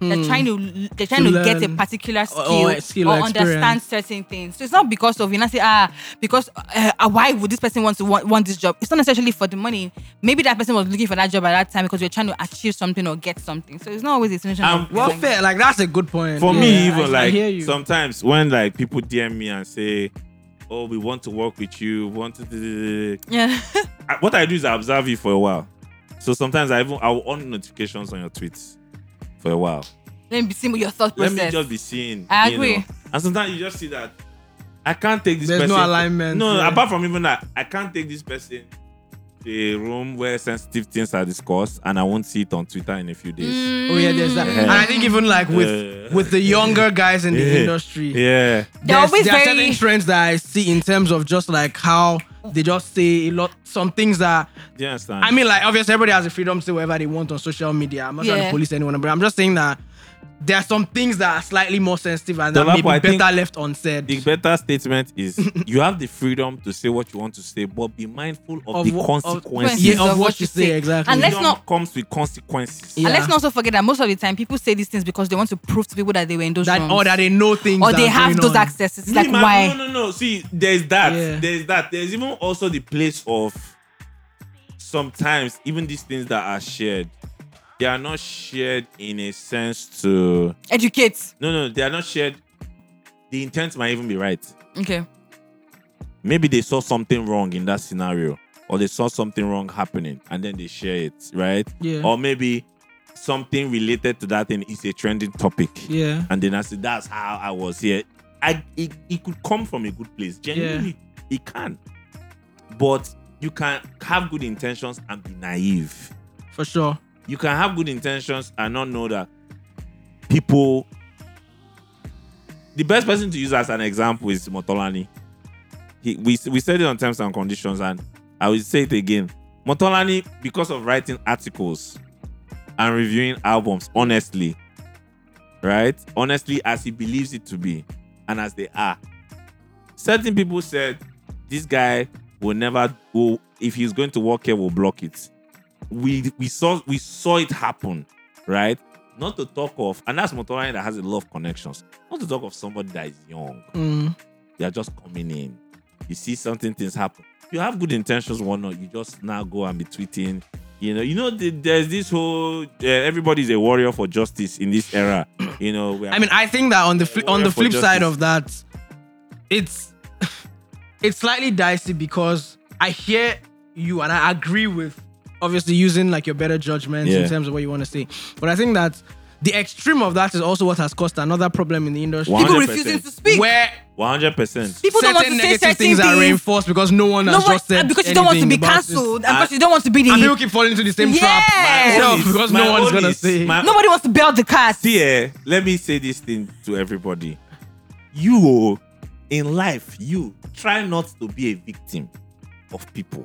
Speaker 3: They're trying to they're trying to,
Speaker 2: Hmm. To
Speaker 3: get a
Speaker 2: learn.
Speaker 3: particular skill
Speaker 2: or a skill or
Speaker 3: understand
Speaker 2: experience.
Speaker 3: certain things. So it's not because of you not say ah because uh, uh, why would this person want to want, want this job? It's not necessarily for the money. Maybe that person was looking for that job at that time because we're trying to achieve something or get something. So it's not always a solution.
Speaker 1: Um,
Speaker 3: of-
Speaker 2: well,
Speaker 3: like-
Speaker 2: fair. Like that's a good point.
Speaker 1: For
Speaker 2: Yeah,
Speaker 1: me,
Speaker 2: I-
Speaker 1: even
Speaker 2: I
Speaker 1: like
Speaker 2: hear you.
Speaker 1: sometimes when like people DM me and say, "Oh, we want to work with you," want to.
Speaker 3: yeah.
Speaker 1: I- What I do is I observe you for a while. So sometimes I even I will on notifications on your tweets for a while.
Speaker 3: Let me see your thought
Speaker 1: Let
Speaker 3: process.
Speaker 1: me just be seeing.
Speaker 3: I
Speaker 1: you
Speaker 3: agree.
Speaker 1: know. And sometimes you just see that I can't take this
Speaker 2: There's no
Speaker 1: person.
Speaker 2: alignment,
Speaker 1: No,
Speaker 2: yeah.
Speaker 1: apart from even that, I can't take this person to a room where sensitive things are discussed, and I won't see it on Twitter in a few days.
Speaker 2: Oh yeah, there's that.
Speaker 1: Yeah.
Speaker 2: And I think even like with
Speaker 1: Yeah.
Speaker 2: with the younger guys in the
Speaker 1: Yeah.
Speaker 2: industry,
Speaker 1: Yeah.
Speaker 3: They're
Speaker 2: there's-
Speaker 3: always
Speaker 2: there are
Speaker 3: very-
Speaker 2: certain trends that I see in terms of just like how they just say a lot some things that
Speaker 1: Do you understand?
Speaker 2: I mean like obviously everybody has the freedom to say whatever they want on social media. I'm not trying
Speaker 3: Yeah.
Speaker 2: to police anyone, but I'm just saying that there are some things that are slightly more sensitive and that
Speaker 1: Dolapo,
Speaker 2: may be
Speaker 1: I
Speaker 2: better
Speaker 1: think
Speaker 2: left unsaid.
Speaker 1: the better statement is you have the freedom to say what you want to say, but be mindful of,
Speaker 2: Of
Speaker 1: the
Speaker 2: wha- of-
Speaker 1: consequences.
Speaker 2: Yeah, of what you say, exactly.
Speaker 3: And let's
Speaker 1: freedom
Speaker 3: not
Speaker 1: comes with consequences.
Speaker 2: Yeah.
Speaker 3: and let's not also forget that most of the time people say these things because they want to prove to people that they were in those
Speaker 2: that
Speaker 3: rooms.
Speaker 2: or that they know things
Speaker 3: Or
Speaker 2: that
Speaker 3: they
Speaker 2: are
Speaker 3: have
Speaker 2: going
Speaker 3: those
Speaker 2: on.
Speaker 3: accesses. Like
Speaker 1: Me, man,
Speaker 3: why?
Speaker 1: No, no, no. See, there's that.
Speaker 2: Yeah.
Speaker 1: There's that. There's even also the place of sometimes even these things that are shared, they are not shared in a sense to
Speaker 3: Educate.
Speaker 1: no, no. They are not shared. The intent might even be right.
Speaker 3: Okay.
Speaker 1: maybe they saw something wrong in that scenario or they saw something wrong happening and then they share it right
Speaker 2: Yeah.
Speaker 1: or maybe something related to that thing is a trending topic
Speaker 2: Yeah.
Speaker 1: and then i said that's how i was here I, it, it could come from a good place genuinely it can but you can have good intentions and be naive
Speaker 2: For sure.
Speaker 1: you can have good intentions and not know that people the best person to use as an example is Motolani. He, we, we said it on terms and conditions, and I will say it again. Motolani, because of writing articles and reviewing albums honestly, right? Honestly, as he believes it to be and as they are. Certain people said this guy will never go if he's going to work here, we'll block it we we saw we saw it happen. right? Not to talk of, and that's Motorine that has a lot of connections. Not to talk of somebody that is young.
Speaker 2: Mm.
Speaker 1: They are just coming in. You see something, things happen. You have good intentions, why not? You just now go and be tweeting. You know, you know, the, there's this whole uh, everybody's a warrior for justice in this era. You know, we are-
Speaker 2: I mean, I think that on the fli- on
Speaker 1: Warrior
Speaker 2: the
Speaker 1: Oh, for
Speaker 2: flip side
Speaker 1: justice.
Speaker 2: of that, it's it's slightly dicey because I hear you and I agree with obviously using like your better judgments
Speaker 1: Yeah.
Speaker 2: in terms of what you want to say, but I think that the extreme of that is also what has caused another problem in the industry
Speaker 1: Wow.
Speaker 3: People
Speaker 1: 100%.
Speaker 3: refusing to speak.
Speaker 2: where
Speaker 1: 100 percent.
Speaker 3: People don't want
Speaker 2: certain
Speaker 3: to say certain
Speaker 2: negative things are reinforced because no one
Speaker 3: No
Speaker 2: has
Speaker 3: one,
Speaker 2: just said
Speaker 3: because you don't want to
Speaker 2: anything
Speaker 3: be
Speaker 2: about it.
Speaker 3: cancelled, and because you don't want to be the
Speaker 2: And people keep falling into the same
Speaker 3: Yes.
Speaker 2: trap
Speaker 1: My
Speaker 2: myself
Speaker 1: own is-
Speaker 2: because
Speaker 1: my
Speaker 2: no one's
Speaker 1: own
Speaker 2: gonna
Speaker 1: is-
Speaker 2: say.
Speaker 1: my
Speaker 3: nobody wants to bail the cast.
Speaker 1: see eh, let me say this thing to everybody you oh, in life you try not to be a victim of people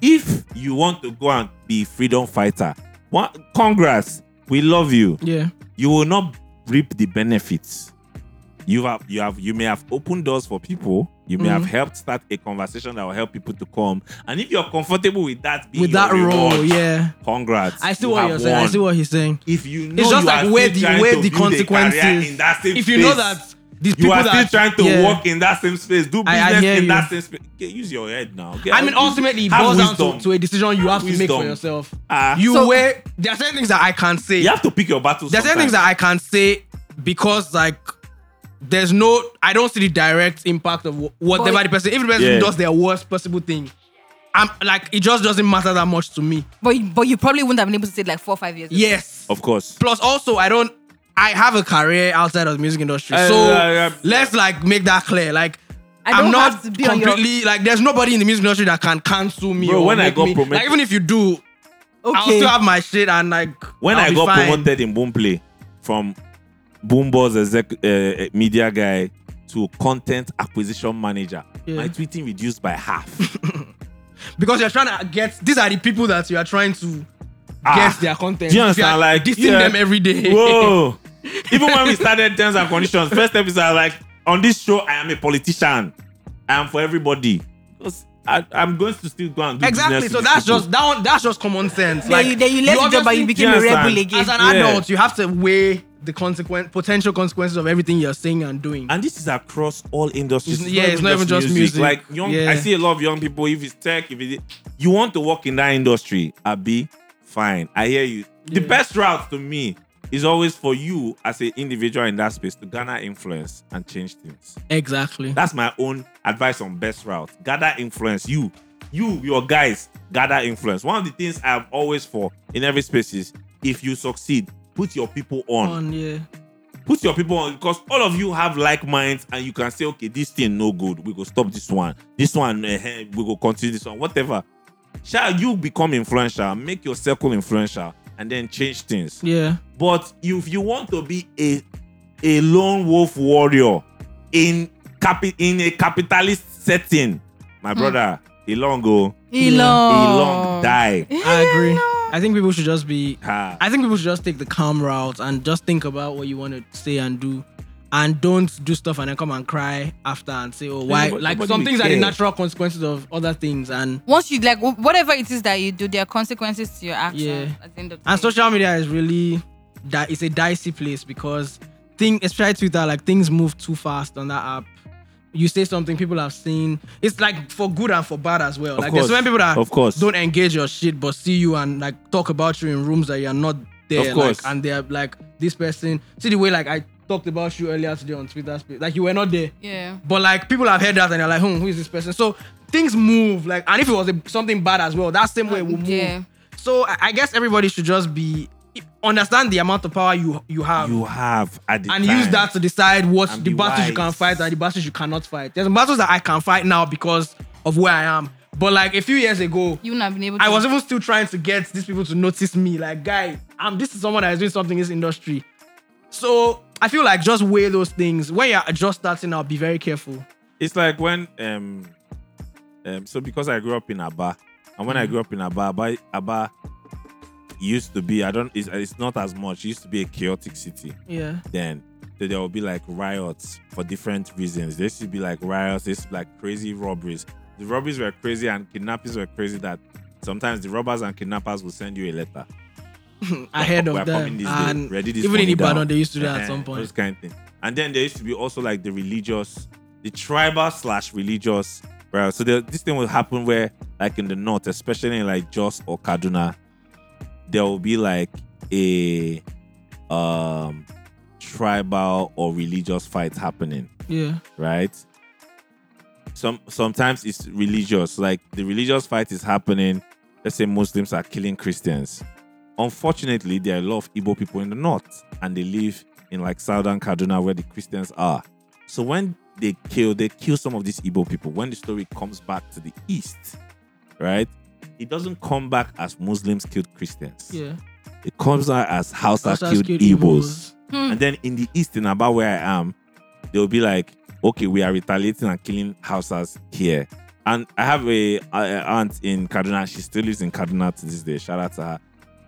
Speaker 1: if you want to go and be freedom fighter one congrats we love you
Speaker 2: yeah,
Speaker 1: you will not reap the benefits you have you have you may have opened doors for people you may
Speaker 2: Mm-hmm.
Speaker 1: have helped start a conversation that will help people to come and if you're comfortable with that being
Speaker 2: with
Speaker 1: your
Speaker 2: that
Speaker 1: reward,
Speaker 2: role, yeah.
Speaker 1: congrats
Speaker 2: I see
Speaker 1: you
Speaker 2: what
Speaker 1: have
Speaker 2: you're saying. I
Speaker 1: won
Speaker 2: see what he's saying.
Speaker 1: if you know
Speaker 2: it's just
Speaker 1: you are
Speaker 2: like where
Speaker 1: still
Speaker 2: the
Speaker 1: trying
Speaker 2: where
Speaker 1: to
Speaker 2: the
Speaker 1: build a career
Speaker 2: consequences.
Speaker 1: in that same
Speaker 2: if you know
Speaker 1: space,
Speaker 2: that these
Speaker 1: you
Speaker 2: people
Speaker 1: are still
Speaker 2: that
Speaker 1: trying to
Speaker 2: yeah.
Speaker 1: work in that same space do
Speaker 2: I- I
Speaker 1: business
Speaker 2: hear
Speaker 1: in
Speaker 2: you.
Speaker 1: that same space Get- use your head now Get-
Speaker 2: I mean, ultimately, it
Speaker 1: have
Speaker 2: boils down
Speaker 1: wisdom.
Speaker 2: to, to a decision you have to make for
Speaker 1: Wisdom.
Speaker 2: yourself.
Speaker 1: Ah.
Speaker 2: you
Speaker 3: So-
Speaker 2: weigh. There are certain things that I can't say.
Speaker 1: you have to pick your battles
Speaker 2: There's certain things that I can't say because like there's no. I don't see the direct impact of wh- whatever
Speaker 3: But-
Speaker 2: the person. If the person
Speaker 1: Yeah.
Speaker 2: does their worst possible thing, I'm like it just doesn't matter that much to me.
Speaker 3: But, but you probably wouldn't have been able to say it like four or five years ago.
Speaker 2: Yes.
Speaker 1: of course
Speaker 2: Plus, also, I don't. I have a career outside of the music industry,
Speaker 1: Uh,
Speaker 2: so
Speaker 1: uh, uh,
Speaker 2: let's like make that clear. Like,
Speaker 3: I don't
Speaker 2: I'm not
Speaker 3: have to be on your-
Speaker 2: completely like. There's nobody in the music industry that can cancel me.
Speaker 1: Bro,
Speaker 2: or
Speaker 1: when I
Speaker 2: make
Speaker 1: got
Speaker 2: me-
Speaker 1: promoted-
Speaker 2: like even if you do, I'll still have my shit and like.
Speaker 1: when
Speaker 2: I'll
Speaker 1: i
Speaker 2: be
Speaker 1: got
Speaker 2: fine.
Speaker 1: promoted in boom play from boom boss exec uh, media guy to content acquisition manager
Speaker 2: Yeah.
Speaker 1: my tweeting reduced by half
Speaker 2: because you're trying to get these are the people that you are trying to
Speaker 1: Ah.
Speaker 2: get their content.
Speaker 1: Do you
Speaker 2: If
Speaker 1: understand?
Speaker 2: are
Speaker 1: Like
Speaker 2: dissing
Speaker 1: yeah.
Speaker 2: them every day.
Speaker 1: Whoa! Even when we started terms and conditions, first episode, I was like on this show, I am a politician. I am for everybody. Because I, I'm going to still go and do
Speaker 2: exactly.
Speaker 1: business
Speaker 2: So
Speaker 1: with
Speaker 2: that's
Speaker 1: people.
Speaker 2: just that one. That's just common sense.
Speaker 3: Then
Speaker 2: Like
Speaker 3: you, then you left the job, but
Speaker 2: obviously-
Speaker 3: you became
Speaker 1: Yes,
Speaker 3: a rebel
Speaker 1: and-
Speaker 3: again.
Speaker 2: as an
Speaker 1: Yeah.
Speaker 2: adult, you have to weigh the consequent potential consequences of everything you're saying and doing.
Speaker 1: And this is across all industries.
Speaker 2: It's- yeah, it's not even just music.
Speaker 1: Like young, I
Speaker 2: Yeah.
Speaker 1: see a lot of young people. If it's tech, if it, you want to work in that industry, Abi, fine. I hear you. The
Speaker 2: Yeah.
Speaker 1: best route to me is always for you as an individual in that space to garner influence and change things.
Speaker 2: exactly.
Speaker 1: That's my own advice on best route. Gather influence. You, you, your guys, gather influence. One of the things I've always for in every space is if you succeed, put your people on.
Speaker 2: On, yeah.
Speaker 1: Put your people on because all of you have like minds and you can say, okay, this thing no good. We go stop this one. This one, eh, we go continue this one. Whatever. Shall you become influential? Make your circle influential and then change things.
Speaker 2: Yeah.
Speaker 1: But if you want to be a a lone wolf warrior in capi- in a capitalist setting, my brother, Ilong go,
Speaker 3: Elon. Oh.
Speaker 1: Ilong die.
Speaker 2: I agree. I think people should just be
Speaker 1: Ha.
Speaker 2: I think people should just take the calm route and just think about what you want to say and do. And don't do stuff and then come and cry after and say, oh, why?
Speaker 1: nobody-
Speaker 2: like
Speaker 1: nobody
Speaker 2: some
Speaker 1: will
Speaker 2: things are the
Speaker 1: care.
Speaker 2: natural consequences of other things. And
Speaker 3: Once you like wh- whatever it is that you do, there are consequences to your actions.
Speaker 2: Yeah.
Speaker 3: At the end of the
Speaker 2: and
Speaker 3: day.
Speaker 2: social media is really, di- it's a dicey place because thing, especially Twitter, like things move too fast on that app. You say something people have seen. It's like for good and for bad as well.
Speaker 1: Of
Speaker 2: like
Speaker 1: course.
Speaker 2: there's so many people that
Speaker 1: Of course.
Speaker 2: don't engage your shit but see you and like talk about you in rooms that you're not there.
Speaker 1: Of course.
Speaker 2: Like, and they're like this person. See the way like I talked about you earlier today on Twitter space. Like you were not there.
Speaker 3: Yeah.
Speaker 2: But like people have heard that and they're like, hmm, who is this person? So things move. Like, and if it was a, something bad as well, that same way will move.
Speaker 3: Yeah.
Speaker 2: So I, I guess everybody should just be understand the amount of power you you have.
Speaker 1: You have at the
Speaker 2: and
Speaker 1: time.
Speaker 2: use that to decide what
Speaker 1: And
Speaker 2: the
Speaker 1: be
Speaker 2: battles you can
Speaker 1: wise.
Speaker 2: fight and the battles you cannot fight. There's battles that I can fight now because of where I am. But like a few years ago,
Speaker 3: You wouldn't have been able to.
Speaker 2: I was even still trying to get these people to notice me. Like, guy, I'm this is someone that is doing something in this industry. So I feel like just weigh those things. When you're just starting out, be very careful.
Speaker 1: It's like when um um so because I grew up in Aba, and when I grew up in Aba, Aba, Aba used to be I don't it's, it's not as much. It used to be a chaotic city.
Speaker 2: Yeah.
Speaker 1: then so there will be like riots for different reasons. There used to be like riots, there used to be like crazy robberies. The robberies were crazy and kidnappings were crazy that sometimes the robbers and kidnappers will send you a letter.
Speaker 2: ahead
Speaker 1: we're
Speaker 2: of them.
Speaker 1: coming this day.
Speaker 2: And
Speaker 1: Ready this
Speaker 2: even in
Speaker 1: money
Speaker 2: Ibadan,
Speaker 1: down.
Speaker 2: they used to do that at
Speaker 1: Eh,
Speaker 2: some point.
Speaker 1: Those kind of things. And then there used to be also like the religious, the tribal slash religious. Right. So there, this thing will happen where, like in the north, especially in like Jos or Kaduna, there will be like a um tribal or religious fight happening
Speaker 2: Yeah.
Speaker 1: right? Some sometimes it's religious, like the religious fight is happening. Let's say Muslims are killing Christians. Unfortunately, there are a lot of Igbo people in the north, and they live in like southern Kaduna where the Christians are. So when they kill, they kill some of these Igbo people. When the story comes back to the east, right? It doesn't come back as Muslims killed Christians.
Speaker 2: Yeah.
Speaker 1: It comes out as Hausa,
Speaker 2: Hausa
Speaker 1: killed,
Speaker 2: killed
Speaker 1: Igbos.
Speaker 2: Igbos.
Speaker 3: Hmm.
Speaker 1: And then in the east, in about where I am, they'll be like, okay, we are retaliating and killing Hausas here. And I have a, a- a aunt in Kaduna. She still lives in Kaduna to this day. Shout out to her.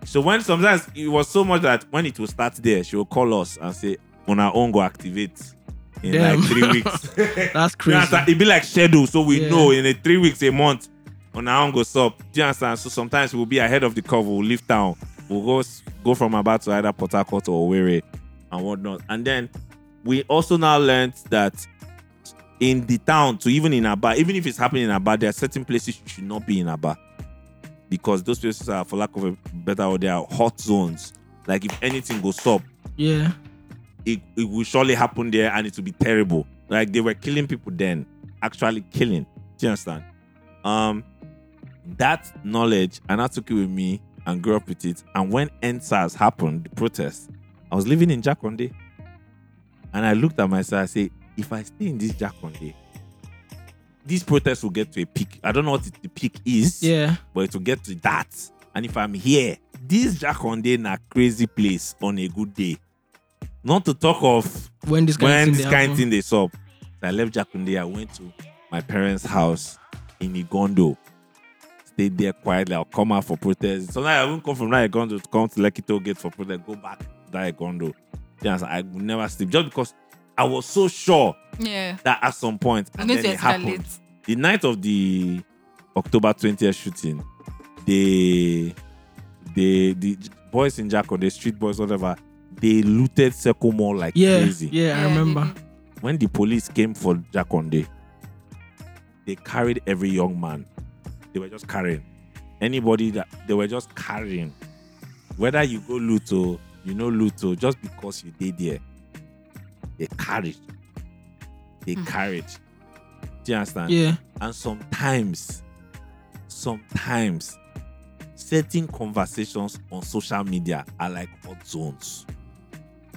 Speaker 1: So when sometimes it was so much that when it will start there, she will call us and say, on our own, go activate in
Speaker 2: Damn.
Speaker 1: like three weeks.
Speaker 2: That's
Speaker 1: Do you
Speaker 2: crazy.
Speaker 1: understand? It be like schedule, so we
Speaker 2: Yeah.
Speaker 1: know in a three weeks, a month, on our own goes up. Do you understand? So sometimes we'll be ahead of the curve. We'll leave town. We'll go s- go from about to either Port Harcourt or Owerri and whatnot. And then we also now learned that in the town, so even in Aba, even if it's happening in Aba, there are certain places you should not be in Aba because those places are, for lack of a better word, they are hot zones. Like if anything goes up,
Speaker 2: Yeah.
Speaker 1: it, it will surely happen there and it will be terrible. Like they were killing people then, actually killing. Do you understand? Um, that knowledge, and I took it with me and grew up with it. And when NSAS happened, the protest, I was living in Jakonde. And I looked at myself, I say, if I stay in this Jakonde, this protest will get to a peak. I don't know what it- the peak is
Speaker 2: Yeah.
Speaker 1: but it will get to that. And if I'm here, this Jakonde na crazy place on a good day. Not to talk of
Speaker 2: When this kind
Speaker 1: when
Speaker 2: of
Speaker 1: this
Speaker 2: thing they
Speaker 1: kind of
Speaker 2: happen.
Speaker 1: thing they saw. I left Jakonde. I went to my parents' house in Igondo. Stayed there quietly. I'll come out for protest. Sometimes I won't come from that Igondo to come to Lekki Toll Gate for protest. Go back to that Igondo. Yes, I would never sleep just because I was so sure
Speaker 3: Yeah.
Speaker 1: that at some point
Speaker 3: I'm
Speaker 1: and
Speaker 3: going
Speaker 1: then
Speaker 3: to
Speaker 1: it happened
Speaker 3: escalate.
Speaker 1: the night of the October 20th shooting, they they the boys in Jack or the street boys, whatever, they looted Circle Mall like
Speaker 2: Yeah.
Speaker 1: crazy.
Speaker 2: Yeah. I
Speaker 3: Yeah,
Speaker 2: remember.
Speaker 3: mhm.
Speaker 1: When the police came for Jakonde, they carried every young man. They were just carrying. Anybody that they were just carrying. Whether you go Luto, you know Luto, just because you did there, they carried.
Speaker 2: Hmm.
Speaker 1: They carried. Do you understand?
Speaker 2: Yeah.
Speaker 1: And sometimes, sometimes, certain conversations on social media are like hot zones.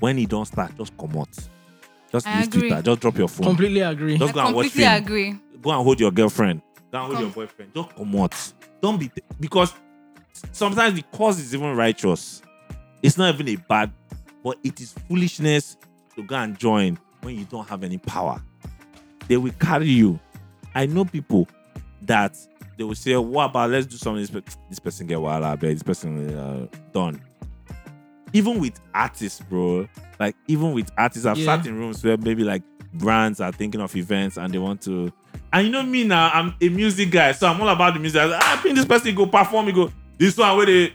Speaker 1: When it don't start, just come out. Just
Speaker 3: I
Speaker 1: use
Speaker 3: agree.
Speaker 1: Twitter. Just drop your phone.
Speaker 2: Completely agree.
Speaker 1: Just go
Speaker 3: I
Speaker 1: and watch
Speaker 3: completely
Speaker 1: film.
Speaker 3: agree.
Speaker 1: Go and hold your girlfriend. Go and hold
Speaker 3: Come.
Speaker 1: your boyfriend. Just come out. Don't be because sometimes the cause is even righteous. It's not even a bad, but it is foolishness to go and join when you don't have any power. They will carry you. I know people that they will say, "What about let's do something?" This, pe- this person get wala, but this person uh, done. Even with artists, bro. Like even with artists, I've
Speaker 2: Yeah.
Speaker 1: sat in rooms where maybe like brands are thinking of events and they want to. And you know me now, I'm a music guy, so I'm all about the music. I like, "Ah, bring this person go perform, he go this one where they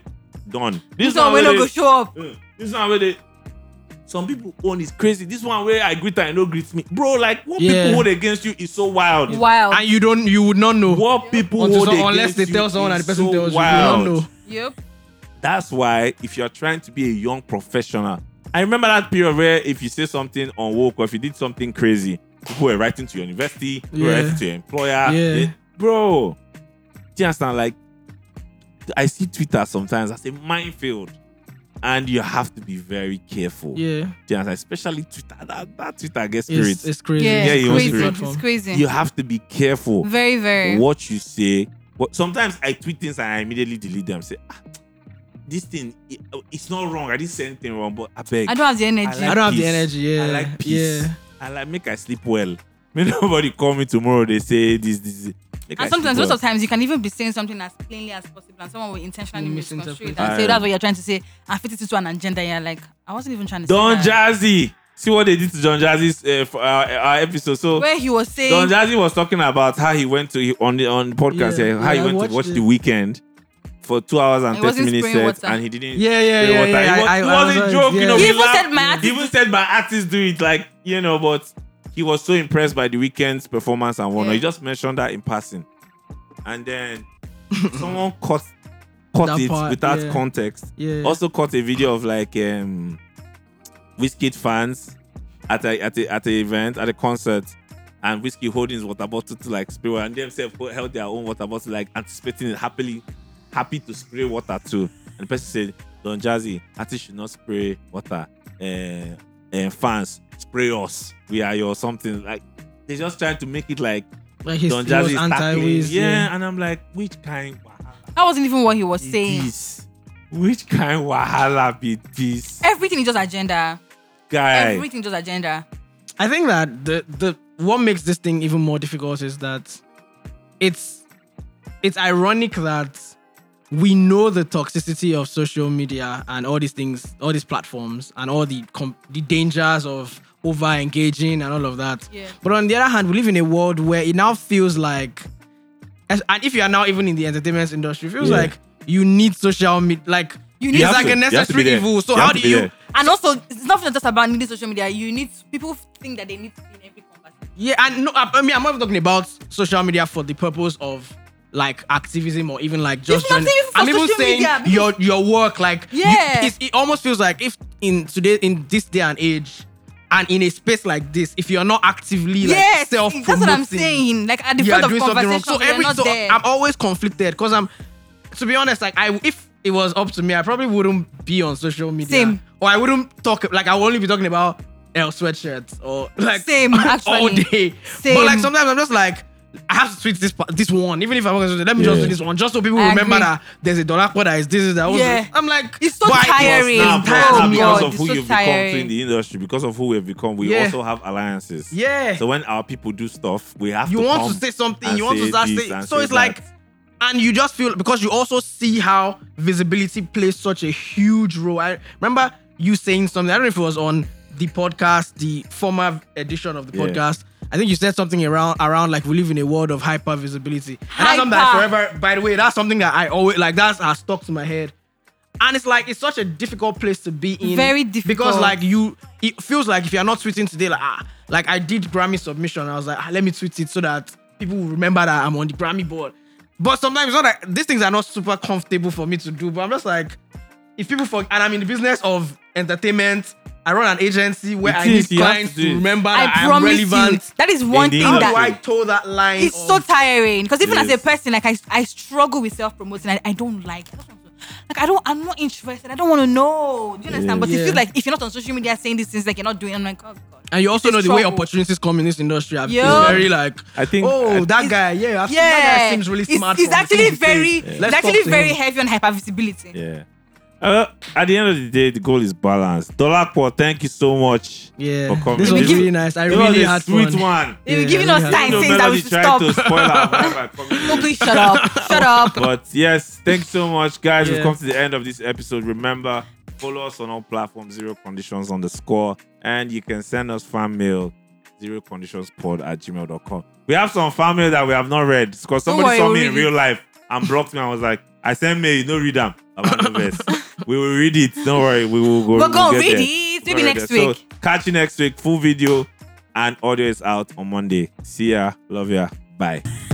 Speaker 1: done.
Speaker 3: This one will
Speaker 1: where
Speaker 3: not
Speaker 1: they-
Speaker 3: go show up.
Speaker 1: Mm. This one where they some people own is crazy. This one where I greet her and no greet me. Bro, like what
Speaker 2: Yeah.
Speaker 1: people hold against you is so wild.
Speaker 3: Wow.
Speaker 2: And you don't. You would not know.
Speaker 1: What people
Speaker 2: Until
Speaker 1: hold
Speaker 2: so-
Speaker 1: against
Speaker 2: unless they
Speaker 1: you
Speaker 2: tell someone
Speaker 1: is
Speaker 2: and the person
Speaker 1: so
Speaker 2: tells you, you
Speaker 1: wild.
Speaker 2: don't know.
Speaker 3: Yep.
Speaker 1: That's why if you're trying to be a young professional, I remember that period where if you say something on woke or if you did something crazy, people were writing to your university, people were
Speaker 2: Yeah.
Speaker 1: writing to your employer.
Speaker 2: Yeah.
Speaker 1: They- bro, do you understand? Like, I see Twitter sometimes as a minefield, and you have to be very careful.
Speaker 2: Yeah.
Speaker 1: Do you understand? Especially Twitter. That, that Twitter gets spirit.
Speaker 2: It's, it's crazy.
Speaker 3: Yeah,
Speaker 1: Yeah,
Speaker 3: it's
Speaker 1: you want
Speaker 3: crazy.
Speaker 1: to-
Speaker 3: It's crazy.
Speaker 1: you have to be careful
Speaker 3: Very, very.
Speaker 1: what you say. But sometimes I tweet things and I immediately delete them. Say, ah, this thing, it- oh, it's not wrong. I didn't say anything wrong, but I beg.
Speaker 3: I don't have the energy.
Speaker 2: I don't have the
Speaker 1: peace.
Speaker 2: energy. Yeah.
Speaker 1: I like peace.
Speaker 2: Yeah.
Speaker 1: I like make I sleep well. May nobody call me tomorrow. They say this, this. this. Make I
Speaker 3: and sometimes,
Speaker 1: sleep
Speaker 3: most of times, you can even be saying something as plainly as possible, and someone will intentionally
Speaker 2: Mm,
Speaker 3: misconstrue it
Speaker 2: misinterpret.
Speaker 3: and say
Speaker 1: Aye.
Speaker 3: that's what you're trying to say, and fit it into an agenda. And you're like, I wasn't even trying to
Speaker 1: well. Don
Speaker 3: say that.
Speaker 1: Jazzy. See what they did to Don Jazzy's uh, for our, our episode. So
Speaker 3: Where he was
Speaker 1: Don
Speaker 3: saying,
Speaker 1: Jazzy was talking about how he went to on the on the podcast
Speaker 2: Yeah,
Speaker 1: eh, how
Speaker 2: yeah, I
Speaker 1: he went
Speaker 2: watched
Speaker 1: to watch
Speaker 2: it.
Speaker 1: the weekend for two hours and
Speaker 3: He
Speaker 1: 30
Speaker 3: wasn't
Speaker 1: minutes
Speaker 3: spraying
Speaker 1: set,
Speaker 3: water.
Speaker 1: and he didn't
Speaker 2: Yeah, yeah,
Speaker 1: spray
Speaker 2: yeah,
Speaker 1: water.
Speaker 2: yeah,
Speaker 1: He,
Speaker 2: I-
Speaker 1: was,
Speaker 2: I- I
Speaker 1: he wasn't
Speaker 2: was
Speaker 1: joking.
Speaker 2: like,
Speaker 1: you know,
Speaker 2: yeah.
Speaker 1: we
Speaker 3: He even
Speaker 1: laughed.
Speaker 3: said my
Speaker 1: He
Speaker 3: artist-
Speaker 1: even said my artists do it, like, you know, but he was so impressed by the weekend's performance and whatnot.
Speaker 3: Yeah.
Speaker 1: He just mentioned that in passing. And then someone cut cut
Speaker 2: That
Speaker 1: it
Speaker 2: part,
Speaker 1: without
Speaker 2: yeah.
Speaker 1: context.
Speaker 2: Yeah.
Speaker 1: Also caught a video of like um Whiskey fans at a at a at a event at a concert and Whiskey holding his water bottle to like spray water and themselves held- held their own water bottle like anticipating it happily happy to spray water too. And the person said, Don Jazzy, artists should not spray water. Uh, uh, fans, spray us. We are your something. Like they're just trying to make it like
Speaker 2: like his,
Speaker 1: Don
Speaker 2: he was
Speaker 1: Jazzy is
Speaker 2: anti
Speaker 1: tackling.
Speaker 2: Wiz.
Speaker 1: Yeah, and I'm like, which kind wahala
Speaker 3: That wasn't even what he was
Speaker 1: be
Speaker 3: saying.
Speaker 1: this? Which kind wahala be this?
Speaker 3: Everything is just agenda.
Speaker 1: Guy.
Speaker 3: Everything is just agenda.
Speaker 2: I think that the the what makes this thing even more difficult is that it's it's ironic that we know the toxicity of social media and all these things, all these platforms, and all the com- the dangers of over engaging and all of that.
Speaker 3: Yeah.
Speaker 2: But on the other hand, we live in a world where it now feels like, and if you are now even in the entertainment industry, it feels
Speaker 1: Yeah.
Speaker 2: like you need social media. Like you it's
Speaker 3: need- You have
Speaker 2: like
Speaker 1: to-
Speaker 2: a
Speaker 1: you have to be
Speaker 2: necessary
Speaker 1: there.
Speaker 2: evil. So
Speaker 1: You
Speaker 2: how
Speaker 1: have to
Speaker 2: do
Speaker 1: be
Speaker 2: you?
Speaker 1: there.
Speaker 3: And also, it's not just about needing social media. You need people think that they need to be in every conversation.
Speaker 2: Yeah, and no, I, I mean, I'm not even talking about social media for the purpose of like activism or even like just.
Speaker 3: Even not even for
Speaker 2: I'm even
Speaker 3: social
Speaker 2: saying
Speaker 3: media,
Speaker 2: your your work, like you-
Speaker 3: Yeah.
Speaker 2: it's- it almost feels like if in today in this day and age, and in a space like this, if you're not actively like
Speaker 3: yes,
Speaker 2: self
Speaker 3: that's
Speaker 2: promoting,
Speaker 3: what I'm saying. Like at the
Speaker 2: you are
Speaker 3: front of
Speaker 2: doing something wrong.
Speaker 3: conversations,
Speaker 2: So
Speaker 3: we are
Speaker 2: every
Speaker 3: not
Speaker 2: so
Speaker 3: there.
Speaker 2: I'm always conflicted because I'm, to be honest, like I if it was up to me, I probably wouldn't be on social media,
Speaker 3: Same.
Speaker 2: or I wouldn't talk like I would only be talking about L sweatshirts or like
Speaker 3: Same,
Speaker 2: all
Speaker 3: actually.
Speaker 2: day. But
Speaker 3: Same.
Speaker 2: like sometimes I'm just like. I have to tweet this pa- this one, even if I'm not going to. Let me just
Speaker 1: Yeah.
Speaker 2: do this one, just so people
Speaker 3: I
Speaker 2: remember
Speaker 3: agree.
Speaker 2: that there's a dollar quota. Is this is that?
Speaker 3: Yeah.
Speaker 2: I'm like,
Speaker 3: It's so
Speaker 2: why?
Speaker 3: tiring.
Speaker 1: now,
Speaker 3: It's
Speaker 1: plus,
Speaker 3: tiring.
Speaker 1: now
Speaker 3: Oh
Speaker 1: because
Speaker 3: God,
Speaker 1: of
Speaker 3: it's
Speaker 1: who
Speaker 3: so
Speaker 1: you've become to
Speaker 3: tiring.
Speaker 1: in the industry, because of who we've become, we
Speaker 2: Yeah.
Speaker 1: also have alliances.
Speaker 2: Yeah.
Speaker 1: So when our people do stuff, we have
Speaker 2: you
Speaker 1: to
Speaker 2: want to
Speaker 1: come
Speaker 2: say something,
Speaker 1: and
Speaker 2: you want to start
Speaker 1: this
Speaker 2: saying.
Speaker 1: and
Speaker 2: So
Speaker 1: say
Speaker 2: it's
Speaker 1: that.
Speaker 2: like, and you just feel because you also see how visibility plays such a huge role. I remember you saying something. I don't know if it was on the podcast, the former edition of the
Speaker 1: Yeah.
Speaker 2: podcast. I think you said something around around like we live in a world of hyper visibility. And that's something that
Speaker 3: Hyper.
Speaker 2: forever. By the way, that's something that I always like. That's has stuck to my head. And it's like it's such a difficult place to be in.
Speaker 3: Very
Speaker 2: Because
Speaker 3: difficult.
Speaker 2: like you, it feels like if you're not tweeting today, like ah, like I did Grammy submission. I was like, ah, let me tweet it so that people will remember that I'm on the Grammy board. But sometimes it's not like these things are not super comfortable for me to do. But I'm just like, if people for and I'm in the business of entertainment, I run an agency where
Speaker 1: It
Speaker 2: I
Speaker 1: is,
Speaker 2: need
Speaker 1: you have
Speaker 2: clients
Speaker 1: to do
Speaker 2: to
Speaker 1: it.
Speaker 2: remember
Speaker 3: I
Speaker 2: that I'm
Speaker 3: promise you,
Speaker 2: relevant.
Speaker 3: that is one
Speaker 1: Indeed.
Speaker 3: thing
Speaker 1: How
Speaker 2: How
Speaker 1: do
Speaker 2: do
Speaker 3: that
Speaker 2: I toe that line?
Speaker 3: It's so
Speaker 2: of-
Speaker 3: tiring because even as
Speaker 1: Yes.
Speaker 3: a person, like I, I struggle with self promoting. I, I don't like. I don't want to- Like I don't, I'm not interested. I don't want to know. Do you understand? But
Speaker 2: Yeah.
Speaker 3: it feels like if you're not on social media saying these things, like you're not doing. I'm like, oh god.
Speaker 2: And you also
Speaker 3: It's
Speaker 2: know the way
Speaker 3: trouble.
Speaker 2: opportunities come in this industry. I've
Speaker 3: Yeah.
Speaker 2: It's very like,
Speaker 1: I think-
Speaker 2: oh,
Speaker 1: I-
Speaker 2: that guy, yeah, I've seen that guy seems really
Speaker 3: It's-
Speaker 2: smart.
Speaker 3: It's,
Speaker 2: from the
Speaker 3: actually
Speaker 2: things he says.
Speaker 3: very,
Speaker 2: Let's
Speaker 3: it's actually
Speaker 2: talk to
Speaker 3: very
Speaker 2: him.
Speaker 3: heavy on hypervisibility.
Speaker 1: Yeah. Uh, at the end of the day, the goal is balance. Dolakpo, thank you so much
Speaker 2: Yeah,
Speaker 1: for coming.
Speaker 2: this was
Speaker 3: Give-
Speaker 2: really nice. I
Speaker 1: this was
Speaker 2: really
Speaker 1: a
Speaker 2: had
Speaker 1: sweet
Speaker 2: fun.
Speaker 1: one.
Speaker 3: They were
Speaker 2: Yeah,
Speaker 3: giving
Speaker 2: we
Speaker 3: us
Speaker 2: have-
Speaker 1: You
Speaker 3: signs
Speaker 1: know,
Speaker 3: saying that we
Speaker 1: Melody
Speaker 3: should
Speaker 1: tried
Speaker 3: stop.
Speaker 1: to spoil our vibe by coming in.
Speaker 3: No, please shut up. Shut up.
Speaker 1: But yes, thanks so much, guys. We've
Speaker 2: Yeah.
Speaker 1: come to the end of this episode. Remember, follow us on all platforms, zero conditions underscore, and you can send us fan mail, zero conditions pod at gmail.com. We have some fan mail that we have not read because
Speaker 3: Don't
Speaker 1: somebody
Speaker 3: worry,
Speaker 1: saw
Speaker 3: we'll
Speaker 1: me in
Speaker 3: read it.
Speaker 1: real life and blocked me. I was like, I sent mail, you don't read them. I'm out of verse. We will read it. Don't worry, we will go.
Speaker 3: We're gonna
Speaker 1: we'll get
Speaker 3: read
Speaker 1: there.
Speaker 3: it.
Speaker 1: We'll
Speaker 3: Maybe
Speaker 1: get
Speaker 3: next
Speaker 1: there.
Speaker 3: week.
Speaker 1: So, catch you next week. Full video and audio is out on Monday. See ya. Love ya. Bye.